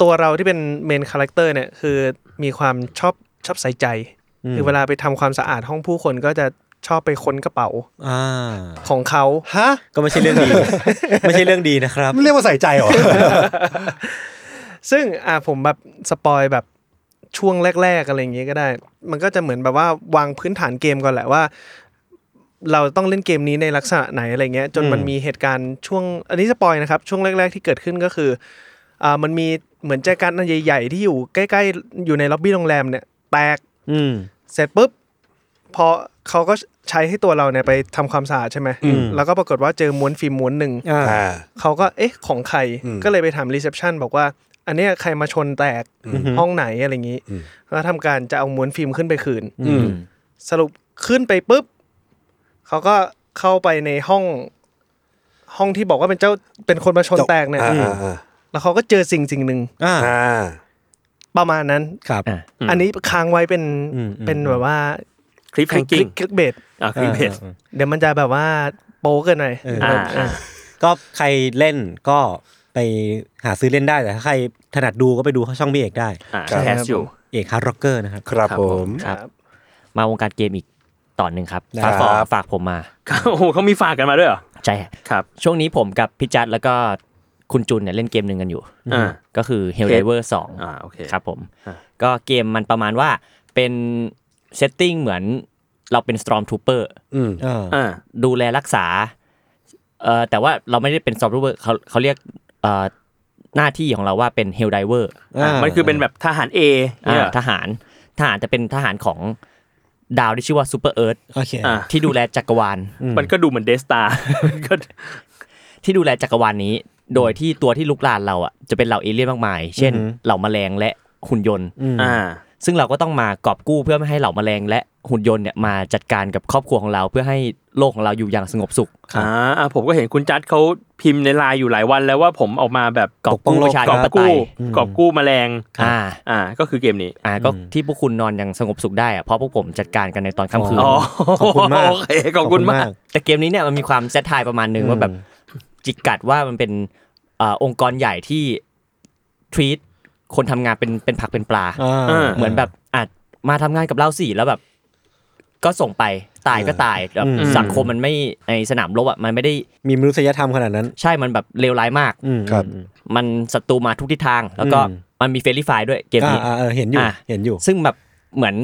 [SPEAKER 6] ตัวเราที่เป็นเมนคาแรคเตอร์เนี่ยคือมีความชอบชอบใส่ใจ คือเวลาไปทำความสะอาดห้องผู้คนก็จะชอบไปค้นกระเป๋า
[SPEAKER 5] อ่า
[SPEAKER 6] ของเขา
[SPEAKER 4] ฮะ
[SPEAKER 5] ก็ไม่ใช่เรื่องดี ไม่ใช่เรื่องดีนะครับ
[SPEAKER 4] มันเรียกว่าใส่ใจเหรอ
[SPEAKER 6] ซึ่งอ่ะผมแบบสปอยแบบช่วงแรก ๆอะไรอย่างเงี้ยก็ได้ มันก็จะเหมือนแบบว่าวางพื้นฐานเกมก่อนแหละว่า เราต้องเล่นเกมนี้ในลักษณะไหนอะไรเงี้ย จนมันมีเหตุการณ์ช่วง อันนี้สปอยนะครับ ช่วงแรก ๆ ที่เกิดขึ้นก็คืออ่ามันมีเหมือนแจกันอันใหญ่ ๆ ที่อยู่ใกล้ๆอยู่ในล็อบบี้โรงแรมเนี่ยแตก
[SPEAKER 5] อืม
[SPEAKER 6] เสร็จปุ๊บพอเขาก็ใช้ให้ตัวเราเนี่ยไปทำความสะอาดใช่ไหมแล้วก็ปรากฏว่าเจอม้วนฟิล์มม้วนหนึ่ง
[SPEAKER 5] อ่า
[SPEAKER 4] อ่า
[SPEAKER 6] เขาก็เอ๊ะของใคร
[SPEAKER 4] อืม
[SPEAKER 6] ก็เลยไปถามรีเซพชันบอกว่า อันเนี้ยใครมาชนแตกห้องไหนอะไรอย่างนี้แล้วทำการจะเอาม้วนฟิล์มขึ้นไปคืน
[SPEAKER 4] อืม
[SPEAKER 6] สรุปขึ้นไปปุ๊บเขาก็เข้าไปในห้อง ห้องที่บอกว่าเป็นเจ้าเป็นคนมาชนแตกเนี่ย
[SPEAKER 4] อ่า
[SPEAKER 6] อืม
[SPEAKER 4] อ่า
[SPEAKER 6] แล้วเขาก็เจอสิ่งสิ่งหนึ่ง
[SPEAKER 5] อ่า
[SPEAKER 4] อ่า
[SPEAKER 6] ประมาณนั้น
[SPEAKER 5] ครับ
[SPEAKER 7] อ่า
[SPEAKER 3] อืม
[SPEAKER 6] อันนี้ค้างไว้เป็นเป็นแบบว่า
[SPEAKER 3] คลิป
[SPEAKER 6] ค
[SPEAKER 3] แฮ
[SPEAKER 6] ลิก
[SPEAKER 3] งกิ้ง
[SPEAKER 6] คลิกเบด
[SPEAKER 3] อ่ะคลิปเพจ
[SPEAKER 6] เดี๋ยวมันจะแบบว่าโป๊เกินหน่อย
[SPEAKER 5] เออ
[SPEAKER 6] แบบ
[SPEAKER 3] อ่า
[SPEAKER 5] ก็ใครเล่นก็ไปหาซื้อเล่นได้ แต่ถ้าใครถนัดดูก็ไปดูช่องพี่เอกได้
[SPEAKER 3] อ่ะ
[SPEAKER 4] ครับ
[SPEAKER 3] แคสอยู่
[SPEAKER 5] เอกฮาร์ดร็อกเกอร์นะครับ
[SPEAKER 4] ครับผม
[SPEAKER 7] ครับ มาวงการเกมอีกตอนหนึ่งครับ
[SPEAKER 4] ครั
[SPEAKER 7] ฝา
[SPEAKER 4] บ
[SPEAKER 7] กฝากฝากผมมา
[SPEAKER 3] โอ้โหเขามีฝากกันมาด้วยเหรอ
[SPEAKER 7] ใช่
[SPEAKER 3] ครับ
[SPEAKER 7] ช่วงนี้ผมกับพี่จัดแล้วก็คุณจุนเนี่ยเล่นเกมหนึ่งกันอยู่
[SPEAKER 3] อ่า
[SPEAKER 7] ก็คือ Helldiver 2
[SPEAKER 3] อ่าโอเค
[SPEAKER 7] ครับผม
[SPEAKER 3] อ่า
[SPEAKER 7] ก็เกมมันประมาณว่าเป็นเซตติ้งเหมือนเราเป็น Stormtrooper
[SPEAKER 4] อืม
[SPEAKER 5] เออ
[SPEAKER 3] อ่า
[SPEAKER 7] ดูแลรักษาเอ่อแต่ว่าเราไม่ได้เป็น Stormtrooper เขาเขาเรียกเอ่อหน้าที่ของเราว่าเป็น Helldiver
[SPEAKER 5] อ่ามั
[SPEAKER 3] มันคือเป็นแบบทหารเอ
[SPEAKER 7] อ่า
[SPEAKER 3] เนี่ย
[SPEAKER 7] ทหารทหารจะเป็นทหารของดาวที่ชื่อว่า Super Earth
[SPEAKER 5] โอเค
[SPEAKER 3] อ่า
[SPEAKER 7] ที่ดูแลจักรวาล
[SPEAKER 3] มันก็ดูเหมือนเดสตา ก็
[SPEAKER 7] ที่ดูแลจักรวาลนี้ โดยที่ตัวที่ลุกลานเราอ่ะจะเป็นเหล่าเอเลี่ยนมากมาย เช่น
[SPEAKER 5] อือหือ
[SPEAKER 7] เหล่าแมลงและหุ่นยนต์
[SPEAKER 3] อ่า
[SPEAKER 7] ซึ่งเราก็ต้องมากอบกู้เพื่อไม่ให้เหล่าแมลงและหุ่นยนต์เนี่ยมาจัดการกับครอบครัวของเรา เพื่อให้โลกของเราอยู่อย่างสงบสุข
[SPEAKER 3] อ่าอ่ะผมก็เห็นคุณจัดเขาพิมพ์ในไลน์อยู่หลายวันแล้วว่าผมออกมาแบบ
[SPEAKER 7] กอบกู้ประชาก
[SPEAKER 3] อ
[SPEAKER 7] ธิ
[SPEAKER 3] บ
[SPEAKER 7] ปไต
[SPEAKER 3] กู้
[SPEAKER 7] ย
[SPEAKER 3] กอบกู้แมลง
[SPEAKER 7] อ่า
[SPEAKER 3] อ่า ก็คือเกมนี้
[SPEAKER 7] อ่าก็ที่พวกคุณนอนอย่างสงบสุขได้อะเพราะพวกผมจัดการกันในตอนค่ำคืน
[SPEAKER 3] อ๋อ
[SPEAKER 5] ขอบคุณมาก
[SPEAKER 3] โอเคขอบคุณมาก
[SPEAKER 7] แต่เกมนี้เนี่ยมันมีความแซทไทายประมาณนึงว่าแบบจิกกัดว่ามันเป็นเอ่อองค์กรใหญ่ที่ทรีตคนทำงานเป็นเป็นผักเป็นปลา
[SPEAKER 5] อ่า
[SPEAKER 3] เออ
[SPEAKER 7] เหมือนแบบอาจมาทำงานกับเราสิแล้วแบบ ก็ส่งไปตายก็ตายแบบ
[SPEAKER 3] อืม
[SPEAKER 7] สังคมมันไม่ในสนามรบอ่ะมันไม่ได้
[SPEAKER 5] มีมนุษยธรรมขนาดนั้น
[SPEAKER 7] ใช่มันแบบเลวร้ายมาก
[SPEAKER 5] อืม
[SPEAKER 4] ครับ
[SPEAKER 5] อืม
[SPEAKER 7] มันศัตรูมาทุกทิศทาง แล้วก็
[SPEAKER 5] อืม
[SPEAKER 7] มันมีเฟรนลี่ไฟร์ด้วยเกม
[SPEAKER 5] อ่า
[SPEAKER 7] นี้
[SPEAKER 5] อ่าเออเห็นอยู่
[SPEAKER 7] อ่ะ
[SPEAKER 5] เห็นอยู่
[SPEAKER 7] ซึ่งแบบเหมือน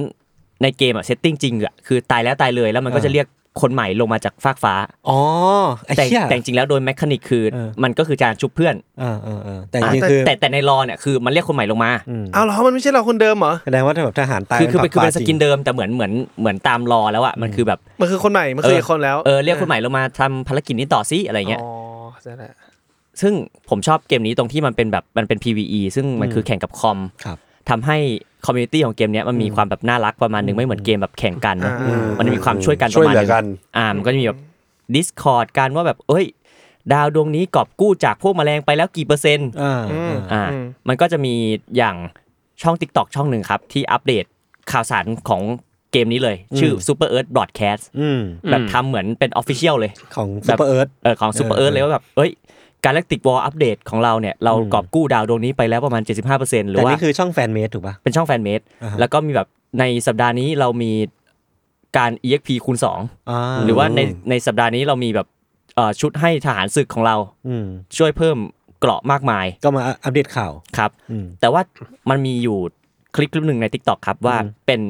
[SPEAKER 7] ในเกมอะเซตติ้งจริงอะคือตายแล้วตายเลยแล้วมันก็
[SPEAKER 5] อ่า
[SPEAKER 7] จะเรียกคนใหม่ลงมาจากฟากฟ้า
[SPEAKER 5] อ๋อไอ้
[SPEAKER 7] แต่
[SPEAKER 5] เหี้ย
[SPEAKER 7] แต่จริงแล้วโดยแมคคานิกคือ
[SPEAKER 5] เออ
[SPEAKER 7] มันก็คือการชุบเพื่อน
[SPEAKER 5] อ่าอ่าอ่าแต่จริงๆคือ
[SPEAKER 7] แต่แต่ในรอเนี่ยคือมันเรียกคนใหม่ลงมา
[SPEAKER 6] เอาเหรอมันไม่ใช่เราคนเดิมเหรอ
[SPEAKER 5] แสดงว่าถ้าแบบทหารตาย
[SPEAKER 7] คือคือเป็นคือเป็น
[SPEAKER 5] ป
[SPEAKER 7] ส
[SPEAKER 5] ลาจริง
[SPEAKER 7] กินเดิมแต่เหมือนเหมือนเหมือนตามรอแล้วอ่ะมันคือแบบ
[SPEAKER 6] มันคือคนใหม่ มันคืออกคนแล้ว
[SPEAKER 7] เออเรียกคนใหม่ลงมาทำภารกิจนี้ต่อซิอะไรเงี้ย
[SPEAKER 6] อ๋อใช่แหละ
[SPEAKER 7] ซึ่งผมชอบเกมนี้ตรงที่มันเป็นแบบมันเป็น PVE ซึ่งมันคือแข่งกับคอม
[SPEAKER 5] ครับ
[SPEAKER 7] ทำให้คอมมูนิตี้ของเกมเนี้ยมันมีความแบบน่ารักประมาณหนึ่งไม่เหมือนเกมแบบแข่งกันเนอะมันมีความช่วยกันป
[SPEAKER 4] ช่วย
[SPEAKER 7] ระมาณ
[SPEAKER 4] เหลือ
[SPEAKER 7] หนึง
[SPEAKER 4] กัน
[SPEAKER 7] อ่ามันก็จะมีแบบ Discord การว่าแบบเอ้ย ดาวดวงนี้กอบกู้จากพวกแมลงไปแล้วกี่เปอร์เซ็นต์
[SPEAKER 5] อ่า
[SPEAKER 6] อืม
[SPEAKER 7] อ่า
[SPEAKER 6] อืม
[SPEAKER 7] มันก็จะมีอย่างช่อง TikTok ช่องหนึ่งครับ ที่อัปเดตข่าวสารของเกมนี้เลย ชื่อ Super Earth Broadcast
[SPEAKER 5] อืม
[SPEAKER 7] แบบทำเหมือนเป็น Official เลย
[SPEAKER 5] ของซูเปอร์เอิร์ธ
[SPEAKER 7] เออของซูเปอร์เอิร์ธเลยว่าแบบ เอ้ยการแลกติกวอลอัปเดตของเราเนี่ย เรากอบกู้ดาวดวงนี้ไปแล้วประมาณ 75%หรือ
[SPEAKER 5] แต่
[SPEAKER 7] ว่า
[SPEAKER 5] นี่คือช่องแฟนเมดถูกป่ะ
[SPEAKER 7] เป็นช่องแฟนเมด
[SPEAKER 5] อ่าฮะ
[SPEAKER 7] แล้วก็มีแบบในสัปดาห์นี้เรามี การ EXP คูณ2
[SPEAKER 5] อ่า
[SPEAKER 7] หรือว่าในในสัปดาห์นี้เรามีแบบเอ่อชุดให้ทหารศึกของเรา
[SPEAKER 5] อืม
[SPEAKER 7] ช่วยเพิ่มเกราะมากมาย
[SPEAKER 5] ก็มาอัปเดตข่าว
[SPEAKER 7] ครับ
[SPEAKER 5] อืม
[SPEAKER 7] แต่ว่ามันมีอยู่คลิปคลิปหนึ่งใน TikTok ครับว่าเป็น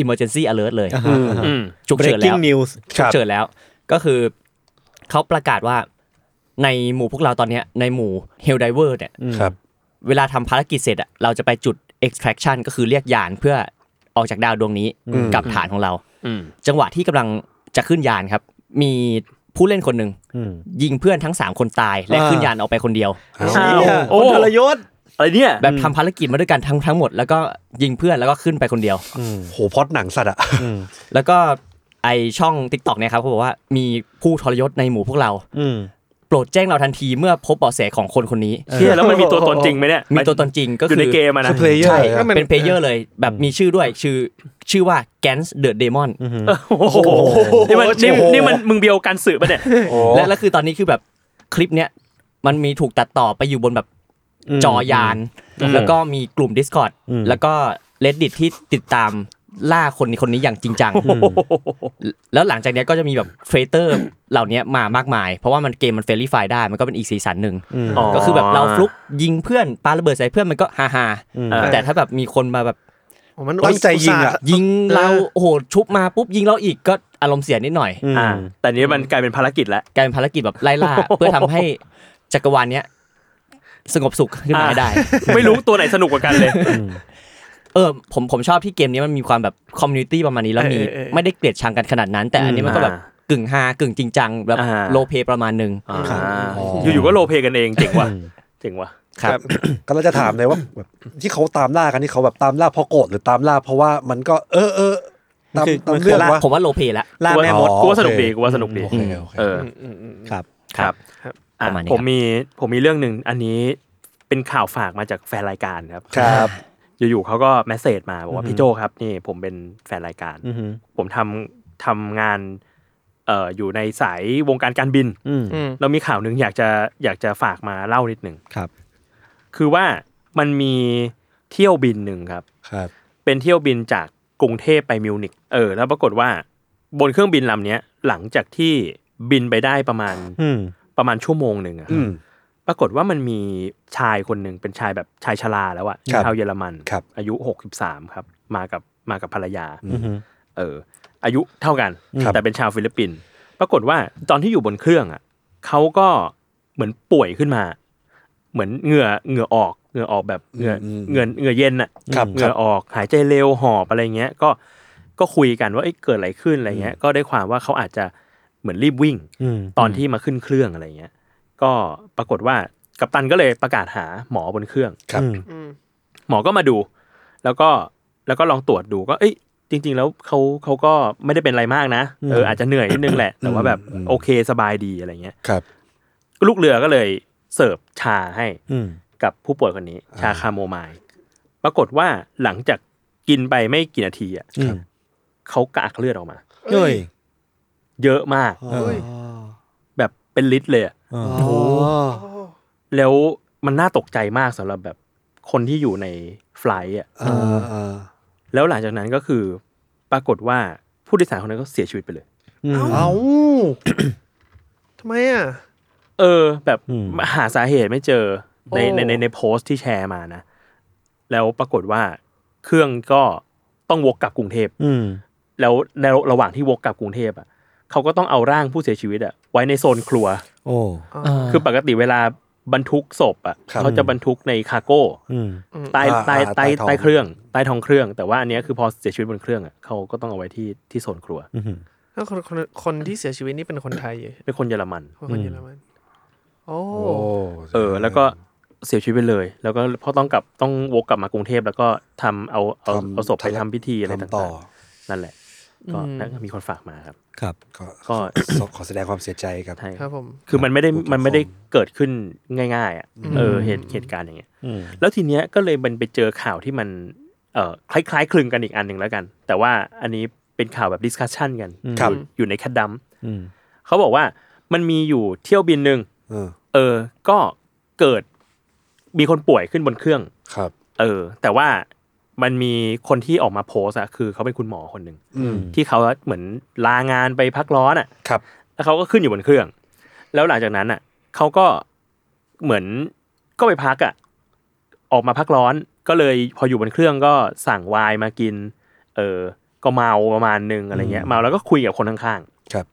[SPEAKER 7] Emergency Alert เลย
[SPEAKER 5] อ่าฮะอ่าฮะ
[SPEAKER 3] อืม
[SPEAKER 7] ฉุกเฉินแล้ว
[SPEAKER 5] breaking news
[SPEAKER 7] ฉุกเฉินแล้ว ก็คือเขาประกาศว่าในหมู่พวกเราตอนเนี้ยในหมู่ Hell Diver เนี่ย
[SPEAKER 4] ครับ
[SPEAKER 7] เวลาทำภารกิจเสร็จอะเราจะไปจุด extraction ก็คือเรียกยานเพื่อออกจากดาวดวงนี้
[SPEAKER 4] อืม
[SPEAKER 7] กลับฐานของเรา
[SPEAKER 3] อืม
[SPEAKER 7] จังหวะที่กำลังจะขึ้นยานครับ มีผู้เล่นคนหนึ่ง
[SPEAKER 5] อืม
[SPEAKER 7] ยิงเพื่อนทั้งสามคนตาย และ
[SPEAKER 5] อ่า
[SPEAKER 7] ขึ้นยานออกไปคนเดียว
[SPEAKER 3] อ้าว
[SPEAKER 5] เนี่ย
[SPEAKER 3] โอ้
[SPEAKER 5] คนทรยศ
[SPEAKER 3] อะไรเนี่ย
[SPEAKER 7] แบบทำภารกิจมาด้วยกันทั้งทั้งหมด แล้วก็ยิงเพื่อนแล้วก็ขึ้นไปคนเดียว
[SPEAKER 4] โหพล็อดหนังสัตว์อะ
[SPEAKER 7] แล้วก็ไอช่อง t ิ k t o k เนี่ยครับเขาบอกว่ามีผู้ทรยศในหมู่พวกเรา
[SPEAKER 5] อืม
[SPEAKER 7] โปรดแจ้งเราทันทีเมื่อพบเบาะแสของคนคนนี้
[SPEAKER 3] เชี่ยแล้วมันมีตัวตนจริงไหมเนี่ย
[SPEAKER 7] มีตัวตนจริงก็
[SPEAKER 3] อ
[SPEAKER 7] คื
[SPEAKER 3] ยู่
[SPEAKER 7] อ
[SPEAKER 3] ในเกมอะนะ
[SPEAKER 4] คือ player
[SPEAKER 7] ใช่
[SPEAKER 4] เหรอ
[SPEAKER 7] เป็นเพลเยอร์เลยแบบมีชื่อด้วยชื่อชื่อว่าแกนส์เดอะเดมอน
[SPEAKER 3] โอ้โหนี่มันนี่นี่มันมึงเบียวกันสื่อปะเนี่ย
[SPEAKER 7] และแล้วคือตอนนี้คือแบบคลิปเนี้ยมันมีถูกตัดต่อไปอยู่บนแบบจอยาน แล้วก็มีกลุ่ม Discord
[SPEAKER 5] อืม
[SPEAKER 7] แล้วก็ reddit ที่ติดตามล่าคนคนนี้อย่างจริงจัง แล้วหลังจากเนี้ยก็จะมีแบบเทรเตอร์ เหล่าเนี้ยมามากมาย เพราะว่ามันเกมมันเฟรนลี่ไฟได้มันก็เป็นอีกสีสันหนึ่ง ก็คือแบบเราฟลุกยิงเพื่อนปาระเบิดใส่เพื่อนมันก็ฮาฮาๆ
[SPEAKER 3] เออ
[SPEAKER 7] แต่ถ้าแบบมีคนมาแบบ
[SPEAKER 6] ผมมัน
[SPEAKER 4] ตั้งใจยิงอะ
[SPEAKER 6] ตส่าห์
[SPEAKER 7] ยิงเราโอ้โหชุบมาปุ๊บยิงเราอีกก็อารมณ์เสียนิดหน่อย
[SPEAKER 3] อ่า แต่นี้มันกลายเป็นภารกิจแล้ว
[SPEAKER 7] กลายเป็นภารกิจแบบไล่ล่า เพื่อทำให้จักรวาลเนี้ยสงบสุขขึ้นมาให้ได้
[SPEAKER 3] ไม่รู้ตัวไหนสนุกกว่ากันเลย
[SPEAKER 7] เออผมผมชอบที่เกมนี้มันมีความแบบคอมมูนิตี้ประมาณนี้แล้วมี
[SPEAKER 3] เออเออเออ
[SPEAKER 7] ไม่ได้เกลียดชังกันขนาดนั้น แต่อันนี้มันก็แบบ
[SPEAKER 3] อ่าก
[SPEAKER 7] ึ่งฮากึ่งจริงจังแบบ
[SPEAKER 3] อ่า
[SPEAKER 7] โลเปประมาณหนึง
[SPEAKER 3] อ่าอยู่ๆก็โรลเพลย์กันเองเจ๋งว่ะเจ๋งว่ะ
[SPEAKER 7] ครับ
[SPEAKER 4] ก็เราจะถามเลยว่าแบบที่เขาตามล่ากันที่เขาแบบตามล่าเพราะโกรธหรือตามล่าเพราะว่ามันก็ เออเออตาม
[SPEAKER 5] คือ
[SPEAKER 4] ตาม
[SPEAKER 5] มันคือ
[SPEAKER 4] เรื่องวะ
[SPEAKER 7] ผมว่าโลเปละ
[SPEAKER 5] ล่าแม่มด
[SPEAKER 4] อ๋อ
[SPEAKER 3] กูว่าสนุก
[SPEAKER 4] โอเค
[SPEAKER 3] ดีกูว่าสนุกดี
[SPEAKER 4] โอเคโอเค
[SPEAKER 3] เออ
[SPEAKER 6] อืมอืมอืม
[SPEAKER 5] ครับ
[SPEAKER 3] ครับอ่ะ
[SPEAKER 7] ประมาณนี้
[SPEAKER 3] ผม
[SPEAKER 7] ครับ
[SPEAKER 3] มีผมมีเรื่องหนึ่งอันนี้เป็นข่าวฝากมาจากแฟนรายการครับ
[SPEAKER 4] ครับ
[SPEAKER 3] อยู่ๆเขาก็แมสเซจมาบอกว่าพี่โจครับนี่ผมเป็นแฟนรายการ
[SPEAKER 5] อืม
[SPEAKER 3] ผมทำทำงานเอ่ออยู่ในสายวงการการบิน
[SPEAKER 5] อืม
[SPEAKER 6] อืม
[SPEAKER 3] เรามีข่าวหนึ่งอยากจะอยากจะฝากมาเล่านิดหนึ่ง
[SPEAKER 5] ครับ
[SPEAKER 3] คือว่ามันมีเที่ยวบินหนึ่งครับ
[SPEAKER 4] ครับ
[SPEAKER 3] เป็นเที่ยวบินจากกรุงเทพไปมิวนิกเออ แล้วปรากฏว่าบนเครื่องบินลำเนี้ยหลังจากที่บินไปได้ประมาณ
[SPEAKER 5] อืม
[SPEAKER 3] ประมาณชั่วโมงหนึ่งอะครับ
[SPEAKER 4] อืม
[SPEAKER 3] ปรากฏว่ามันมีชายคนหนึ่งเป็นชายแบบชายชราแล้วอะ
[SPEAKER 4] ครับ
[SPEAKER 3] ชาวเยอรมัน
[SPEAKER 4] ครับ
[SPEAKER 3] อายุหกสิบสามครับ มากับมากับภรรยา
[SPEAKER 5] อืม
[SPEAKER 3] เออ อายุเท่ากัน
[SPEAKER 4] ครับ
[SPEAKER 3] แต่เป็นชาวฟิลิปปินส์ปรากฏว่าตอนที่อยู่บนเครื่องอ่ะเขาก็เหมือนป่วยขึ้นมา เหมือนเหงื่อเหงื่อออกเหงื่อออกแบบเหงื่ออ
[SPEAKER 4] ม
[SPEAKER 3] เหงื่อเหงื่อเย็นอ่ะ
[SPEAKER 4] ครับ
[SPEAKER 3] เหงื่อออกหายใจเร็วหอบอะไรเงี้ยก็ก็คุยกันว่าเอ้ยเกิดอะไรขึ้นอะไรเงี้ย ก็ได้ความว่าเขาอาจจะเหมือนรีบวิ่ง
[SPEAKER 5] อืม
[SPEAKER 3] ตอนที่มาขึ้นเครื่องอะไรเงี้ย ก็ปรากฏว่ากัปตันก็เลยประกาศหาหมอบนเครื่อง
[SPEAKER 4] ครับ
[SPEAKER 6] อืม
[SPEAKER 3] หมอก็มาดู แล้วก็แล้วก็ลองตรวจดูก็เอ้ยจริง ๆ แล้วเขาเขาก็ไม่ได้เป็นอะไรมากนะเอออาจจะเหนื่อยนิดนึงแหละ แต่ว่าแบบ
[SPEAKER 4] อืม
[SPEAKER 3] โอเคสบายดีอะไรเงี้ย
[SPEAKER 4] ครับ
[SPEAKER 3] ลูกเรือก็เลยเสิร์ฟชาให้
[SPEAKER 5] อืม
[SPEAKER 3] กับผู้ป่วยคนนี้ ชาคาโมไมล์ปรากฏว่าหลังจากกินไปไม่กี่นาทีอ่ะ
[SPEAKER 5] อืม
[SPEAKER 3] เขากากเลือดออกมา
[SPEAKER 5] เฮ้ย
[SPEAKER 3] เยอะมาก
[SPEAKER 5] เออ
[SPEAKER 3] แบบเป็นลิตรเลยอะ
[SPEAKER 5] เออ
[SPEAKER 4] โอ้
[SPEAKER 3] แล้วมันน่าตกใจมากสำหรับแบบคนที่อยู่ในไฟลท์อ่ะ
[SPEAKER 4] อ่าอ่า
[SPEAKER 3] แล้วหลังจากนั้นก็คือปรากฏว่าผู้โดยสารคนนั้นก็เสียชีวิตไปเลย
[SPEAKER 4] เอ้า
[SPEAKER 6] ทำไมอ่ะ
[SPEAKER 3] เออ แบบหาสาเหตุไม่เจอในในในในโพสต์ที่แชร์มานะ แล้วปรากฏว่าเครื่องก็ต้องวกกลับกรุงเทพ
[SPEAKER 5] อืม
[SPEAKER 3] แล้วในระหว่างที่วกกลับกรุงเทพอ่ะเขาก็ต้องเอาร่างผู้เสียชีวิตอ่ะไว้ในโซนครัว
[SPEAKER 5] โอ้
[SPEAKER 3] คือปกติเวลาบรรทุกศพอ่ะ
[SPEAKER 4] ครับ
[SPEAKER 3] เขาจะบรรทุกในคาร์โก้
[SPEAKER 5] อืม
[SPEAKER 3] ใต้
[SPEAKER 4] อ่า
[SPEAKER 3] ใต้
[SPEAKER 4] อ่า
[SPEAKER 3] ใต้
[SPEAKER 4] ใต้ท้อง
[SPEAKER 3] ใต้เครื่องใต้ท้องเครื่อง แต่ว่าอันเนี้ยคือพอเสียชีวิตบนเครื่องอ่ะเขาก็ต้องเอาไว้ที่ที่โซนครัว
[SPEAKER 6] ถ้าคนคนคนที่เสียชีวิตนี่เป็นคนไทยอยู่
[SPEAKER 3] เป็นคนเยอรมัน
[SPEAKER 6] คนเยอรมัน โอ้
[SPEAKER 4] โอ้
[SPEAKER 3] เออแล้วก็เสียชีวิตไปเลย แล้วก็พอต้องกลับต้องวกกลับมากรุงเทพแล้วก็ทำเอาเอาเอาศพไปทำพิธีอะไร
[SPEAKER 4] ทำต่
[SPEAKER 3] ต่า
[SPEAKER 4] อง
[SPEAKER 3] ๆนั่นแหละ ก็
[SPEAKER 6] อืม
[SPEAKER 3] นั่นก็มีคนฝากมาครับ
[SPEAKER 5] ครับ
[SPEAKER 4] ก็
[SPEAKER 3] ก็
[SPEAKER 4] ขอแสด งความเสียใจกับ
[SPEAKER 3] ใช่
[SPEAKER 6] ครับผม
[SPEAKER 3] คือมันไม่ได้
[SPEAKER 4] ขอบคุณ
[SPEAKER 3] มันไม่ได้
[SPEAKER 4] ครับ
[SPEAKER 3] เกิดขึ้นง่ายๆอ่ะเออเหตุเหตุการณ์อย่างเงี้ยแล้วทีเนี้ยก็เลยมันไปเจอข่าวที่มันเอ่อคล้ายๆคลึงกันอีกอันหนึ่งแล้วกัน แต่ว่าอันนี้เป็นข่าวแบบดิสคัชชันกัน
[SPEAKER 4] ครับ
[SPEAKER 3] อยู่ในแคดดัมเขาบอกว่ามันมีอยู่เที่ยวบินหนึ่ง
[SPEAKER 4] เออ
[SPEAKER 3] เออก็เกิดมีคนป่วยขึ้นบนเครื่อง
[SPEAKER 4] ครับ
[SPEAKER 3] เออแต่ว่า มันมีคนที่ออกมาโพสต์อะคือเขาเป็นคุณหมอคนหนึ่ง
[SPEAKER 4] อืม
[SPEAKER 3] ที่เขาเหมือนลางานไปพักร้อนอะ
[SPEAKER 4] ครับ
[SPEAKER 3] แล้วเขาก็ขึ้นอยู่บนเครื่อง แล้วหลังจากนั้นอะเขาก็เหมือนก็ไปพักอะออกมาพักร้อน ก็เลยพออยู่บนเครื่องก็สั่งไวน์มากิน เออ ก็เมาประมาณนึงอะไรเงี้ยเมาแล้วก็คุยกับคนข้างๆ
[SPEAKER 4] ครับ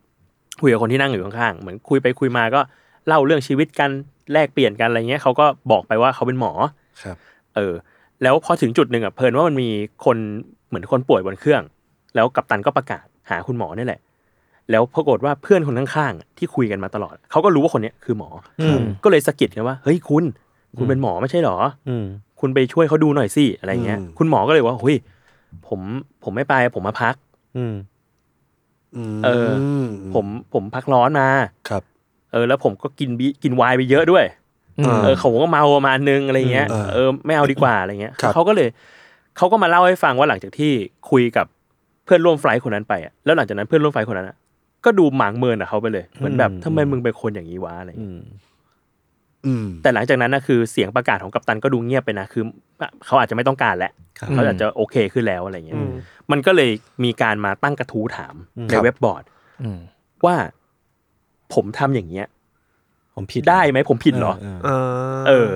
[SPEAKER 3] คุยกับคนที่นั่งอยู่ข้างๆเหมือนคุยไปคุยมาก็เล่าเรื่องชีวิตกันแลกเปลี่ยนกันอะไรเงี้ยเขาก็บอกไปว่าเขาเป็นหมอ
[SPEAKER 4] ครับ
[SPEAKER 3] เออแล้วพอถึงจุดหนึ่งอ่ะเพลินว่ามันมีคนเหมือนคนป่วยบนเครื่อง แล้วกัปตันก็ประกาศหาคุณหมอนี่แหละ แล้วปรากฏว่าเพื่อนคนข้างๆอะที่คุยกันมาตลอดเขาก็รู้ว่าคนเนี้ยคือหมออก็เลยสะกิดกันว่าเฮ้ยคุณ คุณเป็นหมอไม่ใช่เหรออคุณไปช่วยเขาดูหน่อยสิอะไรเงี้ย
[SPEAKER 4] อืม
[SPEAKER 3] คุณหมอก็เลยว่าเฮ้ยผมผมไม่ไปผมมาพัก เออ
[SPEAKER 4] ม
[SPEAKER 3] ผมผมพักร้อนมา
[SPEAKER 4] ครับ
[SPEAKER 3] เออ แล้วผมก็กินบีกินไวน์ไปเยอะด้วย
[SPEAKER 7] อืม
[SPEAKER 3] เออเขาก็เมาประมาณนึงอะไรเงี้ย
[SPEAKER 4] อืม
[SPEAKER 3] เออไม่เอาดีกว่าอะไรเงี้ย
[SPEAKER 4] ครับ
[SPEAKER 3] เขาก็เลยเขาก็มาเล่าให้ฟังว่าหลังจากที่คุยกับเพื่อนร่วมไฟลท์คนนั้นไปอะแล้วหลังจากนั้นเพื่อนร่วมไฟลท์คนนั้นอะก็ดูหมางเมินอะเขาไปเลยเหมือนแบบทำไมมึงเป็นคนอย่างนี้วะอะไรเงี้ย
[SPEAKER 4] อืม
[SPEAKER 3] แต่หลังจากนั้นนะคือเสียงประกาศของกัปตันก็ดูเงียบไปนะคือเขาอาจจะไม่ต้องการแล้ว
[SPEAKER 5] ครับ
[SPEAKER 3] เขาอาจจะโอเคขึ้นแล้วอะไรเงี้ย
[SPEAKER 6] อืม
[SPEAKER 3] มันก็เลยมีการมาตั้งกระทู้ถามใน
[SPEAKER 4] ครับ
[SPEAKER 3] เว็บบอร์ด
[SPEAKER 7] อืม
[SPEAKER 3] ว่าผมทำอย่างเงี้ย
[SPEAKER 5] ผมผิด
[SPEAKER 3] ได้ไหมผมผิดเหรอ
[SPEAKER 5] เอ
[SPEAKER 6] เออ
[SPEAKER 3] เออ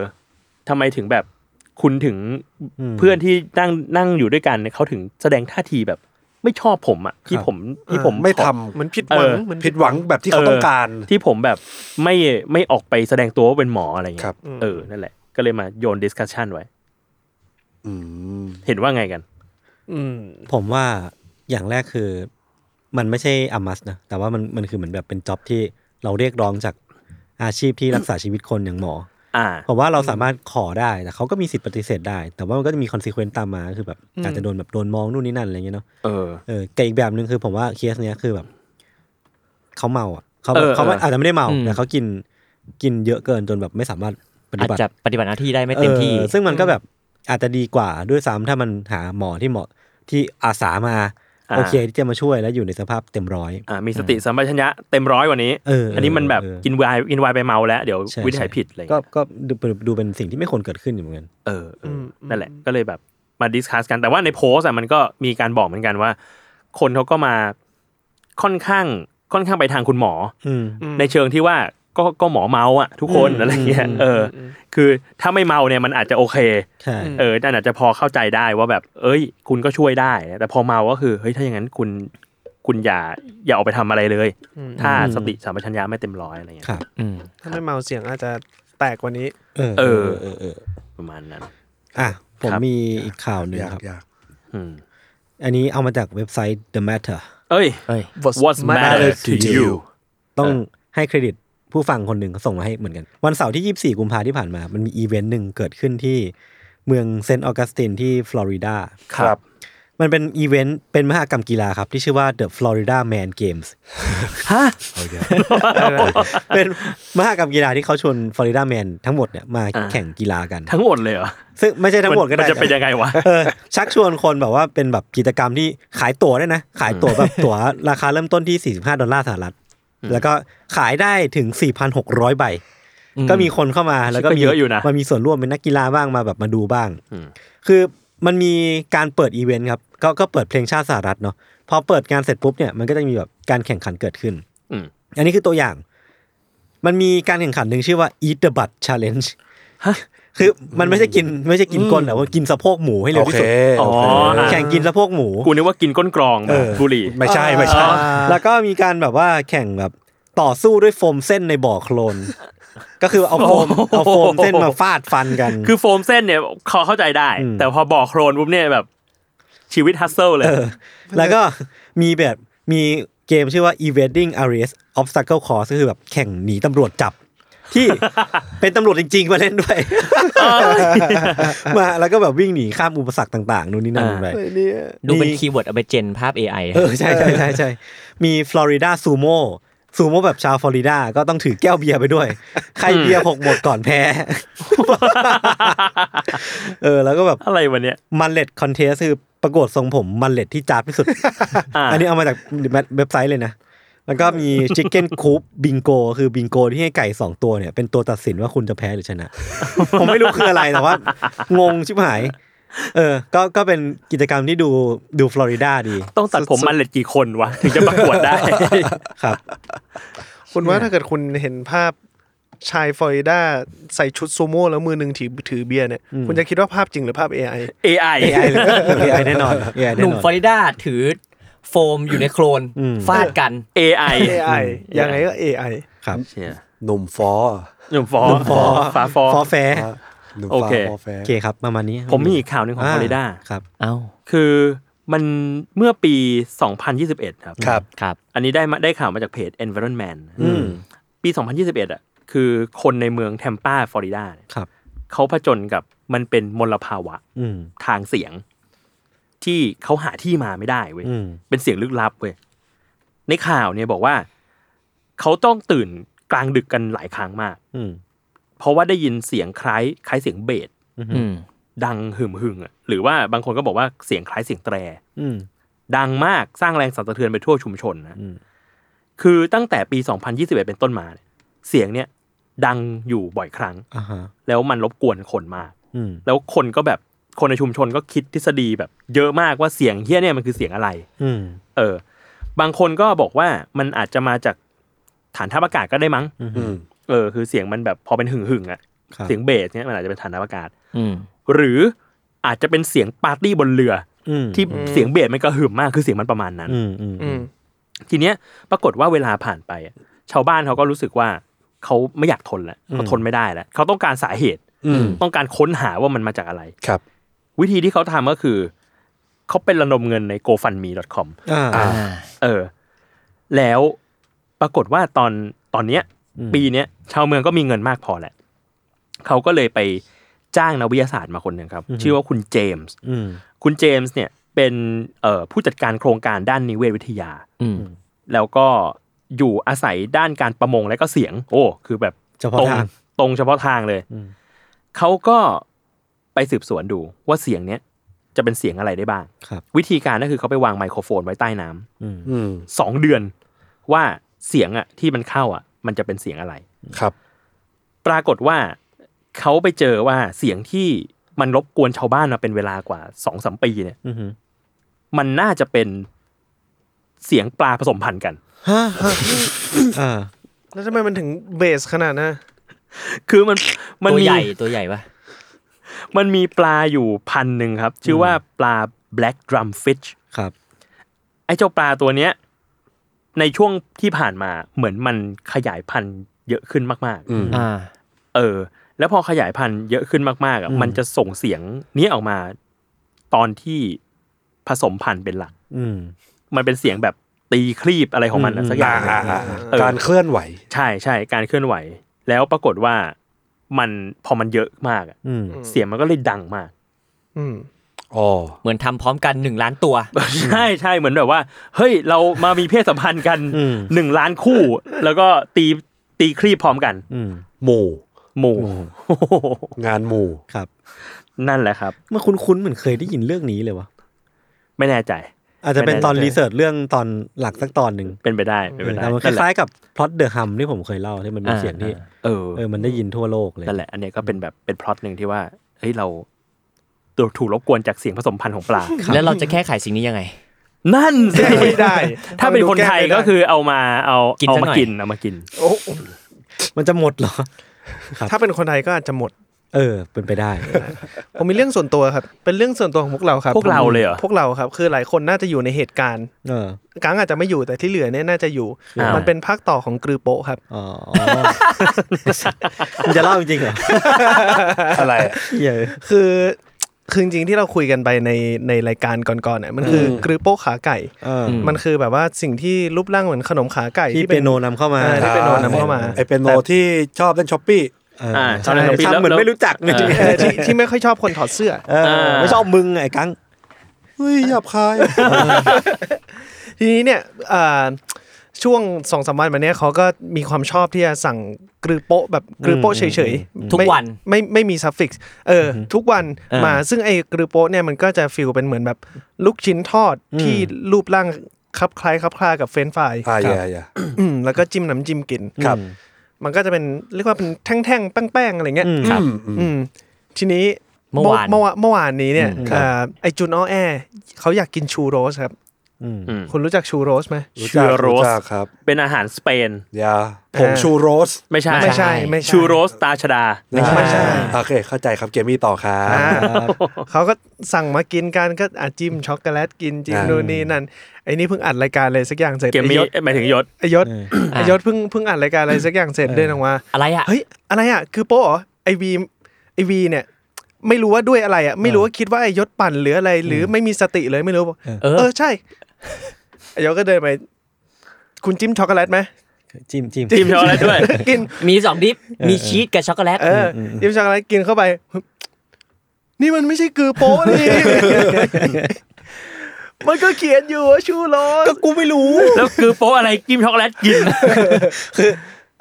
[SPEAKER 3] ทำไมถึงแบบคุณถึงเพื่อนที่นั่งนั่งอยู่ด้วยกันเนี่ยเขาถึงแสดงท่าทีแบบ ไม่ชอบผมอ่ะที่ผมที่ผม
[SPEAKER 4] ไม่ทำ
[SPEAKER 6] เหมือนผิดหวัง
[SPEAKER 3] เออ
[SPEAKER 6] เหมือน
[SPEAKER 4] ผิดหวังแบบที่เขา
[SPEAKER 3] เออ
[SPEAKER 4] ต้องการ
[SPEAKER 3] ที่ผมแบบไม่ไม่ออกไปแสดงตัวว่าเป็นหมออะไรเงี้
[SPEAKER 4] ครั
[SPEAKER 3] ย
[SPEAKER 4] บ
[SPEAKER 3] เออนั่นแหละ ก็เลยมาโยนดิสคัชชันไว้
[SPEAKER 4] อืม
[SPEAKER 3] เห็นว่าไงกัน
[SPEAKER 6] อืม
[SPEAKER 5] ผมว่าอย่างแรกคือ มันไม่ใช่อามัสนะแต่ว่ามันมันคือเหมือนแบบเป็นจ็อบที่เราเรียกร้องจากอาชีพที่รักษาชีวิตคนอย่างหมอ
[SPEAKER 3] อ่า
[SPEAKER 5] ผมว่าเราสามารถขอได้ แต่เขาก็มีสิทธิ์ปฏิเสธได้ แต่ว่ามันก็จะมีคอนซีเควนต์ตามมาคือแบบอาจจะโดนแบบโดนมองนู่นนี่นั่นอะไรเงี้ยเนาะ
[SPEAKER 3] เออ
[SPEAKER 5] เออแต่อีกแบบหนึ่งคือผมว่าเคสเนี้ยคือแบบเขาเมาอ่ะเขาแบ
[SPEAKER 3] เอบ อ
[SPEAKER 5] เขา
[SPEAKER 3] เอออ
[SPEAKER 5] อาจจะไม่ได้เมา
[SPEAKER 7] อืม
[SPEAKER 5] แต่เขากินกินเยอะเกินจนแบบไม่สามารถปฏิ
[SPEAKER 7] อาจ
[SPEAKER 5] บัติ
[SPEAKER 7] จะปฏิบัติหน้าที่ได้ไม่เต็ม
[SPEAKER 5] อ
[SPEAKER 7] ที่
[SPEAKER 5] อซึ่งมันก็แบบอาจจะดีกว่าด้วยซ้ำถ้ามันหาหมอที่เหมาะที่อาสามา
[SPEAKER 3] อ่า
[SPEAKER 5] โอเคที่จะมาช่วยและอยู่ในสภาพเต็มร้อย
[SPEAKER 3] อ่ามีสติสัมปชัญญะเต็มร้อยกว่านี้
[SPEAKER 5] เอออั
[SPEAKER 3] นนี้มันแบบ
[SPEAKER 5] เออเออ
[SPEAKER 3] กินไวน์กินไวน์ไปเมาแล้วเดี๋ยว
[SPEAKER 5] ใช่
[SPEAKER 3] วินิจฉัย
[SPEAKER 5] ใช่
[SPEAKER 3] ผิดอะไร
[SPEAKER 5] ก็
[SPEAKER 3] เงี้ย
[SPEAKER 5] ก็ดูดูเป็นสิ่งที่ไม่ควรเกิดขึ้นอยู่เหมือนกัน
[SPEAKER 3] เออเอออนั่นแหละ ก็เลยแบบมาดิสคัสกันแต่ว่าในโพสต์อะมันก็มีการบอกเหมือนกันว่า คนเขาก็มาค่อนข้างค่อนข้างไปทางคุณหมอ
[SPEAKER 5] อืม
[SPEAKER 3] ในเชิงที่ว่าก็ก็หมอเมาอ่ะ ทุกคนอะไรเงี้ยเอออ คือถ้าไม่เมาเนี่ยมันอาจจะโอเค
[SPEAKER 5] ใช่
[SPEAKER 3] เออนั่นอาจจะพอเข้าใจได้ว่าแบบ เอ้ย คุณก็ช่วยได้นะแต่พอเมาก็คือเฮ้ยถ้าอย่างนั้นคุณคุณอย่าอย่าออกไปทำอะไรเลย ถ้าสติสัมปชัญญะไม่เต็มร้อยอะไรเงี้ย
[SPEAKER 5] ครับ
[SPEAKER 7] อืม
[SPEAKER 6] ถ้าไม่เมาเสียงอาจจะแตกกว่านี้
[SPEAKER 3] เออ
[SPEAKER 5] เออเออ
[SPEAKER 3] ประมาณนั้น
[SPEAKER 5] อ่ะ ผม
[SPEAKER 3] ครับ
[SPEAKER 5] มีอีกข่าวหนึ่ง
[SPEAKER 4] อยาก
[SPEAKER 5] ครับ
[SPEAKER 4] อยาก
[SPEAKER 3] อืม
[SPEAKER 5] อันนี้เอามาจากเว็บไซต์ The Matter
[SPEAKER 3] เอ้ย
[SPEAKER 7] เอ้ย
[SPEAKER 3] what's matter to you
[SPEAKER 5] ต้องให้เครดิตผู้ฟังคนหนึ่งเขาส่งมาให้เหมือนกัน วันเสาร์ที่ 24 กุมภาที่ผ่านมา มันมีอีเวนต์หนึ่งเกิดขึ้นที่เมืองเซนต์ออกัสตินที่ฟลอริดา
[SPEAKER 3] ครับ
[SPEAKER 5] มันเป็นอีเวนต์เป็นมหกรรมกีฬาครับ ที่ชื่อว่า The Florida Man Games เป็นมหกรรมกีฬาที่เขาชวนฟลอริดาแมนทั้งหมดเนี่ยมา
[SPEAKER 3] อ่า
[SPEAKER 5] แข่งกีฬากัน
[SPEAKER 3] ทั้งหมดเลยเหรอ
[SPEAKER 5] ซึ่งไม่ใช่ทั้งหมดก็ได้
[SPEAKER 3] นจะเป็นยังไงวะ
[SPEAKER 5] เออชักชวนคนแบบว่าเป็นแบบกิจกรรมที่ขายตั๋วด้วยนะ ขายตั๋วแบบตั๋วราคาเริ่มต้นที่ 45 ดอลลาร์สหรัฐ แล้วก็ขายได้ถึง 4,600 ใบ
[SPEAKER 7] อืม
[SPEAKER 5] ก็มีคนเข้ามาแล้วก็
[SPEAKER 3] ก็
[SPEAKER 5] มี
[SPEAKER 3] เยอะอยู่นะ
[SPEAKER 5] มันมีส่วนร่วมเป็นนักกีฬาบ้างมาแบบมาดูบ้าง
[SPEAKER 3] อืม
[SPEAKER 5] คือมันมีการเปิดอีเวนต์ครับ ก็ก็เปิดเพลงชาติสหรัฐเนาะพอเปิดงานเสร็จปุ๊บเนี่ยมันก็จะมีแบบการแข่งขันเกิดขึ้น
[SPEAKER 3] อืม
[SPEAKER 5] อันนี้คือตัวอย่าง มันมีการแข่งขันหนึ่งชื่อว่า Eat the Butt Challenge คือมันไม่ใช่กินไม่ใช่กินก้นแต่ว่ากินสะโพกหมูให้เร็ว
[SPEAKER 4] โอ
[SPEAKER 5] ที่
[SPEAKER 4] เค
[SPEAKER 5] สุด
[SPEAKER 3] อ๋ออ่ะ
[SPEAKER 5] แข่งกินสะโพกหมู
[SPEAKER 3] กูนึกว่ากินก้นกรองแบ
[SPEAKER 5] เอบ อ
[SPEAKER 3] บุหรี่
[SPEAKER 4] ไม่ใช่ไม่ใช่
[SPEAKER 5] แล้วก็มีการแบบว่าแข่งแบบต่อสู้ด้วยโฟมเส้นในบ่อโคลน ก็คือเอาโฟมเอาโฟมเส้นมาฟาดฟันกัน
[SPEAKER 3] คือโฟมเส้นเนี่ยขอเข้าใจได้
[SPEAKER 5] อืม
[SPEAKER 3] แต่พอบอกโครนปุ๊บเนี่ยแบบชีวิตฮัสเซิลเลย
[SPEAKER 5] เออแล้วก็มีแบบมีเกมชื่อว่า evading arrest obstacle course ก็คือแบบแข่งหนีตำรวจจับ ที่ เป็นตำรวจจริง ๆ มาเล่นด้วย มาแล้วก็แบบวิ่งหนีข้ามอุปสรรคต่างๆนู่นนี่นั่น
[SPEAKER 3] อ่า
[SPEAKER 5] ไป
[SPEAKER 7] ดูเป็น
[SPEAKER 5] ดี
[SPEAKER 7] คีย์เวิร์ดเอาไปเจนภาพ AI
[SPEAKER 5] เออใช่ใช่ใช่ใช่มีฟลอริดาซูโม่ซูโม่แบบชาวฟลอริดาก็ต้องถือแก้วเบียร์ไป ด้วย ใครเบียร์หกหมดก่อนแพ้ เออแล้วก็แบบ
[SPEAKER 3] อะไรวันเนี้ย
[SPEAKER 5] มันเล็ดคอนเทสคือประกวดทรงผมมันเล็ดที่จ้าบที่สุด
[SPEAKER 3] อ่า
[SPEAKER 5] อันนี้เอามาจากเว็บไซต์เลยนะ แล้วก็มีชิคเก้นคูปบิงโกคือบิงโกที่ให้ไก่สองตัวเนี่ย เป็นตัวตัดสินว่าคุณจะแพ้หรือชนะ ผมไม่รู้คืออะไรแต่ว่า งงชิบหาย เออ ก็ก็เป็นกิจกรรมที่ดูดูฟลอริดาดี
[SPEAKER 3] ต้องตัดผมมันเล็ดกี่คนวะถึงจะประกวดได้
[SPEAKER 5] ครับ
[SPEAKER 6] คุณว่าถ้าเกิดคุณเห็นภาพชายฟลอริดาใส่ชุดซูโม่แล้วมือหนึ่งถือถือเบียร์เนี่ย คุณจะคิดว่าภาพจริงหรือภาพ AI
[SPEAKER 3] AI
[SPEAKER 5] AI เลย AI แน่นอน AI
[SPEAKER 7] ห
[SPEAKER 5] แน่
[SPEAKER 7] นุ่ม
[SPEAKER 5] นอน
[SPEAKER 7] ฟลอริดาถือโฟมอยู่ในโครน
[SPEAKER 5] อืม
[SPEAKER 7] ฟาดกัน
[SPEAKER 3] AI
[SPEAKER 6] AI ยังไงก็ AI
[SPEAKER 5] ครับ
[SPEAKER 3] เชี่ย
[SPEAKER 4] หนุ่มฟอ
[SPEAKER 3] หนุ่มฟอฟ้าฟอ
[SPEAKER 5] ฟอแฟร์
[SPEAKER 4] หนุ่ม
[SPEAKER 3] โอ
[SPEAKER 4] ฟ้า
[SPEAKER 3] เค
[SPEAKER 4] ฟอแฟ
[SPEAKER 5] โอ
[SPEAKER 4] ร์
[SPEAKER 5] เคครับ ประมาณนี้
[SPEAKER 3] ผมมีอีกข่าวหนึ่งของฟลอริดา
[SPEAKER 5] ครับ
[SPEAKER 7] เอ้า
[SPEAKER 3] คือมันเมื่อปี 2021 ครับ
[SPEAKER 4] ครับ
[SPEAKER 7] ครับ
[SPEAKER 3] อันนี้ได้มาได้ข่าวมาจากเพจ Environment ปี 2021 อ่ะ คือคนในเมืองแทมปาฟลอริดาเนี่ย
[SPEAKER 5] ครับ
[SPEAKER 3] เขาผจญกับมันเป็นมลภาวะ
[SPEAKER 5] อืม
[SPEAKER 3] ทางเสียง ที่เขาหาที่มาไม่ได้เว้ย
[SPEAKER 5] อืม
[SPEAKER 3] เป็นเสียงลึกลับเว้ย ในข่าวเนี่ยบอกว่า เขาต้องตื่นกลางดึกกันหลายครั้งมาก
[SPEAKER 5] อืม
[SPEAKER 3] เพราะว่าได้ยินเสียงคล้ายคล้ายเสียงเบส
[SPEAKER 7] อืม
[SPEAKER 3] ดังหึมหึงอ่ะ หรือว่าบางคนก็บอกว่าเสียงคล้ายเสียงแตร
[SPEAKER 5] อืม
[SPEAKER 3] ดังมากสร้างแรงสั่นสะเทือนไปทั่วชุมชนนะ
[SPEAKER 5] อืม
[SPEAKER 3] คือตั้งแต่ปี 2021 เป็นต้นมาเนี่ยเสียงเนี่ยดังอยู่บ่อยครั้ง
[SPEAKER 5] อ่าฮะ
[SPEAKER 3] แล้วมันรบกวนคนมาก
[SPEAKER 5] อืม
[SPEAKER 3] แล้วคนก็แบบคนในชุมชนก็คิดทฤษฎีแบบ เยอะมากว่าเสียงเฮี้ยเนี่ยมันคือเสียงอะไร
[SPEAKER 5] อืม
[SPEAKER 3] เออ บางคนก็บอกว่ามันอาจจะมาจากฐานทัพอากาศก็ได้มั้ง
[SPEAKER 4] อืม
[SPEAKER 3] เออ คือเสียงมันแบบพอเป็นหึ่งหึ่งๆอะ
[SPEAKER 5] ครับ
[SPEAKER 3] เสียงเบสเนี่ยมันอาจจะเป็นฐานทัพอากาศ
[SPEAKER 7] อืม
[SPEAKER 3] หรืออาจจะเป็นเสียงปาร์ตี้บนเรือ
[SPEAKER 5] อืม
[SPEAKER 3] อที่เสียงเบสมันก็หึ่มมากคือเสียงมันประมาณนั้น
[SPEAKER 5] อืมอืม
[SPEAKER 6] อืม
[SPEAKER 3] ทีเนี้ยปรากฏว่าเวลาผ่านไปอะชาวบ้านเขาก็รู้สึกว่าเขาไม่อยากทนแล้วเขาทนไม่ได้แล้วเขาต้องการสาเหตุ
[SPEAKER 4] อืม
[SPEAKER 3] ต้องการค้นหาว่ามันมาจากอะไร
[SPEAKER 4] ครับ
[SPEAKER 3] วิธีที่เขาทำก็คือเขาไประดมเงินใน gofundme.com
[SPEAKER 5] อ่า
[SPEAKER 7] อ่า
[SPEAKER 3] เออ แล้วปรากฏว่าตอนตอนเนี้ย
[SPEAKER 5] อืม
[SPEAKER 3] ปีเนี้ยชาวเมืองก็มีเงินมากพอแหละเขาก็เลยไปจ้างนักวิทยาศาสตร์มาคนหนึ่งครับ ชื่อว่าคุณเจมส์
[SPEAKER 5] อืม
[SPEAKER 3] คุณเจมส์เนี่ยเป็นเอ่อผู้จัดการโครงการด้านนิเวศวิทยา
[SPEAKER 7] อืม
[SPEAKER 3] แล้วก็อยู่อาศัยด้านการประมงและก็เสียง โอ้ คือแบบ
[SPEAKER 5] เฉพาะ
[SPEAKER 3] ตรง
[SPEAKER 5] ทาง
[SPEAKER 3] ตรงเฉพาะทางเลย
[SPEAKER 5] อืม
[SPEAKER 3] เขาก็ไปสืบสวนดูว่าเสียงเนี้ยจะเป็นเสียงอะไรได้บ้าง
[SPEAKER 5] ครับ
[SPEAKER 3] วิธีการก็คือเขาไปวางไมโครโฟนไว้ใต้น้
[SPEAKER 5] อืม
[SPEAKER 4] อืม
[SPEAKER 3] ำสองเดือน ว่าเสียงอะที่มันเข้าอะมันจะเป็นเสียงอะไร
[SPEAKER 4] ครับ
[SPEAKER 3] ปรากฏว่าเขาไปเจอว่าเสียงที่มันรบกวนชาวบ้านมาเป็นเวลากว่าสองสมปีเนี่ย
[SPEAKER 5] อืม
[SPEAKER 3] มันน่าจะเป็นเสียงปลาผสมพันธุ์กัน
[SPEAKER 5] ฮะฮะอ่า
[SPEAKER 6] แล้วทำไมมันถึงเบสขนาดนะ
[SPEAKER 3] คือมันมัน
[SPEAKER 7] ตัว
[SPEAKER 3] มี
[SPEAKER 7] ใหญ่ตัวใหญ่ปะ
[SPEAKER 3] มันมีปลาอยู่พันหนึ่งครับ ชื่อว่าปลา black drum fish
[SPEAKER 5] ครับ
[SPEAKER 3] ไอ้เจ้าปลาตัวเนี้ย ในช่วงที่ผ่านมาเหมือนมันขยายพันธุ์เยอะขึ้นมาก
[SPEAKER 4] อืม
[SPEAKER 7] อ่า
[SPEAKER 3] ๆ เออ แล้วพอขยายพันธุ์เยอะขึ้นมากๆอ่ะมันจะส่งเสียงนี้ออกมาตอนที่ผสมพันธุ์เป็นหลัก
[SPEAKER 5] อืม
[SPEAKER 3] มันเป็นเสียงแบบตีครีบอะไรของมันอะ
[SPEAKER 5] อืม
[SPEAKER 3] สักอย่างหนึ่ง
[SPEAKER 4] อ่าอ่า
[SPEAKER 3] เออ
[SPEAKER 4] การเคลื่อนไหว
[SPEAKER 3] ใช่ใช่การเคลื่อนไหว แล้วปรากฏว่ามันพอมันเยอะมากอะ
[SPEAKER 5] อืม
[SPEAKER 3] เสียงมันก็เลยดังมาก
[SPEAKER 6] อืม
[SPEAKER 4] อ๋อ
[SPEAKER 7] เหมือนทำพร้อมกันหนึ่งล้านตัว
[SPEAKER 3] ใช่ใช่เหมือนแบบว่า เฮ้ย เรามามีเพศสัมพันธ์กันหนึ่งล้านคู่ แล้วก็ตีตีครีบพร้อมกัน
[SPEAKER 5] อืม
[SPEAKER 4] หมู่
[SPEAKER 3] หมู่โอ้โห
[SPEAKER 4] งานหมู่
[SPEAKER 5] ครับ
[SPEAKER 3] นั่นแหละครับ
[SPEAKER 5] เมื่อคุ้นๆเหมือนเคยได้ยินเรื่องนี้เลยวะ
[SPEAKER 3] ไม่แน่ใจ
[SPEAKER 5] อาจจะเป็นตอน
[SPEAKER 3] ไม่แน่ใจ
[SPEAKER 5] รีเสิร์ชเรื่องตอนหลักสักตอนหนึ่ง
[SPEAKER 3] เป็นไปได้เป็นไปได้
[SPEAKER 5] แต่มันค
[SPEAKER 3] นั่นแหละ
[SPEAKER 5] ล้ายๆกับพล็อตเดอะฮัมที่ผมเคยเล่าที่มันเป็น
[SPEAKER 7] อ่า
[SPEAKER 5] เสียงที่
[SPEAKER 3] เออ
[SPEAKER 5] เออมันได้ยินทั่วโลกเลย
[SPEAKER 3] นั่นแหละ อันเนี้ยก็เป็นแบบเป็นพล็อตหนึ่งที่ว่าเฮ้ยเราตัวถูกรบกวนจากเสียงผสมพันธุ์ของปลา
[SPEAKER 7] แล้วเราจะแค่ไขสิ่งนี้ยังไง
[SPEAKER 3] นั่นสิ
[SPEAKER 6] แก้ไม่ได้
[SPEAKER 3] ถ้าเป็นคนไทยก็คือเอามาเอา
[SPEAKER 7] กิน
[SPEAKER 3] เอา
[SPEAKER 7] สัก
[SPEAKER 3] มา
[SPEAKER 7] หน่อย
[SPEAKER 3] กินเอามากิน
[SPEAKER 6] โอ้
[SPEAKER 5] มันจะหมดเหรอ
[SPEAKER 6] ถ้าเป็นคนไทยก็อาจจะหมด
[SPEAKER 5] เออ เป็นไปได้
[SPEAKER 6] ผมมีเรื่องส่วนตัวครับ เป็นเรื่องส่วนตัวของพวกเราครับ
[SPEAKER 3] พวกเราเลยเหรอ
[SPEAKER 6] พวกเราครับ คือหลายคนน่าจะอยู่ในเหตุการณ์
[SPEAKER 5] เออ
[SPEAKER 6] กังอาจจะไม่อยู่แต่ที่เหลือเนี่ยน่าจะอยู่
[SPEAKER 3] อ้าว
[SPEAKER 6] มันเป็นภาคต่อของกรือโปะครับ
[SPEAKER 5] อ๋อ มันจะเล่าจริงๆเหรอ
[SPEAKER 4] อะไร
[SPEAKER 5] เหี้ย
[SPEAKER 6] คือคือจริงๆที่เราคุยกันไปในในรายการก่อนๆเนี่ยมันคืออกรือโปะขาไก่
[SPEAKER 5] เออ
[SPEAKER 7] ม
[SPEAKER 6] มันคือแบบว่าสิ่งที่รูปร่างเหมือนขนมขาไก่
[SPEAKER 5] ที่เปียโนนำเข้ามา
[SPEAKER 6] เออที่เป็นโนนำเข้ามา
[SPEAKER 4] ไอเป็นโนที่ชอบเล่นช้อปปี้
[SPEAKER 5] เออ
[SPEAKER 3] อ่าต
[SPEAKER 5] ใช่
[SPEAKER 3] อนนั้นปีแล้ว
[SPEAKER 5] ทำเหมือน
[SPEAKER 3] แล้ว
[SPEAKER 5] ไม่รู้จักจริง
[SPEAKER 6] เออ ที่ที่ไม่ค่อยชอบคนถอดเสื้อ
[SPEAKER 5] ๆเออไม่ชอบมึงไอ้กัง
[SPEAKER 4] เฮ้ยหยาบคาย
[SPEAKER 6] ทีนี้เนี่ยเอ่อช่วงสองสามวันมาเนี้ยเขาก็มีความชอบที่จะสั่งกรือโปะแบบกรือโปะเฉยๆ
[SPEAKER 7] ทุก
[SPEAKER 6] ไม่
[SPEAKER 7] วัน
[SPEAKER 6] ไม่ไม่ไม่มีซัฟฟิกเอออทุกวัน
[SPEAKER 7] เออ
[SPEAKER 6] มาซึ่งไอ้กรือโปะเนี่ยมันก็จะฟิลเป็นเหมือนแบบลูกชิ้นทอดที่รูปร่างคลับคล้ายคลับคลากับเฟรนช์ฟราย
[SPEAKER 4] อ่าอย่าอย่า
[SPEAKER 6] อืมแล้วก็จิ้มน้ำจิ้มกิน
[SPEAKER 4] ครับ
[SPEAKER 6] มันก็จะเป็นเรียกว่าเป็นแท่งๆแป้งๆอะไรเงี้ย
[SPEAKER 5] อืม
[SPEAKER 6] อืมทีนี้
[SPEAKER 7] เมื่อวาน
[SPEAKER 6] เมื่อวานเมื่อวานนี้เนี่ย
[SPEAKER 5] อืม
[SPEAKER 6] เอ่อไอจุนอ้อแอเขาอยากกินชูโรสครับ
[SPEAKER 5] อืม
[SPEAKER 3] อืม
[SPEAKER 6] คุณรู้จักชูโรสไหม
[SPEAKER 4] รู้จัก
[SPEAKER 3] เชื้อโรส
[SPEAKER 4] รู้จักครับ
[SPEAKER 3] เป็นอาหารสเปน
[SPEAKER 4] ยาผมชูโรส
[SPEAKER 3] ไม่ใช่
[SPEAKER 6] ไม่ใช่ไม่ใช่
[SPEAKER 3] ชูโรสตาชดา
[SPEAKER 6] ไม่ใช่
[SPEAKER 4] โอเค เข้าใจครับเกมมี่ต่อครั
[SPEAKER 6] อ่า
[SPEAKER 4] บ
[SPEAKER 6] เขาก็สั่งมากินกันก็อาจิ้มช็อกโกแลตกินจิ้ม
[SPEAKER 4] อ่านู่
[SPEAKER 6] นู่นนี่นั่นไอ้นี่เพิ่งอัดรายการเลยสักอย่างเสร็จ
[SPEAKER 3] เกมมี
[SPEAKER 6] ไอ้ยศ
[SPEAKER 3] หมายถึงยศ
[SPEAKER 6] ไอ้ยศไอ้ยศเพิ่งเพิ่งอัดรายการอะไรสักอย่างเสร็จเดินออกมา
[SPEAKER 7] อะไรอ่ะ
[SPEAKER 6] เฮ้ยอะไรอ่ะคือโป้เหรอไอวีไอวีเนี่ยไม่รู้ว่าด้วยอะไรอ่ะไม่รู้ว่าคิดว่าไอยศปั่นหรืออะไร หรือไม่มีสติเลยไม่รู้บอก
[SPEAKER 7] เออ
[SPEAKER 6] เออใช่ไอยศก็เดินไป คุณจิ้มช็อกโกแลตไหม
[SPEAKER 5] จิ้มจิ้ม
[SPEAKER 3] ทีมช็อกโกแลตด้วย
[SPEAKER 6] กิน
[SPEAKER 7] มีสองดิฟมีชีสกับช็อกโกแลต
[SPEAKER 6] เออจิ้มช็อกโกแลตกินเข้าไป นี่มันไม่ใช่คือโป้นี่ มันก็เขียนอยู่ว่าชูโรส
[SPEAKER 5] กูไม่รู้
[SPEAKER 3] แล้วคือโป๊ะอะไรกิมช็อกโกแลตกิน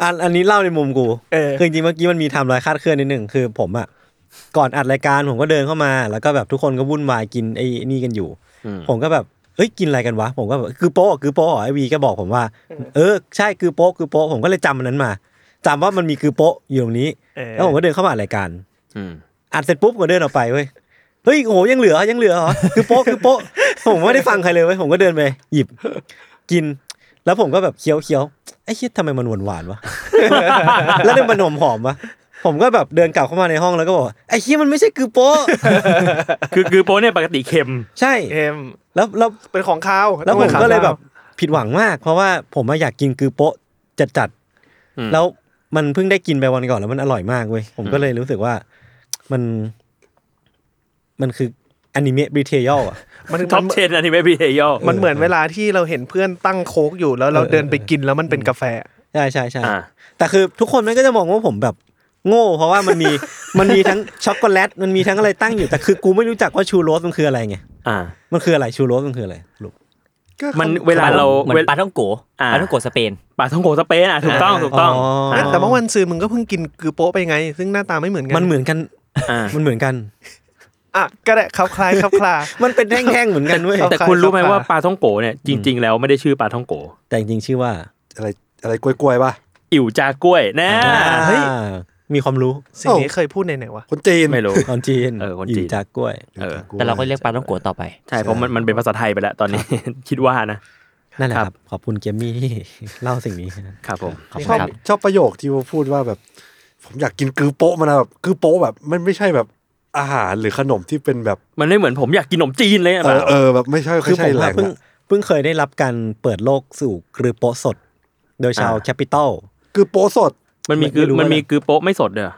[SPEAKER 5] อันอันนี้เล่าในมุมกู
[SPEAKER 6] เออ
[SPEAKER 5] คือจริงๆเมื่อกี้มันมีไทำลายคาดเคลื่อนนิดหนึ่งคือผมอ่ะก่อนอัดรายการผมก็เดินเข้ามา แล้วก็แบบทุกคนก็วุ่นวายกินไอ้นี่กันอยู่
[SPEAKER 3] อืม
[SPEAKER 5] ผมก็แบบเอ้ยกินอะไรกันวะ ผมก็แบบคือโป๊ะคือโป๊ะเหรอไอวีก็บอกผมว่าเออใช่คือโป๊ะคือโป๊ะผมก็เลยจำมันนั้นมาจำว่ามันมีคือโป๊ะอยู่ตรงนี้
[SPEAKER 6] เออ
[SPEAKER 5] แล้วผมก็เดินเข้ามาอัดรายการ อัดเสร็จปุ๊บก็เดินออกไปเว้ย เฮ้ยโอ้โหยังเหลือยังเหลือเหรอ คือโป๊ะคือโป๊ะ ผมไม่ได้ฟังใครเลยเว้ย ผมก็เดินไปหยิบกิน แล้วผมก็แบบเคี้ยวเคี้ยวไอ้เชี่ยทำไมมันหวานหวานๆวะ แล้วมันหอมหอมๆวะ ผมก็แบบเดินกลับเข้ามาในห้องแล้วก็บอกว่าไอ้เชี่ยมันไม่ใช่คือโป๊ะ
[SPEAKER 3] คือคือโป๊ะเนี่ยปกติเค็ม
[SPEAKER 5] ใช่
[SPEAKER 6] เอ็ม
[SPEAKER 5] แล้วแล้ว
[SPEAKER 6] เป็นของข้าว
[SPEAKER 5] แล้วผม
[SPEAKER 6] ป็นของ
[SPEAKER 5] ก็เลย
[SPEAKER 6] ข้าว
[SPEAKER 5] แบบผิดหวังมาก เพราะว่าผมอะอยากกินคือโป๊ะจัดจัดๆ
[SPEAKER 3] อืม
[SPEAKER 5] แล้วมันเพิ่งได้กินไปวันก่อนแล้วมันอร่อยมากเว้ย ผมก็เลยรู้สึกว่ามัน มันคืออนิเมะบริเทียลอะ
[SPEAKER 6] มัน
[SPEAKER 3] ท็อป
[SPEAKER 6] มัน
[SPEAKER 3] เชนอันนี้ไม่พีเทยอ
[SPEAKER 6] มันเหมือนเวลาที่เราเห็นเพื่อนตั้งโค้กอยู่แล้วเราเดินไปกินแล้วมันเป็นกาแฟ
[SPEAKER 5] ใช่ใช่ใช่
[SPEAKER 3] อ่า
[SPEAKER 5] แต่คือทุกคนมันก็จะมองว่าผมแบบโง่ เพราะว่ามันมี มันมีทั้งช็อกโกแลตมันมีทั้งอะไรตั้งอยู่แต่คือกูไม่รู้จักว่าชูโรสมันคืออะไรไง
[SPEAKER 3] อ่า
[SPEAKER 5] มันคืออะไรชูโรสมันคืออะไรลูก
[SPEAKER 3] มันเวลาเรา
[SPEAKER 7] เหมือน
[SPEAKER 3] เว
[SPEAKER 7] ปลา
[SPEAKER 3] ลา
[SPEAKER 7] ท่องโก
[SPEAKER 3] อ่า
[SPEAKER 7] ปลาท่องโกสเปน
[SPEAKER 3] ปลาท่องโกสเปนอ่ะถูกต้องถูกต้อง
[SPEAKER 6] แต่แต่เมื่อวันซื้อมึงก็เพิ่งกินคือโป๊ะไปไง ซึ่งหน้าตาไม่เหมือนกัน
[SPEAKER 5] มันเหมือนกัน
[SPEAKER 3] อ่า
[SPEAKER 5] มันเหมือนกัน
[SPEAKER 6] อ่ะก็ได้ครับคลายครับคลา
[SPEAKER 5] มันเป็นแท่งๆเหมือนกันเว้ย
[SPEAKER 3] แต่คุณรู้ไหม
[SPEAKER 6] ครับ
[SPEAKER 3] ว่าปลาท่องโกเนี่ยจริง ๆ แล้วไม่ได้ชื่อปลาท่องโก
[SPEAKER 5] แต่จริงๆชื่อว่า
[SPEAKER 4] อะไรอะไรกล้วยๆป่ะ
[SPEAKER 3] อิ๋วจากล้วยแน่
[SPEAKER 5] เฮ้ยมีความรู้
[SPEAKER 6] สิ่งนี้เคยพูดในไหนวะ
[SPEAKER 4] คนจีน
[SPEAKER 3] ไม่รู้
[SPEAKER 5] คนจีน
[SPEAKER 3] เออคนจีน
[SPEAKER 5] ยู่จากกล้วย
[SPEAKER 3] เออ
[SPEAKER 7] แต่เราก็เรียกปลาท่องโกต่อไป
[SPEAKER 3] ใช่เพราะมันมันเป็นภาษาไทยไปแล้วตอนนี้ คิดว่านะ
[SPEAKER 5] นั่นแหละ
[SPEAKER 3] ค
[SPEAKER 5] ครับ รับ ขอบคุณเกมมี่ที่ เล่าสิ่งนี้นะครับ
[SPEAKER 3] ผม
[SPEAKER 7] ขอบ
[SPEAKER 4] ชอบ
[SPEAKER 7] คุณครับ
[SPEAKER 4] ชอบประโยคที่ว่าพูดว่าแบบ ผมอยากกินกือโป๊ะมันนะแบบกือโป๊ะแบบมันไม่ใช่แบบอาหารหรือขนมที่เป็นแบบ
[SPEAKER 3] มันไม่เหมือนผมอยากกินขนมจีนเลยอะ
[SPEAKER 4] เออเออแบบไม่ใช่
[SPEAKER 5] คือ
[SPEAKER 4] ไม่
[SPEAKER 5] ผ
[SPEAKER 4] ใช่
[SPEAKER 5] ม
[SPEAKER 4] แหล่
[SPEAKER 5] อะ
[SPEAKER 4] ง
[SPEAKER 5] เพิ่ง
[SPEAKER 4] อะ
[SPEAKER 5] เพิ่งเคยได้รับการเปิดโลกสู่กรือโปะสด โดยชาวแคปิตอล
[SPEAKER 4] กือโป๊ะสด
[SPEAKER 3] มันมีคือ
[SPEAKER 5] ไม่รู้ว่า
[SPEAKER 3] มันมีคือโป๊ะไม่สดเด้อ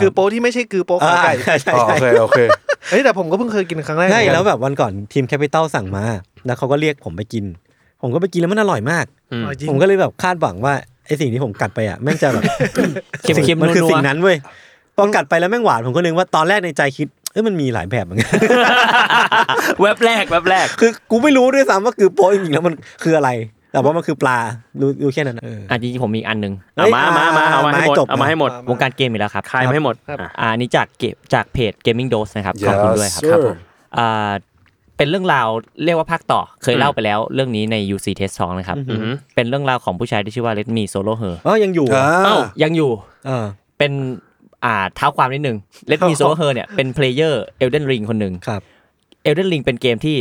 [SPEAKER 6] คือโป๊ะที่ไม่ใช่คือโป๊ะ
[SPEAKER 5] อ่า
[SPEAKER 6] ขาไก่
[SPEAKER 5] ใช่ใช่
[SPEAKER 4] อ๋อ
[SPEAKER 5] ใช่
[SPEAKER 4] โอเคโอเค
[SPEAKER 6] เฮ้ยแต่ผมก็เพิ่งเคยกินครั้งแรก
[SPEAKER 5] ใช่
[SPEAKER 6] เหมือนกัน
[SPEAKER 5] แล้วแบบวันก่อนทีมแคปิตอลสั่งมา แล้วเขาก็เรียกผมไปกิน ผมก็ไปกินแล้วมันอร่อยมาก
[SPEAKER 3] อืม
[SPEAKER 6] อ๋อจริง
[SPEAKER 5] ผมก็เลยแบบคาดหวังว่าไอสิ่งที่ผมกัดไปอ่ะแม่งจะแบบ
[SPEAKER 7] เค็มๆ
[SPEAKER 5] มันคือ
[SPEAKER 7] นัว
[SPEAKER 5] สิ่งนั้นเว้ยตอนกัดไปแล้วแม่งหวานผมก็นึกว่าตอนแรกในใจคิดเอ้ยมันมีหลายแบบเหมือนกัน
[SPEAKER 3] เว็บแรกเว็บแรก
[SPEAKER 5] คือกูไม่รู้ด้วยซ้ำว่าคือโป๊ะจริงๆแล้วมันคืออะไร แต่ว่ามันคือปลารู้รู้แค่นั้นนะเออ
[SPEAKER 7] ๆอ่ะจริงๆผมมีอีกอันหนึ่ง
[SPEAKER 3] เอามามามาเอามาให้หมด
[SPEAKER 5] จบ
[SPEAKER 3] เอามาให้หมด
[SPEAKER 7] วงการเกมอีกแล้วครับ
[SPEAKER 3] คลายมาให้หมด
[SPEAKER 7] ครับ
[SPEAKER 3] อ่ะ
[SPEAKER 7] อ่าอันนี้จากเกมจากเพจ Gaming Dose นะครับ ขอบคุณด้วยครับ
[SPEAKER 4] Yes,
[SPEAKER 7] ครับ
[SPEAKER 4] sir
[SPEAKER 7] ผมอ่าเป็นเรื่องราวเรียกว่าภาคต่อเคยเล่าไปแล้วเรื่องนี้ใน UC Test 2นะครับ
[SPEAKER 3] อืม
[SPEAKER 7] เป็นเรื่องราวของผู้ชายที่ชื่อว่า Let Me Solo Her
[SPEAKER 5] เออยังอยู่
[SPEAKER 4] อ่า
[SPEAKER 3] เอ้า
[SPEAKER 7] ยังอยู่
[SPEAKER 5] เออ
[SPEAKER 7] เป็นอ่าเท้าความนิดนึง Let Me Solo Her เนี่ยเป็นเพลเยอร์เอลเดนริงคนหนึ่ง
[SPEAKER 5] ครับ
[SPEAKER 7] เอลเดนริงเป็นเกมที่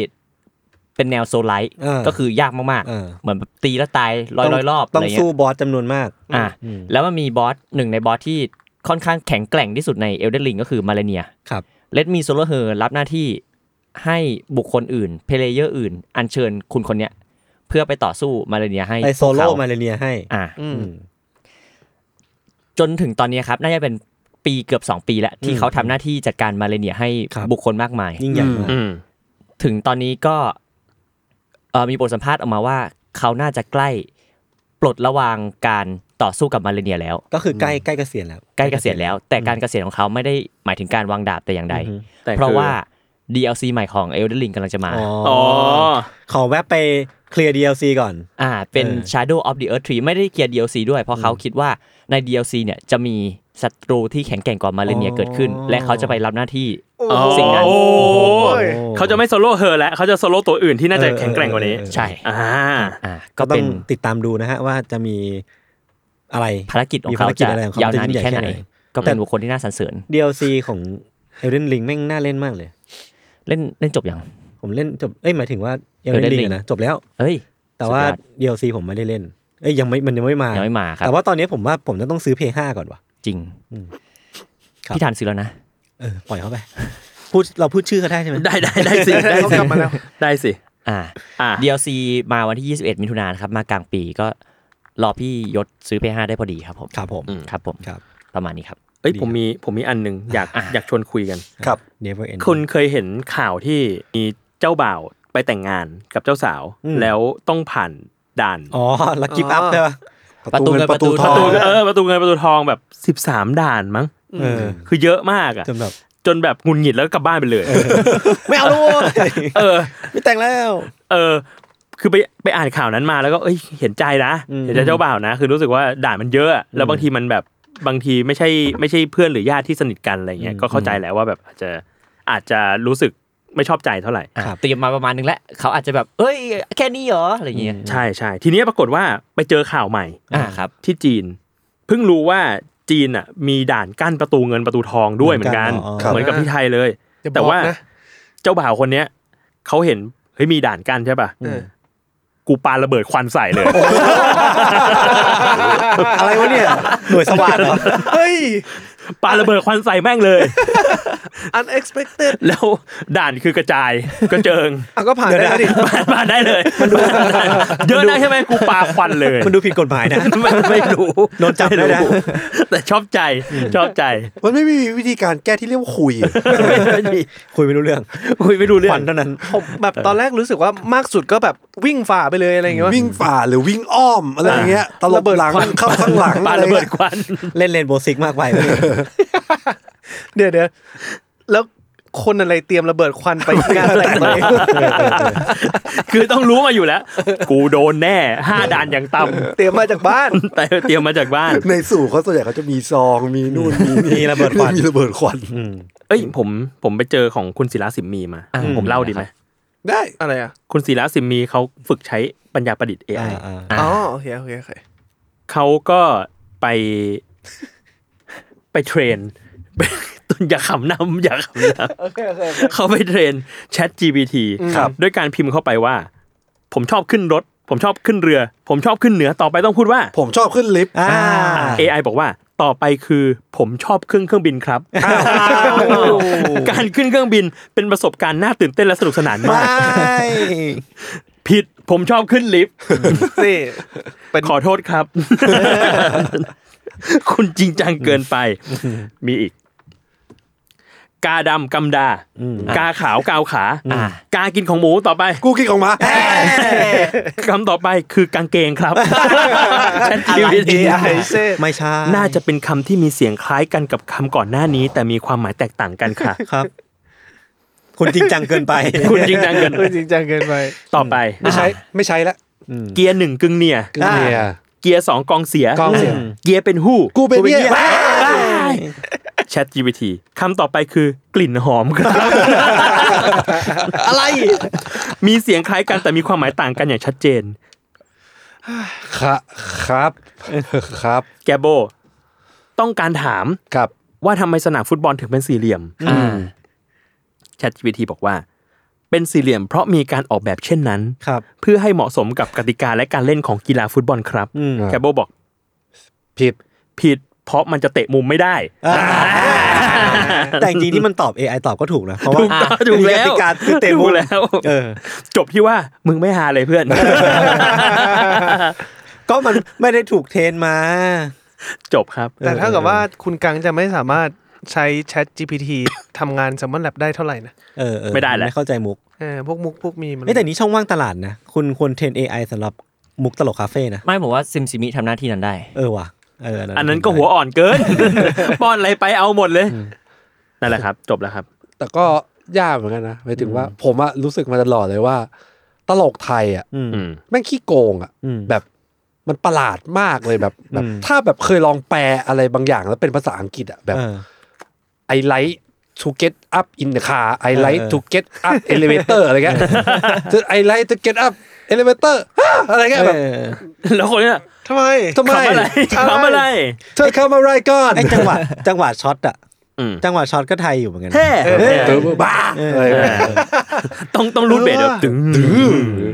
[SPEAKER 7] เป็นแนวโซลไลท์
[SPEAKER 5] เออ
[SPEAKER 7] ก็คือยากมาก
[SPEAKER 5] เออ
[SPEAKER 7] ๆ เหมือนแบบตีแล้วตายร้อยร้อยรอบอะ
[SPEAKER 5] ต้อ
[SPEAKER 7] ไรง เงี้
[SPEAKER 5] สู้
[SPEAKER 7] ย
[SPEAKER 5] บอสจำนวนมาก
[SPEAKER 7] อ่ะ
[SPEAKER 5] อืม
[SPEAKER 7] แล้วมันมีบอสหนึ่งในบอสที่ค่อนข้างแข็งแกร่งที่สุดในเอลเดนริงก็คือมาเลเนีย
[SPEAKER 5] ครับ
[SPEAKER 7] เลดมีโซโลเฮอร์รับหน้าที่ให้บุคคลอื่น เพลเยอร์อื่น อัญเชิญคุณคนเนี้ย เพื่อไปต่อสู้มาเลเนียให้
[SPEAKER 5] ไปโซโล่
[SPEAKER 7] พวกเข
[SPEAKER 5] มาเลเนียให้
[SPEAKER 7] อ่ะ
[SPEAKER 5] อืม
[SPEAKER 7] จนถึงตอนนี้ครับ น่าจะเป็นปีเกือบ 2 ปีแล้ว ที่
[SPEAKER 5] อืม
[SPEAKER 7] เขาทำหน้าที่จัดการมาเลเนียให้
[SPEAKER 5] ครับ
[SPEAKER 7] บุคคลมากมาย
[SPEAKER 5] ยิ่งใหญ่มาก
[SPEAKER 3] อืม
[SPEAKER 7] ถึงตอนนี้ก็เอ่อมีบทสัมภาษณ์ออกมาว่า เขาน่าจะใกล้ปลดระวางการต่อสู้กับมาเลเนียแล้ว
[SPEAKER 5] ก็คือใกล้ใกล้เกษียณแล้ว
[SPEAKER 7] ใกล้เกษียณแล้ว แต่การเกษียณของเขาไม่ได้หมายถึงการวางดาบแต่อย่างใด
[SPEAKER 5] อือฮึ
[SPEAKER 3] แต่
[SPEAKER 7] เพราะ
[SPEAKER 3] คือ
[SPEAKER 7] ว่า DLC ใหม่ของ Elden Ring กำลังจะมา
[SPEAKER 3] อ๋อ
[SPEAKER 5] ขอแวะไปเคลียร์ DLC ก่อน
[SPEAKER 7] อ่าเป็น
[SPEAKER 5] เออ
[SPEAKER 7] Shadow of the Earth 3 ไม่ได้เกียร์ DLC ด้วย เพราะเขาคิดว่าใน DLC เนี่ยจะมีศัตรูที่แข็งแกร่งกว่ามาเลเนียเกิดขึ้น และเขาจะไปรับหน้าที่สิ่งนั้น
[SPEAKER 3] โอ้
[SPEAKER 6] เฮ้ย
[SPEAKER 3] เขาจะไม่โซโล่เฮอร์แล้วเขาจะโซโล่ตัวอื่นที่น่าจะแข็งแกร่งกว่านี้
[SPEAKER 5] เออ
[SPEAKER 7] ใช่
[SPEAKER 3] อ่า
[SPEAKER 7] อ่าก็
[SPEAKER 5] ก็ต้อ
[SPEAKER 7] เป็
[SPEAKER 5] ง
[SPEAKER 7] น
[SPEAKER 5] ติดตามดูนะฮะ ว่าจะมีอะไร
[SPEAKER 7] ภารกิจของ
[SPEAKER 5] มี
[SPEAKER 7] เขา
[SPEAKER 5] ภารกิจ
[SPEAKER 7] จะ
[SPEAKER 5] อะไรของเขา
[SPEAKER 7] ยาวนาน
[SPEAKER 5] จะยิ่งใหญ่
[SPEAKER 7] แค่ไหน
[SPEAKER 5] แค่ไหน
[SPEAKER 7] ก็เป็นบุคคลที่น่าสรรเสริญ
[SPEAKER 5] DLC ของ เอเดนลิงแม่งน่าเล่นมากเลย
[SPEAKER 7] เล่นเล่นจบยัง
[SPEAKER 5] ผมเล่นจบเอ้ยหมายถึงว่าเอเด
[SPEAKER 7] Elden
[SPEAKER 5] นลิง
[SPEAKER 7] Ring
[SPEAKER 5] นะจบแล้ว
[SPEAKER 7] เอ้ย
[SPEAKER 5] แต่ว่า
[SPEAKER 7] สุดยอด
[SPEAKER 5] DLC ผมไม่ได้เล่น เอ้ยยังไม่มันยังไม่มาย
[SPEAKER 7] ยังไม่มาครับ
[SPEAKER 5] แต่ว่าตอนนี้ผมว่าผมจะต้องซื้อ PS5 ก่อนว่ะ
[SPEAKER 7] จริง
[SPEAKER 5] อืมครับ
[SPEAKER 7] พี่ทานซื้อแล้วนะ
[SPEAKER 5] เออปล่อยเขาไป พูดเราพูดชื่อเขาได้ใช่ไหม
[SPEAKER 3] ได้ได้ได้สิได้
[SPEAKER 6] เขา
[SPEAKER 3] สิ
[SPEAKER 6] กลับมาแล้ว
[SPEAKER 3] ได้สิ
[SPEAKER 7] อ่า
[SPEAKER 3] อ่า
[SPEAKER 7] DLC มาวันที่ 21 มิถุนายนครับ มากลางปีก็รอพี่ยศซื้อ P5 ได้พอดีครับผม
[SPEAKER 5] ครับผม
[SPEAKER 7] ครับผม
[SPEAKER 5] ครับ
[SPEAKER 7] ประมาณนี้ครับ
[SPEAKER 3] เอ้ยผมมีผมมีอันหนึ่งอยาก
[SPEAKER 7] อ่ะ
[SPEAKER 3] อยากชวนคุยกัน
[SPEAKER 4] ครับ
[SPEAKER 5] Never End
[SPEAKER 3] คุณเคยเห็นข่าวที่มีเจ้าบ่าวไปแต่งงานกับเจ้าสาว
[SPEAKER 5] อืม
[SPEAKER 3] แล้วต้องผ่านด่าน
[SPEAKER 5] อ๋อลักกี้อัพใช่ปะ
[SPEAKER 4] ประตูเงิน
[SPEAKER 7] ป
[SPEAKER 4] ประ ระ
[SPEAKER 7] ตู
[SPEAKER 4] ตูท
[SPEAKER 3] ป
[SPEAKER 7] เงิน
[SPEAKER 4] อ
[SPEAKER 3] ระตู
[SPEAKER 4] ง
[SPEAKER 3] เออประตูเงินประตูทองแบบ 13 ด่านมั้ง
[SPEAKER 5] เออ
[SPEAKER 3] คือเยอะมากอ่ะ
[SPEAKER 5] จนแบบ
[SPEAKER 3] จนแบบหงุนหงิดแล้วก็กลับบ้านไปเลย
[SPEAKER 5] ไม่เอาแล้วเว้ย
[SPEAKER 3] เออ
[SPEAKER 5] ไม่แต่งแล้ว
[SPEAKER 3] เออ คือไปไปอ่านข่าวนั้นมาแล้วก็เอ้ยเห็นใจนะ
[SPEAKER 5] อืม
[SPEAKER 3] เห็นใจเจ้าบ่าวนะ คือรู้สึกว่าด่านมันเยอะอะแล้วบางทีมันแบบบางทีไม่ใช่ไม่ใช่เพื่อนหรือญาติที่สนิทกันอะไรเงี้ย ก็เข้าใจแหล้วว่าแบบอาจจะอาจจะรู้สึกไม่ชอบใจเท่าไหร่
[SPEAKER 7] อ่ะ
[SPEAKER 5] ครับ
[SPEAKER 7] เตรียมมาประมาณนึงแล้วเขาอาจจะแบบ เอ้ย แค่นี้เหรอ อะไรอย่างเงี้ย
[SPEAKER 3] ใช่ใช่ทีนี้ปรากฏว่าไปเจอข่าวใหม่
[SPEAKER 7] อ่าครับ
[SPEAKER 3] ที่จีน เพิ่งรู้ว่าจีนอ่ะมีด่านกั้นประตูเงินประตูทองด้วยเหมือนกัน
[SPEAKER 5] เหมือน
[SPEAKER 4] ครับ
[SPEAKER 3] เหมือน
[SPEAKER 5] กันอ๋อ
[SPEAKER 3] กับที่ไทยเลย
[SPEAKER 6] อย่บอกนะ
[SPEAKER 3] แต่ว่าเจ้าบ่าวคนเนี้ยเขาเห็นเฮ้ยมีด่านกั้นใช่ป่ะ
[SPEAKER 6] เออ
[SPEAKER 3] กูปาระเบิดควันใส่เลย
[SPEAKER 5] อะไรวะเนี่ยหน่วยสวัสดิ์เหรอ
[SPEAKER 6] เฮ้ย
[SPEAKER 3] ปาระเบิดควันใส่แม่งเลย
[SPEAKER 6] unexpected
[SPEAKER 3] แล้วด่านคือกระจายกระเจิง
[SPEAKER 6] อ่ะก็ผ่านได้แล้วดิ
[SPEAKER 3] ผ่านมาได้เลยเยอะนะใช่ไหมกูปาควันเลย
[SPEAKER 5] มันดูผิดกฎหมายนะ
[SPEAKER 3] ไม่ไม่รู้
[SPEAKER 5] โดนจับ
[SPEAKER 3] ไม่
[SPEAKER 5] ได้นะ
[SPEAKER 3] รู้แต่ชอบใจชอบใจ
[SPEAKER 4] มันไม่มีวิธีการแก้ที่เรียกว่าคุย
[SPEAKER 5] คุยไม่รู้เรื่อง
[SPEAKER 3] คุยไม่รู้เรื่
[SPEAKER 5] ค
[SPEAKER 3] อ
[SPEAKER 5] วั
[SPEAKER 3] ง
[SPEAKER 5] นเท่านั้น
[SPEAKER 6] ผมแบบตอนแรกรู้สึกว่ามากสุดก็แบบวิ่งฝ่าไปเลยอะไรอย่างเงี้ย
[SPEAKER 4] วิ่งฝ่าหรือวิ่งอ้อมอะไรอย่างเงี้ยตลบหลังเข้าข้างหลัง
[SPEAKER 3] ปา
[SPEAKER 4] อะไร
[SPEAKER 3] ระเบิ
[SPEAKER 4] เงี้ย
[SPEAKER 3] ดควัน
[SPEAKER 5] เล่นเลนโบสิกมากไป
[SPEAKER 6] เดี๋ยวเดี๋ยวแล้วคนอะไรเตรียมระเบิดควันไปงานแต่งตัวเอง
[SPEAKER 3] คือต้องรู้มาอยู่แล้ว กูโดนแน่ห้าด่านอย่างต่ำ
[SPEAKER 6] เตรียมมาจากบ้าน
[SPEAKER 3] แต่เตรียมมาจากบ้าน
[SPEAKER 4] ในสู่เขาส่วนใหญ่เขาจะมีซองมีนู่นมีนี่
[SPEAKER 5] มีระเบิดควัน
[SPEAKER 4] มีระเบิดควัน
[SPEAKER 3] เอ้ยผมผมไปเจอของคุณศิลาสิมมีมา
[SPEAKER 7] อ่ะ
[SPEAKER 3] ผมเล่าดีไหม
[SPEAKER 7] ครับ
[SPEAKER 4] ได้
[SPEAKER 6] อะไรอ่ะ
[SPEAKER 3] คุณศิลาสิมมีเขาฝึกใช้ปัญญาประดิษฐ์
[SPEAKER 5] อ่า
[SPEAKER 3] AI
[SPEAKER 5] อ่า
[SPEAKER 7] อ่ะ
[SPEAKER 6] อ๋อโอเคโอเคโอเค
[SPEAKER 3] เขาก็ไป ไปเทรน ไปตุนอย่าขำนำอย่าขำน
[SPEAKER 6] โอเคโอเค
[SPEAKER 3] ำเขาไปเทรน Chat GPT ด้วยการพิมพ์เข้าไปว่า ผมชอบขึ้นรถ ผมชอบขึ้นเรือ ผมชอบขึ้นเหนือต่อไปต้องพูดว่า
[SPEAKER 4] ผมชอบขึ้นลิฟต์
[SPEAKER 5] อ่า
[SPEAKER 3] AI บอกว่าต่อไปคือผมชอบขึ้นเครื่องบินครับ การขึ้นเครื่องบินเป็นประสบการณ์น่าตื่นเต้นและสนุกสนานมาก ผิดผมชอบขึ้นลิฟต์
[SPEAKER 6] นี่เป็น
[SPEAKER 3] ขอโทษครับ คุณจริงจังเกินไป มีอีก กาดำกำดา กาขาวกาวขา
[SPEAKER 7] อ่า
[SPEAKER 3] กากินของหมูต่อไป
[SPEAKER 4] กูกิ๊กออกมา
[SPEAKER 3] คำต่อไปคือกางเกงครับ
[SPEAKER 6] เอไอเซ่
[SPEAKER 5] ไม่ใช่
[SPEAKER 3] น่าจะเป็นคำที่มีเสียงคล้ายกันกับคำก่อนหน้านี้ แต่มีความหมายแตกต่างกันค่ะ
[SPEAKER 5] ครับ คุณจริงจังเกินไป
[SPEAKER 3] คุณจริงจังเกิน
[SPEAKER 6] จริงจังเกินไป
[SPEAKER 3] ต่อไป
[SPEAKER 4] ไม่ใช้ไม่ใช้ละ
[SPEAKER 3] เกียร์หนึ่งกึ่งเนี่ย
[SPEAKER 4] คือเนี่ย
[SPEAKER 3] เกียร์สองกองเสีย
[SPEAKER 4] กองเสีย
[SPEAKER 3] เกียร์เป็นหู้
[SPEAKER 4] กูเป็นเนี่ย
[SPEAKER 3] Chat GPT คำต่อไปคือกลิ่นหอมครับ อะไร มีเสียงคล้ายกันแต่มีความหมายต่างกันอย่างชัดเจน
[SPEAKER 4] ครับครับครับ
[SPEAKER 3] แกโบ ต้องการถาม
[SPEAKER 4] ครับ
[SPEAKER 3] ว่าทำไมสนามฟุตบอลถึงเป็นสี่เหลี่ยม
[SPEAKER 7] อ่า
[SPEAKER 3] Chat GPT บอกว่า เป็นสี่เหลี่ยมเพราะมีการออกแบบเช่นนั้น
[SPEAKER 5] ครับ
[SPEAKER 3] เพื่อให้เหมาะสมกับกติกาและการเล่นของกีฬาฟุตบอลครับ
[SPEAKER 5] อืม
[SPEAKER 3] แกโบบอก
[SPEAKER 4] ผิด
[SPEAKER 3] ผิด เพราะมันจะเตะมุมไม่ได้
[SPEAKER 5] แต่จริงๆที่มันตอบ AI ตอบก็ถูกนะ เพราะว่า
[SPEAKER 3] ถูกต้องถูกแล้ว
[SPEAKER 5] มีติการคือเตะ
[SPEAKER 3] ถู
[SPEAKER 5] มุ
[SPEAKER 3] ก
[SPEAKER 5] ม
[SPEAKER 3] แล้ว
[SPEAKER 5] เออ
[SPEAKER 3] จบที่ว่ามึงไม่หาเลยเพื่อน
[SPEAKER 5] ก็มันไม่ได้ถูกเทรนมา
[SPEAKER 3] จบครับ
[SPEAKER 6] แต่ถ้ากับว่าคุณกังจะไม่สามารถใช้ Chat GPT ทำงานซัมมอนแลบได้เท่าไหร่นะ
[SPEAKER 5] เออเออ
[SPEAKER 3] ไม่ได้แหละ
[SPEAKER 5] ไม่เข้าใจมุก
[SPEAKER 6] เออพวกมุกพวกมีมัน
[SPEAKER 5] เอ้ยแต่นี้ช่องว่างตลาดนะ คุณควรเทรน AI สำหรับมุกตลกคาเฟ่นะ
[SPEAKER 7] ไม่ผมว่าซิมซิมิทำหน้าที่นั้นได้
[SPEAKER 5] เออว่ะ เออ
[SPEAKER 3] อันนั้นก็หัวอ่อนเกิน ป้อนอะไรไปเอาหมดเลย นั่นแหละครับ จบแล้วครับ
[SPEAKER 4] แต่ก็ยากเหมือนกันนะหมายถึงว่าผมอะรู้สึกมาตลอดเลยว่า ตลกไทยอะ
[SPEAKER 5] อืม
[SPEAKER 3] อืม
[SPEAKER 4] แม่งขี้โกงอะ
[SPEAKER 5] อืม
[SPEAKER 4] แบบมันประหลาดมากเลยแบบแบบ
[SPEAKER 5] อืม
[SPEAKER 4] ถ้าแบบเคยลองแปลอะไรบางอย่างแล้วเป็นภาษาอังกฤษอะแบบ
[SPEAKER 5] เออ
[SPEAKER 4] I like to get up in the car I
[SPEAKER 5] เออ
[SPEAKER 4] like to get up elevator อะไรเงี้ย I like to get up elevator ฮะอะไรเงี้ยแบบ
[SPEAKER 5] เออ
[SPEAKER 3] แล้วคนเนี้ย
[SPEAKER 6] ทำไม
[SPEAKER 4] ทำไม
[SPEAKER 3] ทำอะไรทำอะไร
[SPEAKER 4] เธอเข้ามาไรก่อน
[SPEAKER 5] ไอ้จังหวะจังหวะช็อตอะ
[SPEAKER 3] อืม
[SPEAKER 5] จังหวะช็อตก็ไทยอยู่เหมือนกัน
[SPEAKER 2] เท่
[SPEAKER 3] เออ
[SPEAKER 4] เติร์บ้าอะไรแบบ
[SPEAKER 3] ต้องต้องรูดเบสเดี๋ยวตึงตึง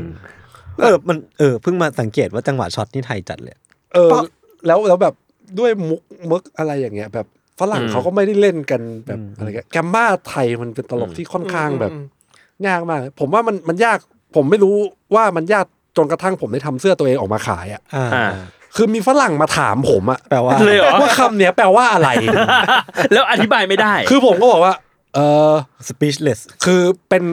[SPEAKER 5] เออมันเออเพิ่งมาสังเกตว่าจังหวะช็อตนี่ไทยจัดเลย
[SPEAKER 4] เออแล้วแล้วแบบด้วยมุกมึกอะไรอย่างเงี้ย แบบฝรั่งเขาก็ไม่ได้เล่นกันแบบอะไรเงี้ยแกมมาไทยมันเป็นตลกที่ค่อนข้างแบบ ยากมาก ผมว่ามันมันยากผมไม่รู้ว่ามันยากจนกระทั่งผมได้ทำเสื้อตัวเองออกมาขายอ่ะ
[SPEAKER 5] อ่า
[SPEAKER 3] อ่า
[SPEAKER 4] คือมีฝรั่งมาถามผมอ่ะ
[SPEAKER 5] แปลว่า
[SPEAKER 3] เลยเหรอ
[SPEAKER 4] ว่าคำเนี้ยแปลว่า อะไร
[SPEAKER 3] แล้วอธิบายไม่ได้
[SPEAKER 4] คือผมก็บอกว่า เออ
[SPEAKER 5] สปีชเลส
[SPEAKER 4] คือเป็น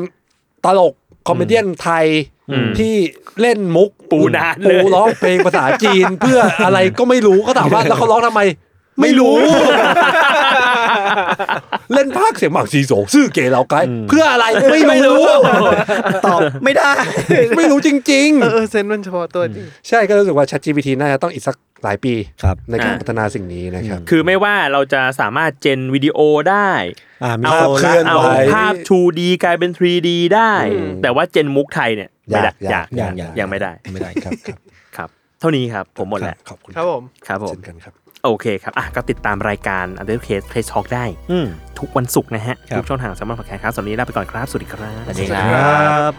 [SPEAKER 4] ตลกคอมเมเดี้ไทย
[SPEAKER 3] อืม
[SPEAKER 4] ที่เล่นมุก
[SPEAKER 3] ปูนานเลย
[SPEAKER 4] ปูร้องเพลงภาษาจี น เพื่ออะไรก็ไม่รู้ก็ถามว่าแล้วเขาร้องทำไม ไม่รู้ เล่นภาคเสียงหมากซีโสงซื่อเกเหลาไกด์เพื่ออะไรไม่รู้
[SPEAKER 5] ตอบไม่ได้
[SPEAKER 4] ไม่รู้จริง
[SPEAKER 6] เออเออเซนส์มันเฉพาะตัวจริง
[SPEAKER 4] ๆ ใช่ก็รู้สึกว่า ChatGPT น่าจะต้องอีกสักหลายปี
[SPEAKER 5] ครับ
[SPEAKER 4] ในการ
[SPEAKER 3] อ่า
[SPEAKER 4] พัฒนาสิ่งนี้นะครับ
[SPEAKER 3] คือไม่ว่าเราจะสามารถเจนวิดีโอได้
[SPEAKER 5] อ่ามี
[SPEAKER 3] เอา
[SPEAKER 5] โซ
[SPEAKER 4] เคลื่อน
[SPEAKER 3] เอา
[SPEAKER 5] ล่า
[SPEAKER 4] ไหว
[SPEAKER 3] ภาพ 2D กลายเป็น 3D ได้ แต่ว่าเจนมุกไทยเนี่ยไม่ได้
[SPEAKER 4] อยาก
[SPEAKER 3] อยาก
[SPEAKER 4] อยาก
[SPEAKER 3] ยังไม่ได้
[SPEAKER 4] ไม่ได้ครับครับ
[SPEAKER 3] ครับ เท่านี้ครับผมหมดแล้ว
[SPEAKER 4] ขอบคุณ
[SPEAKER 6] ครับผม
[SPEAKER 3] ครับผม
[SPEAKER 4] เช่นกันครับ
[SPEAKER 3] โอเคครับ อ่ะ ก็ติดตามรายการ u n d e r c a s e Play Talk ได้
[SPEAKER 5] อืม
[SPEAKER 3] ทุกวันศุกร์นะฮะ
[SPEAKER 5] ครับ
[SPEAKER 3] ทุกช่องทางสำหรับพอดแคสต์ครับสำหรับวันนี้ลาไปก่อนครับ สวัสดีครับ
[SPEAKER 7] สวัสดีครับ
[SPEAKER 5] ครับ